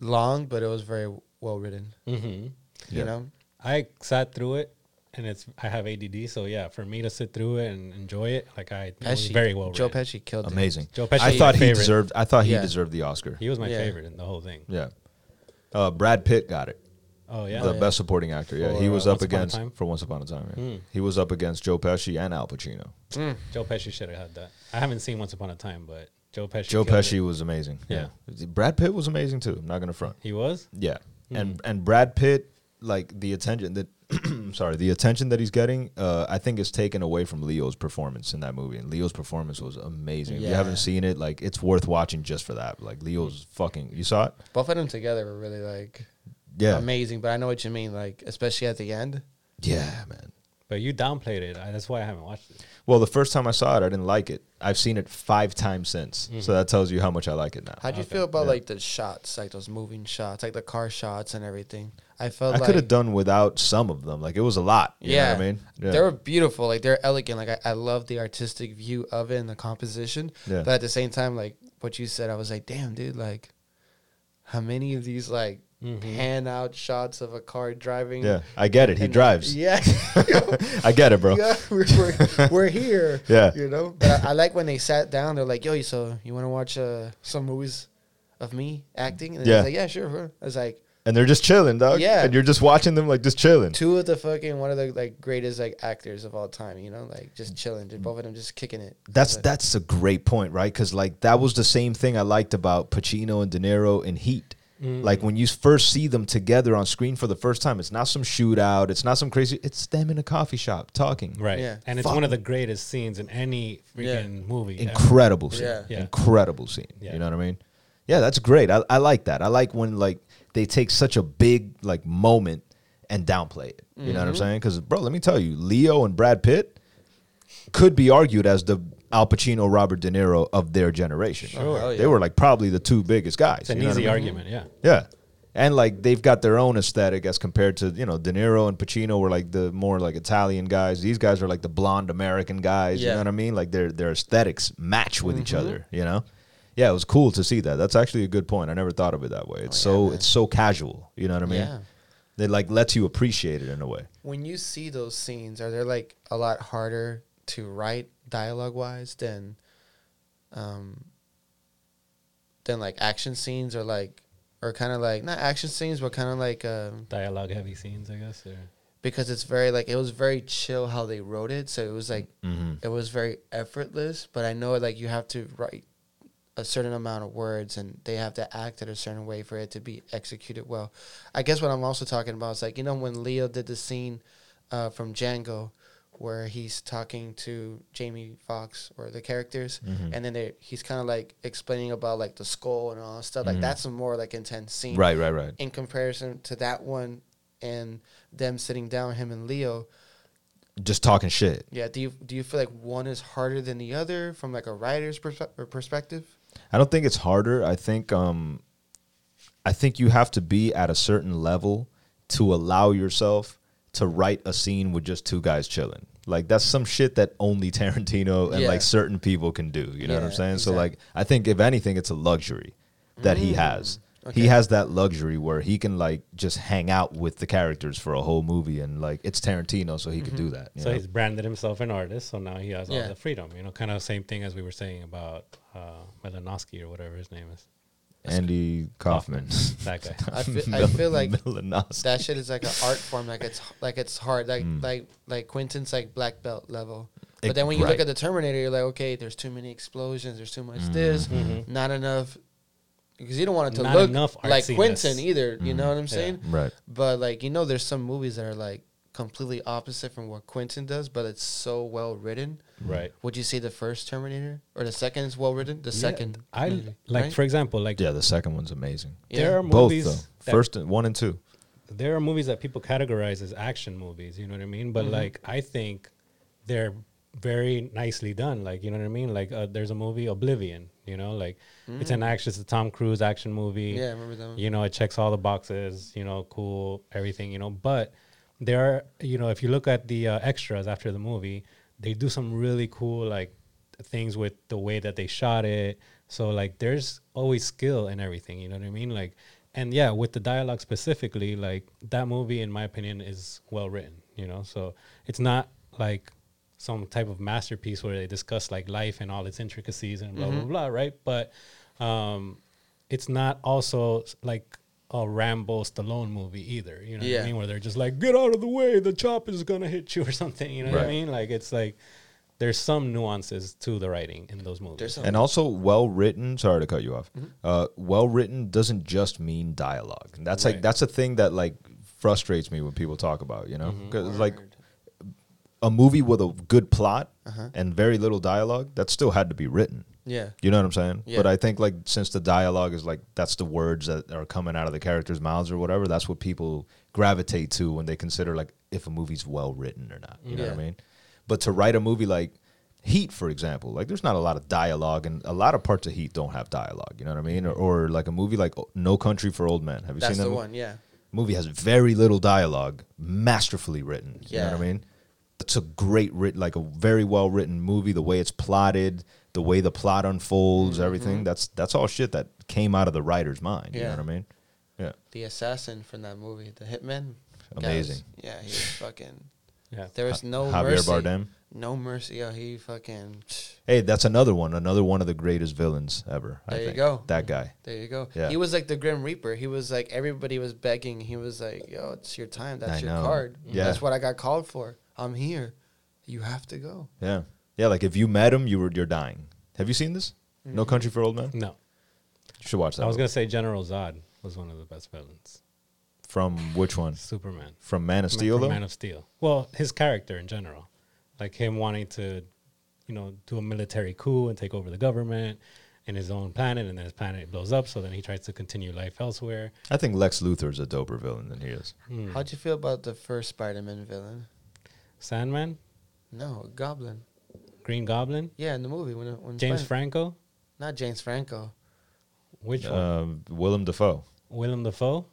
C: Long, but it was very well written.
D: Mm-hmm.
A: Yeah.
C: You know,
D: I sat through it and it's, I have ADD. So yeah, for me to sit through it and enjoy it, like I, it was
C: Pesci,
D: very well
C: Joe
D: written.
C: Pesci killed it.
A: Amazing.
D: Joe Pesci
A: I
D: is
A: thought
D: my
A: he
D: favorite.
A: deserved. I thought he
C: Yeah.
A: deserved the Oscar.
D: He was my
C: Yeah.
D: favorite in the whole thing.
A: Yeah. Uh, Brad Pitt got it.
D: Oh yeah.
A: the best supporting actor. Yeah, he
D: For,
A: was
D: uh,
A: up
D: Once Upon a
A: against
D: Time?
A: for Once Upon a Time. Yeah.
D: Mm.
A: He was up against Joe Pesci and Al Pacino.
D: Joe Pesci should have had that. I haven't seen Once Upon a Time, but Joe Pesci.
A: Joe
D: killed
A: Pesci
D: it.
A: was amazing. Yeah.
D: Yeah.
A: Brad Pitt was amazing too. I'm not gonna front.
D: He was.
A: Yeah,
D: Hmm.
A: and and Brad Pitt like the attention that I'm sorry the attention that he's getting uh, I think is taken away from Leo's performance in that movie and Leo's performance was amazing. If you
C: Yeah.
A: haven't seen it, like it's worth watching just for that. Like Leo's fucking. You saw it?
C: Both of them together were really like
A: Yeah.
C: amazing. But I know what you mean, like especially at the end.
A: Yeah, man.
D: But you downplayed it. I, that's why I haven't watched it.
A: Well, the first time I saw it, I didn't like it. I've seen it five times since,
C: Mm-hmm.
A: so that tells you how much I like it now.
C: How do you feel about
A: Yeah.
C: like the shots, like those moving shots, like the car shots and everything? I felt
A: I
C: like
A: could have done without some of them. Like it was a lot. You
C: yeah,
A: know what I mean? Yeah.
C: they were beautiful. Like they're elegant. Like I, I love the artistic view of it and the composition.
A: Yeah.
C: But at the same time, like what you said, I was like, damn, dude, like how many of these like
D: Mm-hmm.
A: Mm-hmm.
C: pan out shots of a car driving.
A: Yeah, I get it. He
C: And-
A: drives.
C: Yeah.
A: I get it, bro.
C: yeah, we're, we're, we're here.
A: Yeah.
C: you know. But I, I like when they sat down. They're like, "Yo, you so you want to watch uh, some movies of me acting?" And
A: Yeah.
C: yeah, like, "Yeah, sure." sure." I was like,
A: And they're just chilling, dog.
C: Yeah.
A: And you're just watching them like just chilling.
C: two of the fucking one of the like greatest like actors of all time. You know, like just chilling, just both of them just kicking it.
A: That's
C: But-
A: that's a great point, right? Because like that was the same thing I liked about Pacino and De Niro in Heat.
C: Mm-hmm.
A: Like when you first see them together on screen for the first time, it's not some shootout, it's not some crazy. It's them in a coffee shop talking.
D: Right.
C: Yeah.
D: And it's
A: Fuck.
D: one of the greatest scenes in any freaking movie. ever.
A: Incredible scene.
C: Yeah.
D: Yeah.
A: Incredible scene.
D: Yeah.
A: You know what I mean? Yeah, that's great. I, I like that. I like when like they take such a big like moment and downplay it. You know what I'm
C: Mm-hmm.
A: saying? Because bro, let me tell you, Leo and Brad Pitt could be argued as the Al Pacino, Robert De Niro of their generation.
C: hell yeah.
A: They were like probably the two biggest guys.
D: It's an
A: you know what I
D: easy
A: mean?
D: argument. Yeah.
A: Yeah. And like they've got their own aesthetic as compared to, you know, De Niro and Pacino were like the more like Italian guys. These guys are like the blonde American guys. You
C: Yeah. Mm-hmm.
A: know what I mean? Like their their aesthetics match with each other, you know? Yeah, it was cool to see that. That's actually a good point. I never thought of it that way. It's so it's so casual. You know what I mean?
C: Oh, Yeah.
A: It like lets you appreciate it in a way.
C: when you see those scenes, are they like a lot harder to write dialogue wise than, um, than like action scenes or like, or kind of like not action scenes, but kind of like um,
D: Dialogue heavy scenes, I guess. Or
C: because it's very like it was very chill how they wrote it, so it was like it was very effortless. But I know like you have to write a certain amount of words and they have to act in a certain way for it to be executed well. I guess what I'm also talking about is like, you know, when Leo did the scene uh, from Django where he's talking to Jamie Foxx or the characters and then they he's kind of like explaining about like the skull and all that stuff. Like that's a more like intense scene.
A: Right, right, right.
C: In comparison to that one and them sitting down, him and Leo,
A: Just talking shit.
C: yeah. Do you do you feel like one is harder than the other from like a writer's perspe- or perspective?
A: I don't think it's harder. I think um, I think you have to be at a certain level to allow yourself to write a scene with just two guys chilling. Like that's some shit that only Tarantino and
C: Yeah.
A: like certain people can do. You know what I'm
C: Yeah,
A: saying? So
C: exactly. Mm.
A: like I think if anything, it's a luxury that he has. He has that luxury where he can like just hang out with the characters for a whole movie and like it's Tarantino, so he could
C: Mm-hmm.
A: do that. you
D: so
A: know?
D: he's branded himself an artist, so now he has
C: Yeah.
D: all the freedom. You know, kind of same thing as we were saying about uh, Malinowski or whatever his name is.
A: Andy Kaufman.
D: That guy.
C: I feel, I feel like
A: Malinowski.
C: that shit is like an art form. Like it's like it's hard. Like like like Quentin's like black belt level. But
A: Ex-
C: then when you
A: right.
C: look at the Terminator, you're like, okay, there's too many explosions. There's too much this. Not enough. Because you don't want it to
D: Mm-hmm. Not
C: look
D: enough
C: like
D: artsiness.
C: Quentin either. You know what I'm saying?
A: Right.
C: But like you know, there's some movies that are like completely opposite from what Quentin does, but it's so well written.
D: right.
C: Would you say the first Terminator or the second is well written? The second,
D: I
C: movie,
D: like,
C: right?
D: for example, like
A: Yeah, the second one's amazing.
C: Yeah.
D: there are
A: Both
D: movies.
A: though.
D: that-
A: First and one and two.
D: there are movies that people categorize as action movies, you know what I mean?
C: Mm-hmm.
D: But like I think they're very nicely done, like you know what I mean? Like uh, there's a movie Oblivion, you know, like it's an action it's a Tom Cruise action movie.
C: Mm. Yeah, I remember that one.
D: You know, it checks all the boxes, you know, cool, everything, you know, but there are, you know, if you look at the uh, extras after the movie, they do some really cool like things with the way that they shot it. So like there's always skill in everything, you know what I mean? Like and yeah, with the dialogue specifically, like that movie in my opinion is well written, you know? So it's not like some type of masterpiece where they discuss like life and all its intricacies and blah blah blah, right? But um it's not also s- like a Rambo Stallone movie either, you know what
C: Yeah.
D: I mean? Where they're just like, get out of the way, the chop is gonna hit you or something, you know what I
A: Right.
D: mean? Like it's like there's some nuances to the writing in those movies.
C: There's some-
A: And also well written. Sorry to cut you off.
D: Mm-hmm.
A: Uh, well written doesn't just mean dialogue. And That's like
D: Right.
A: that's a thing that like frustrates me when people talk about you know
D: Mm-hmm.
A: because like a movie with a good plot
D: Uh-huh.
A: and very little dialogue that still had to be written.
C: yeah,
A: You know what I'm saying?
C: Yeah.
A: But I think like since the dialogue is like that's the words that are coming out of the characters' mouths or whatever, that's what people gravitate to when they consider like if a movie's well written or
D: Mm-hmm.
A: not. You know what I
C: Yeah.
A: mean? But to write a movie like Heat, for example, like there's not a lot of dialogue and a lot of parts of Heat don't have dialogue. You know what I mean? Or, or like a movie like No Country for Old Men. Have you
C: that's
A: seen that
C: the
A: mo-
C: one. Yeah,
A: movie has very little dialogue, masterfully written. You know what I
C: Yeah.
A: mean? It's a great writ like a very well written movie. The way it's plotted, the way
C: Mm-hmm.
A: the plot unfolds, everything. That's that's all shit that came out of the writer's mind. You know
C: Yeah.
A: what I mean? Yeah.
C: the assassin from that movie, the hitman.
A: Amazing.
C: Guys, yeah, he was fucking.
D: Yeah.
C: There was no
A: Javier
C: mercy.
A: Bardem.
C: No mercy. Yo, he fucking.
A: Hey, that's another one. Another one of the greatest villains ever. I
C: There you
A: think.
C: go.
A: That guy.
C: There you go.
A: Yeah.
C: He was like the Grim Reaper. He was like everybody was begging. He was like, "Yo, it's your time. That's
A: I
C: your
A: know.
C: card.
A: Yeah.
C: That's what I got called for. I'm here. You have to go."
A: Yeah. Yeah. Like if you met him, you were you're dying. Have you seen this? No Country for Old Men. You
D: No.
A: should watch that.
D: Mm-hmm. I was
A: one.
D: gonna say General Zod was one of the best villains.
A: From which one?
D: Superman.
A: From Man of Steel
D: from
A: though.
D: Man of Steel. Well, his character in general, like him wanting to, you know, do a military coup and take over the government and his own planet, and then his planet blows up. So then he tries to continue life elsewhere. Hmm.
A: I think Lex Luthor is a doper villain than he is.
C: How'd you feel about the first Spider-Man villain?
D: Sandman,
C: No, Goblin.
D: Green Goblin,
C: Yeah, in the movie when when
D: James
C: Spider-
D: Franco,
C: not James Franco.
D: which one?
A: Um Willem Dafoe.
D: Willem Dafoe.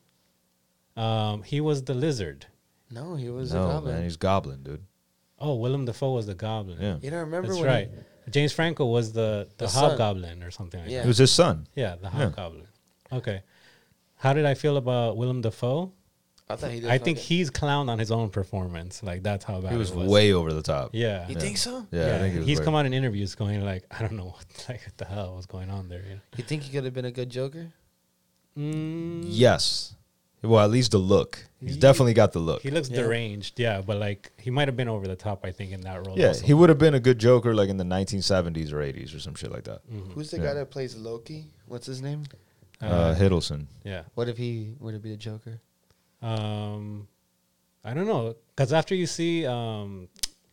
D: Um, he was the lizard.
C: No, he was a
A: no
C: Goblin.
A: man, he's Goblin, dude.
D: Oh, Willem Dafoe was the goblin.
A: Yeah.
C: you don't remember
D: that's
C: when?
D: right. James Franco was the the,
C: The son.
D: hobgoblin or something. Like
C: Yeah.
A: It was his son.
D: that. yeah, the hobgoblin. Okay. How did I feel about Willem Dafoe?
C: I thought he. Did
D: I think
C: fucking-
D: he's clowned on his own performance. Like that's how bad
A: He was
D: it was.
A: way over the top.
D: yeah.
C: You think so?
A: Yeah, I think he was
D: he's
A: way-
D: come out in interviews going like, I don't know what like what the hell was going on there. You
C: You think he could have been a good Joker?
D: know? mm,
A: Yes. Well, at least the look. He's definitely got the look.
D: he looks
C: Yeah.
D: deranged, yeah, but like he might have been over the top. I think in that role.
A: yeah,
D: also.
A: he would have been a good Joker like in the 1970s or 80s or some shit like that.
D: Mm.
C: Who's the
A: Yeah.
C: guy that plays Loki? What's his name?
A: Uh,
D: Uh,
A: Hiddleston.
D: yeah.
C: What if he were to be the Joker?
D: Um, I don't know, because after you see um,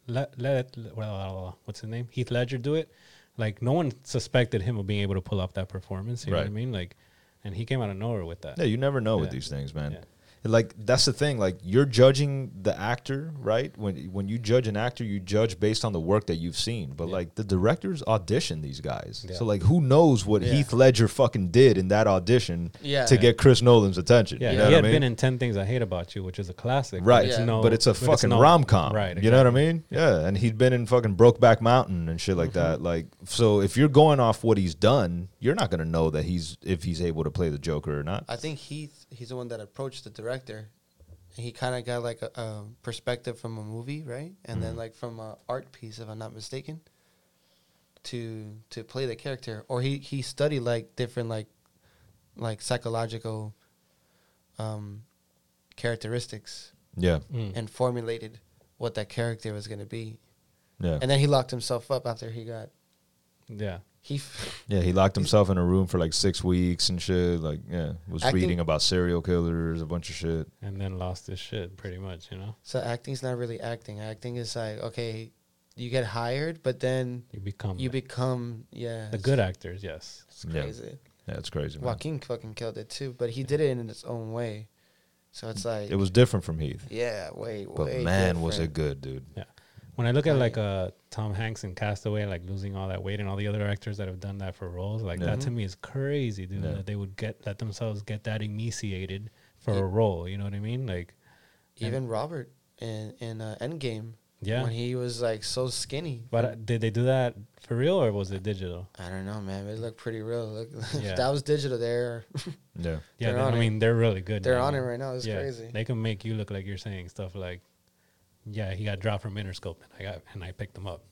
D: let let well, what's his name, Heath Ledger do it, like no one suspected him of being able to pull off that performance. You know what I
A: Right.
D: mean? Like, and he came out of nowhere with that.
A: Yeah, you never know with
D: Yeah.
A: these things, man.
D: Yeah.
A: Like that's the thing. Like you're judging the actor, right? When when you judge an actor, you judge based on the work that you've seen. But
D: Yeah.
A: like the directors audition these guys,
D: Yeah.
A: so like who knows what
D: Yeah.
A: Heath Ledger fucking did in that audition
C: Yeah.
A: to get Chris Nolan's attention.
D: Yeah,
A: you know
D: he
A: what I
D: had
A: mean?
D: been in Ten Things I Hate About You, which is a classic. but
A: Right,
C: it's
A: yeah.
C: no-
A: but it's a
D: but
A: fucking
D: no-
A: rom com.
D: Right,
A: you know what I mean? Yeah, and he'd been in fucking Brokeback Mountain and shit like that.
D: Mm-hmm.
A: Like, so if you're going off what he's done, you're not gonna know that he's if he's able to play the Joker or not.
C: I think Heath. He's the one that approached the director. He kind of got like a, a perspective from a movie, right? And then like from an art piece, if I'm not mistaken, to to play the character. Or he he studied like different like like psychological um characteristics
A: yeah,
C: and formulated what that character was going to be.
A: yeah,
C: And then he locked himself up after he got
D: Mm. Yeah,
C: he f-
A: yeah. He locked himself in a room for like six weeks and shit. Like, yeah, was
C: Acting-
A: reading about serial killers, a bunch of shit.
D: and then lost his shit pretty much. You know,
C: so acting's not really acting. Acting is like okay, you get hired, but then
D: you become
C: you become yeah
D: the good actors. Yes,
C: It's
A: Yeah.
C: crazy.
A: Yeah, it's crazy. Man.
C: Joaquin fucking killed it too, but he did it in his own way. So it's like
A: It was different from Heath,
C: yeah, way
A: but
C: way.
A: man, was it
C: different.
A: good, dude.
D: yeah. When I look at like uh Tom Hanks in Castaway, like losing all that weight, and all the other actors that have done that for roles, like that to me is crazy, dude.
A: Yeah.
D: That they would get let themselves get that emaciated for a role. You know what I mean? Like,
C: even Robert in in uh, Endgame.
D: Yeah.
C: when he was like so skinny.
D: but uh, did they do that for real or was it digital?
C: I don't know, man. It looked pretty real. Look,
D: Yeah.
C: that was digital there.
A: Yeah,
D: Yeah,
C: They're
D: they-
C: on
D: I
C: it.
D: mean they're really good.
C: They're on it right now. It's
D: yeah,
C: crazy.
D: They can make you look like you're saying stuff like, "Yeah, he got dropped from Interscope, and I got and I picked him up."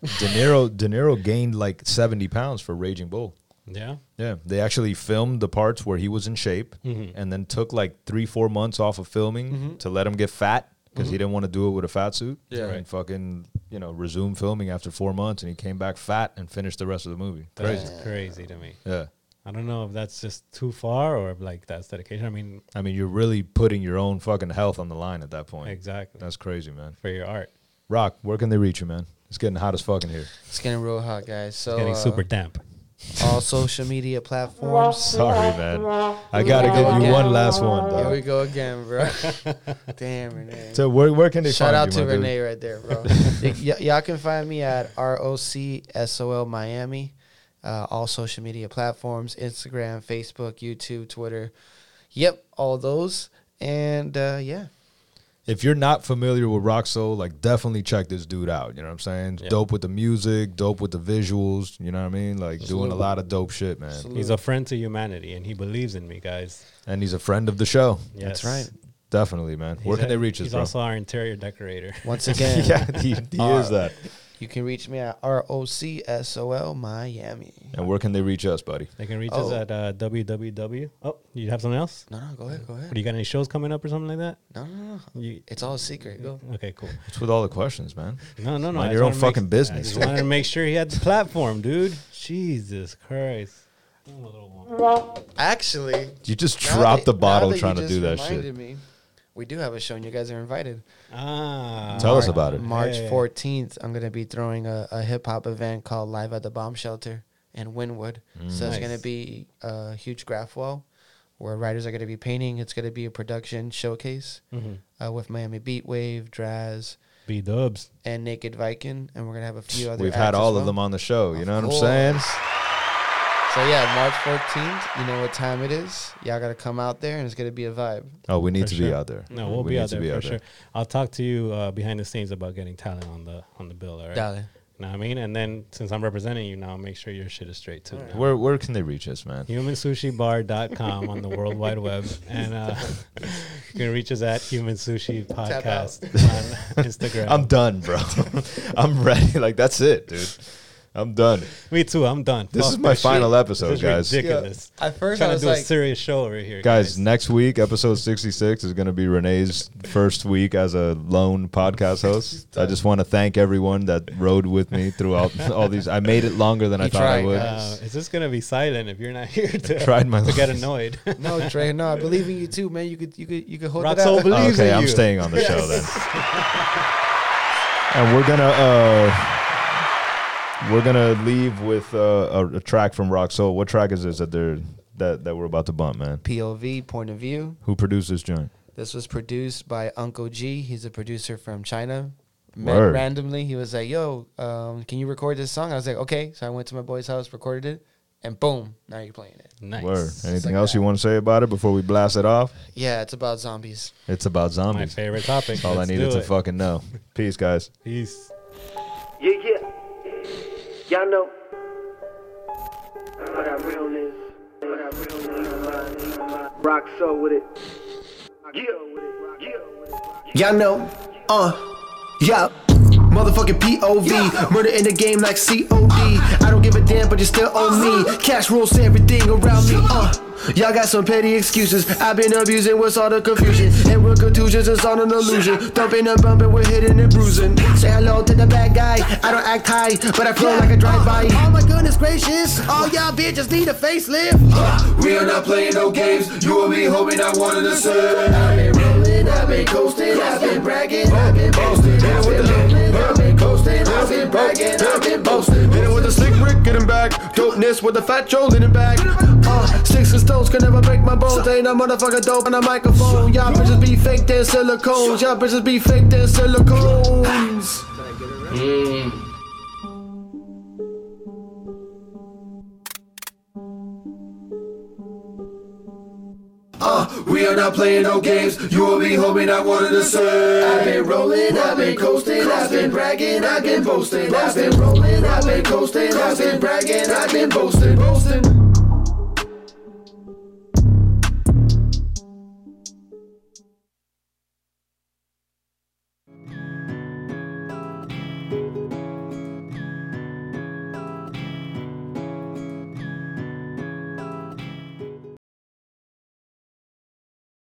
A: De Niro, De Niro gained like seventy pounds for Raging Bull.
D: Yeah,
A: Yeah, they actually filmed the parts where he was in shape, and then took like three, four months off of filming
C: Mm-hmm.
A: to let him get fat because he didn't want to do it with a fat suit.
C: Yeah.
A: and
D: Right.
A: fucking you know resume filming after four months, and he came back fat and finished the rest of the movie.
D: that's
A: Crazy.
D: crazy to me.
A: Yeah,
D: I don't know if that's just too far or if, like that's dedication. I mean,
A: I mean you're really putting your own fucking health on the line at that point.
D: exactly
A: That's crazy, man.
D: for your art.
A: Rock, where can they reach you, man? It's getting hot as fucking here.
C: It's getting real hot, guys. So
D: Getting
C: uh,
D: super damp.
C: all social media platforms.
A: Sorry, man. I gotta give you
C: Yeah.
A: one last one.
C: Here we
A: Dog.
C: go again, bro. Damn, Renee.
A: So where, where can they
C: Shout
A: find
C: out
A: you,
C: to
A: my dude?
C: Renee right there, bro. Y- y- y'all can find me at R O C S O L Miami, uh, all social media platforms Instagram, Facebook, YouTube, Twitter. Yep, all those. And uh, yeah,
A: if you're not familiar with rock soul, like definitely check this dude out. You know what I'm saying?
D: Yeah.
A: Dope with the music, dope with the visuals. You know what I mean? Like doing a lot of dope shit, man.
D: He's a friend to humanity, and he believes in me, guys.
A: And he's a friend of the show.
D: Yes.
J: That's right.
A: Definitely, man. Where
D: He's
A: can
D: a-
A: they reach us,
D: He's
A: bro?
D: also our interior decorator.
J: Once again,
A: yeah, he, he is that.
C: You can reach me at R O C S O L Miami.
A: And where can they reach us, buddy?
D: They can reach us
C: Oh.
D: at uh, www. Oh, you have something else?
C: No, no, go ahead, go ahead.
D: Do you got any shows coming up or something like that?
C: No, no, no.
D: You,
C: It's all a secret. Go.
D: okay, cool.
A: What's with all the questions, man?
D: No, no, no.
A: Mind
D: I just
A: your own
D: wanted to
A: fucking
D: make,
A: business,
D: I just
A: dude.
D: wanted to make sure he had the platform, dude. Jesus Christ. I'm a little warm.
C: Actually,
A: You just
C: now
A: dropped
C: that-
A: the bottle
C: now you
A: trying to
C: just
A: do that
C: reminded
A: shit.
C: Me, we do have a show, and you guys are invited.
D: Ah.
A: Tell us about it.
C: March
D: Yeah.
C: 14th, I'm going to be throwing a, a hip hop event called Live at the Bomb Shelter in Wynwood.
A: Mm.
C: so it's
D: Nice.
C: going to be a huge graph wall where writers are going to be painting. It's going to be a production showcase
D: Mm-hmm.
C: uh, with Miami Beat Wave, Draz,
D: B Dubs.
C: and Naked Viking. And we're going to have a few other
A: We've had all of
C: them on.
A: them on the show. You know what I'm
C: course.
A: saying?
C: So yeah, March 14th. You know what time it is. Y'all gotta come out there, and it's gonna be a vibe.
A: Oh, we need
D: For
A: to be
D: sure.
A: out there.
D: No, we'll
A: We
D: be
A: need
D: out
A: to
D: there for sure. I'll talk to you uh, behind the scenes about getting talent on the on the bill. All right.
C: Dale.
D: Know what I mean? And then since I'm representing you now, make sure your shit is straight too. now.
A: Where where can they reach us, man?
D: HumanSushiBar.com on the World Wide Web. And uh, you can reach us at Human Sushi
C: out.
D: Podcast on Instagram.
A: I'm done, bro. I'm ready. Like that's it, dude. I'm done.
D: Me too. I'm done.
A: This
D: Fuck
A: is my
D: this shit.
A: final episode,
D: This is
A: guys.
D: ridiculous.
C: At first,
D: trying
C: I
D: to
C: was
D: do a
C: like,
D: serious show over here,
A: Guys, next week, episode 66 is going to be Renee's first week as a lone podcast host. I just want to thank everyone that rode with me throughout all these. I made it longer than I
C: You
A: thought I
C: tried,
A: would.
D: Uh, is this gonna be silent if you're not here to,
A: tried my
D: to get
A: luck.
D: annoyed?
C: no, Dre, no, I believe in you too, man. You could, you could, you could hold it
D: Roxo
C: out.
A: Oh,
D: believes
A: okay,
D: in
A: I'm
D: you.
A: staying on the show then. and we're gonna uh, we're gonna leave with uh, a, a track from Rock Soul. What track is this that they're that, that we're about to bump, man?
C: POV point of view.
A: Who produced this joint?
C: This was produced by Uncle G. He's a producer from China.
A: Word.
C: Met randomly, he was like, "Yo, um, can you record this song?" I was like, "Okay." So I went to my boy's house, recorded it, and boom, now you're playing it.
D: Nice.
A: Word. Anything
C: like
A: else you want to say about it before we blast it off?
C: Yeah, it's about zombies.
A: It's about
D: My
A: zombies.
D: favorite topic.
A: That's all I needed to fucking know. Peace, guys.
D: Peace.
I: Yeah, yeah. Y'all know. I got realness. I got realness. Rock soul with it. Yeah. Y'all know. Uh. Yeah. Motherfucking POV. Murder in the game like COD. I don't give a damn, but you still owe me. Cash rules everything around me. Uh. Y'all got some petty excuses. I've been abusing, what's all the confusion? And we're contusions, it's all an illusion. Thumping and bumping, we're hitting and bruising. Say hello to the bad guy. I don't act high, but I flow like a drive-by. Oh my goodness gracious, all y'all bitches need a facelift. Uh, we are not playing no games. You and me hoping I wanted to serve. I've been rolling, I've been coasting, I've been bragging, I've been boasting. I've been rolling, I've been coasting, I've been bragging, I've been boasting. Hit it with a slick brick, get him back. Dopeness with a fat Joe, in him back. Uh, sticks and stones can never break my bones. Ain't no motherfucker dope on a microphone. Y'all bitches be fake, they're silicones. Y'all bitches be fake, they're silicones. Uh, we are not playing no games. You and me, homie, I wanted to serve. I've been rolling, I've been coasting, I've been bragging, I've been boasting. I've been rolling, I've been coasting, I've been bragging, I've been boasting, boasting.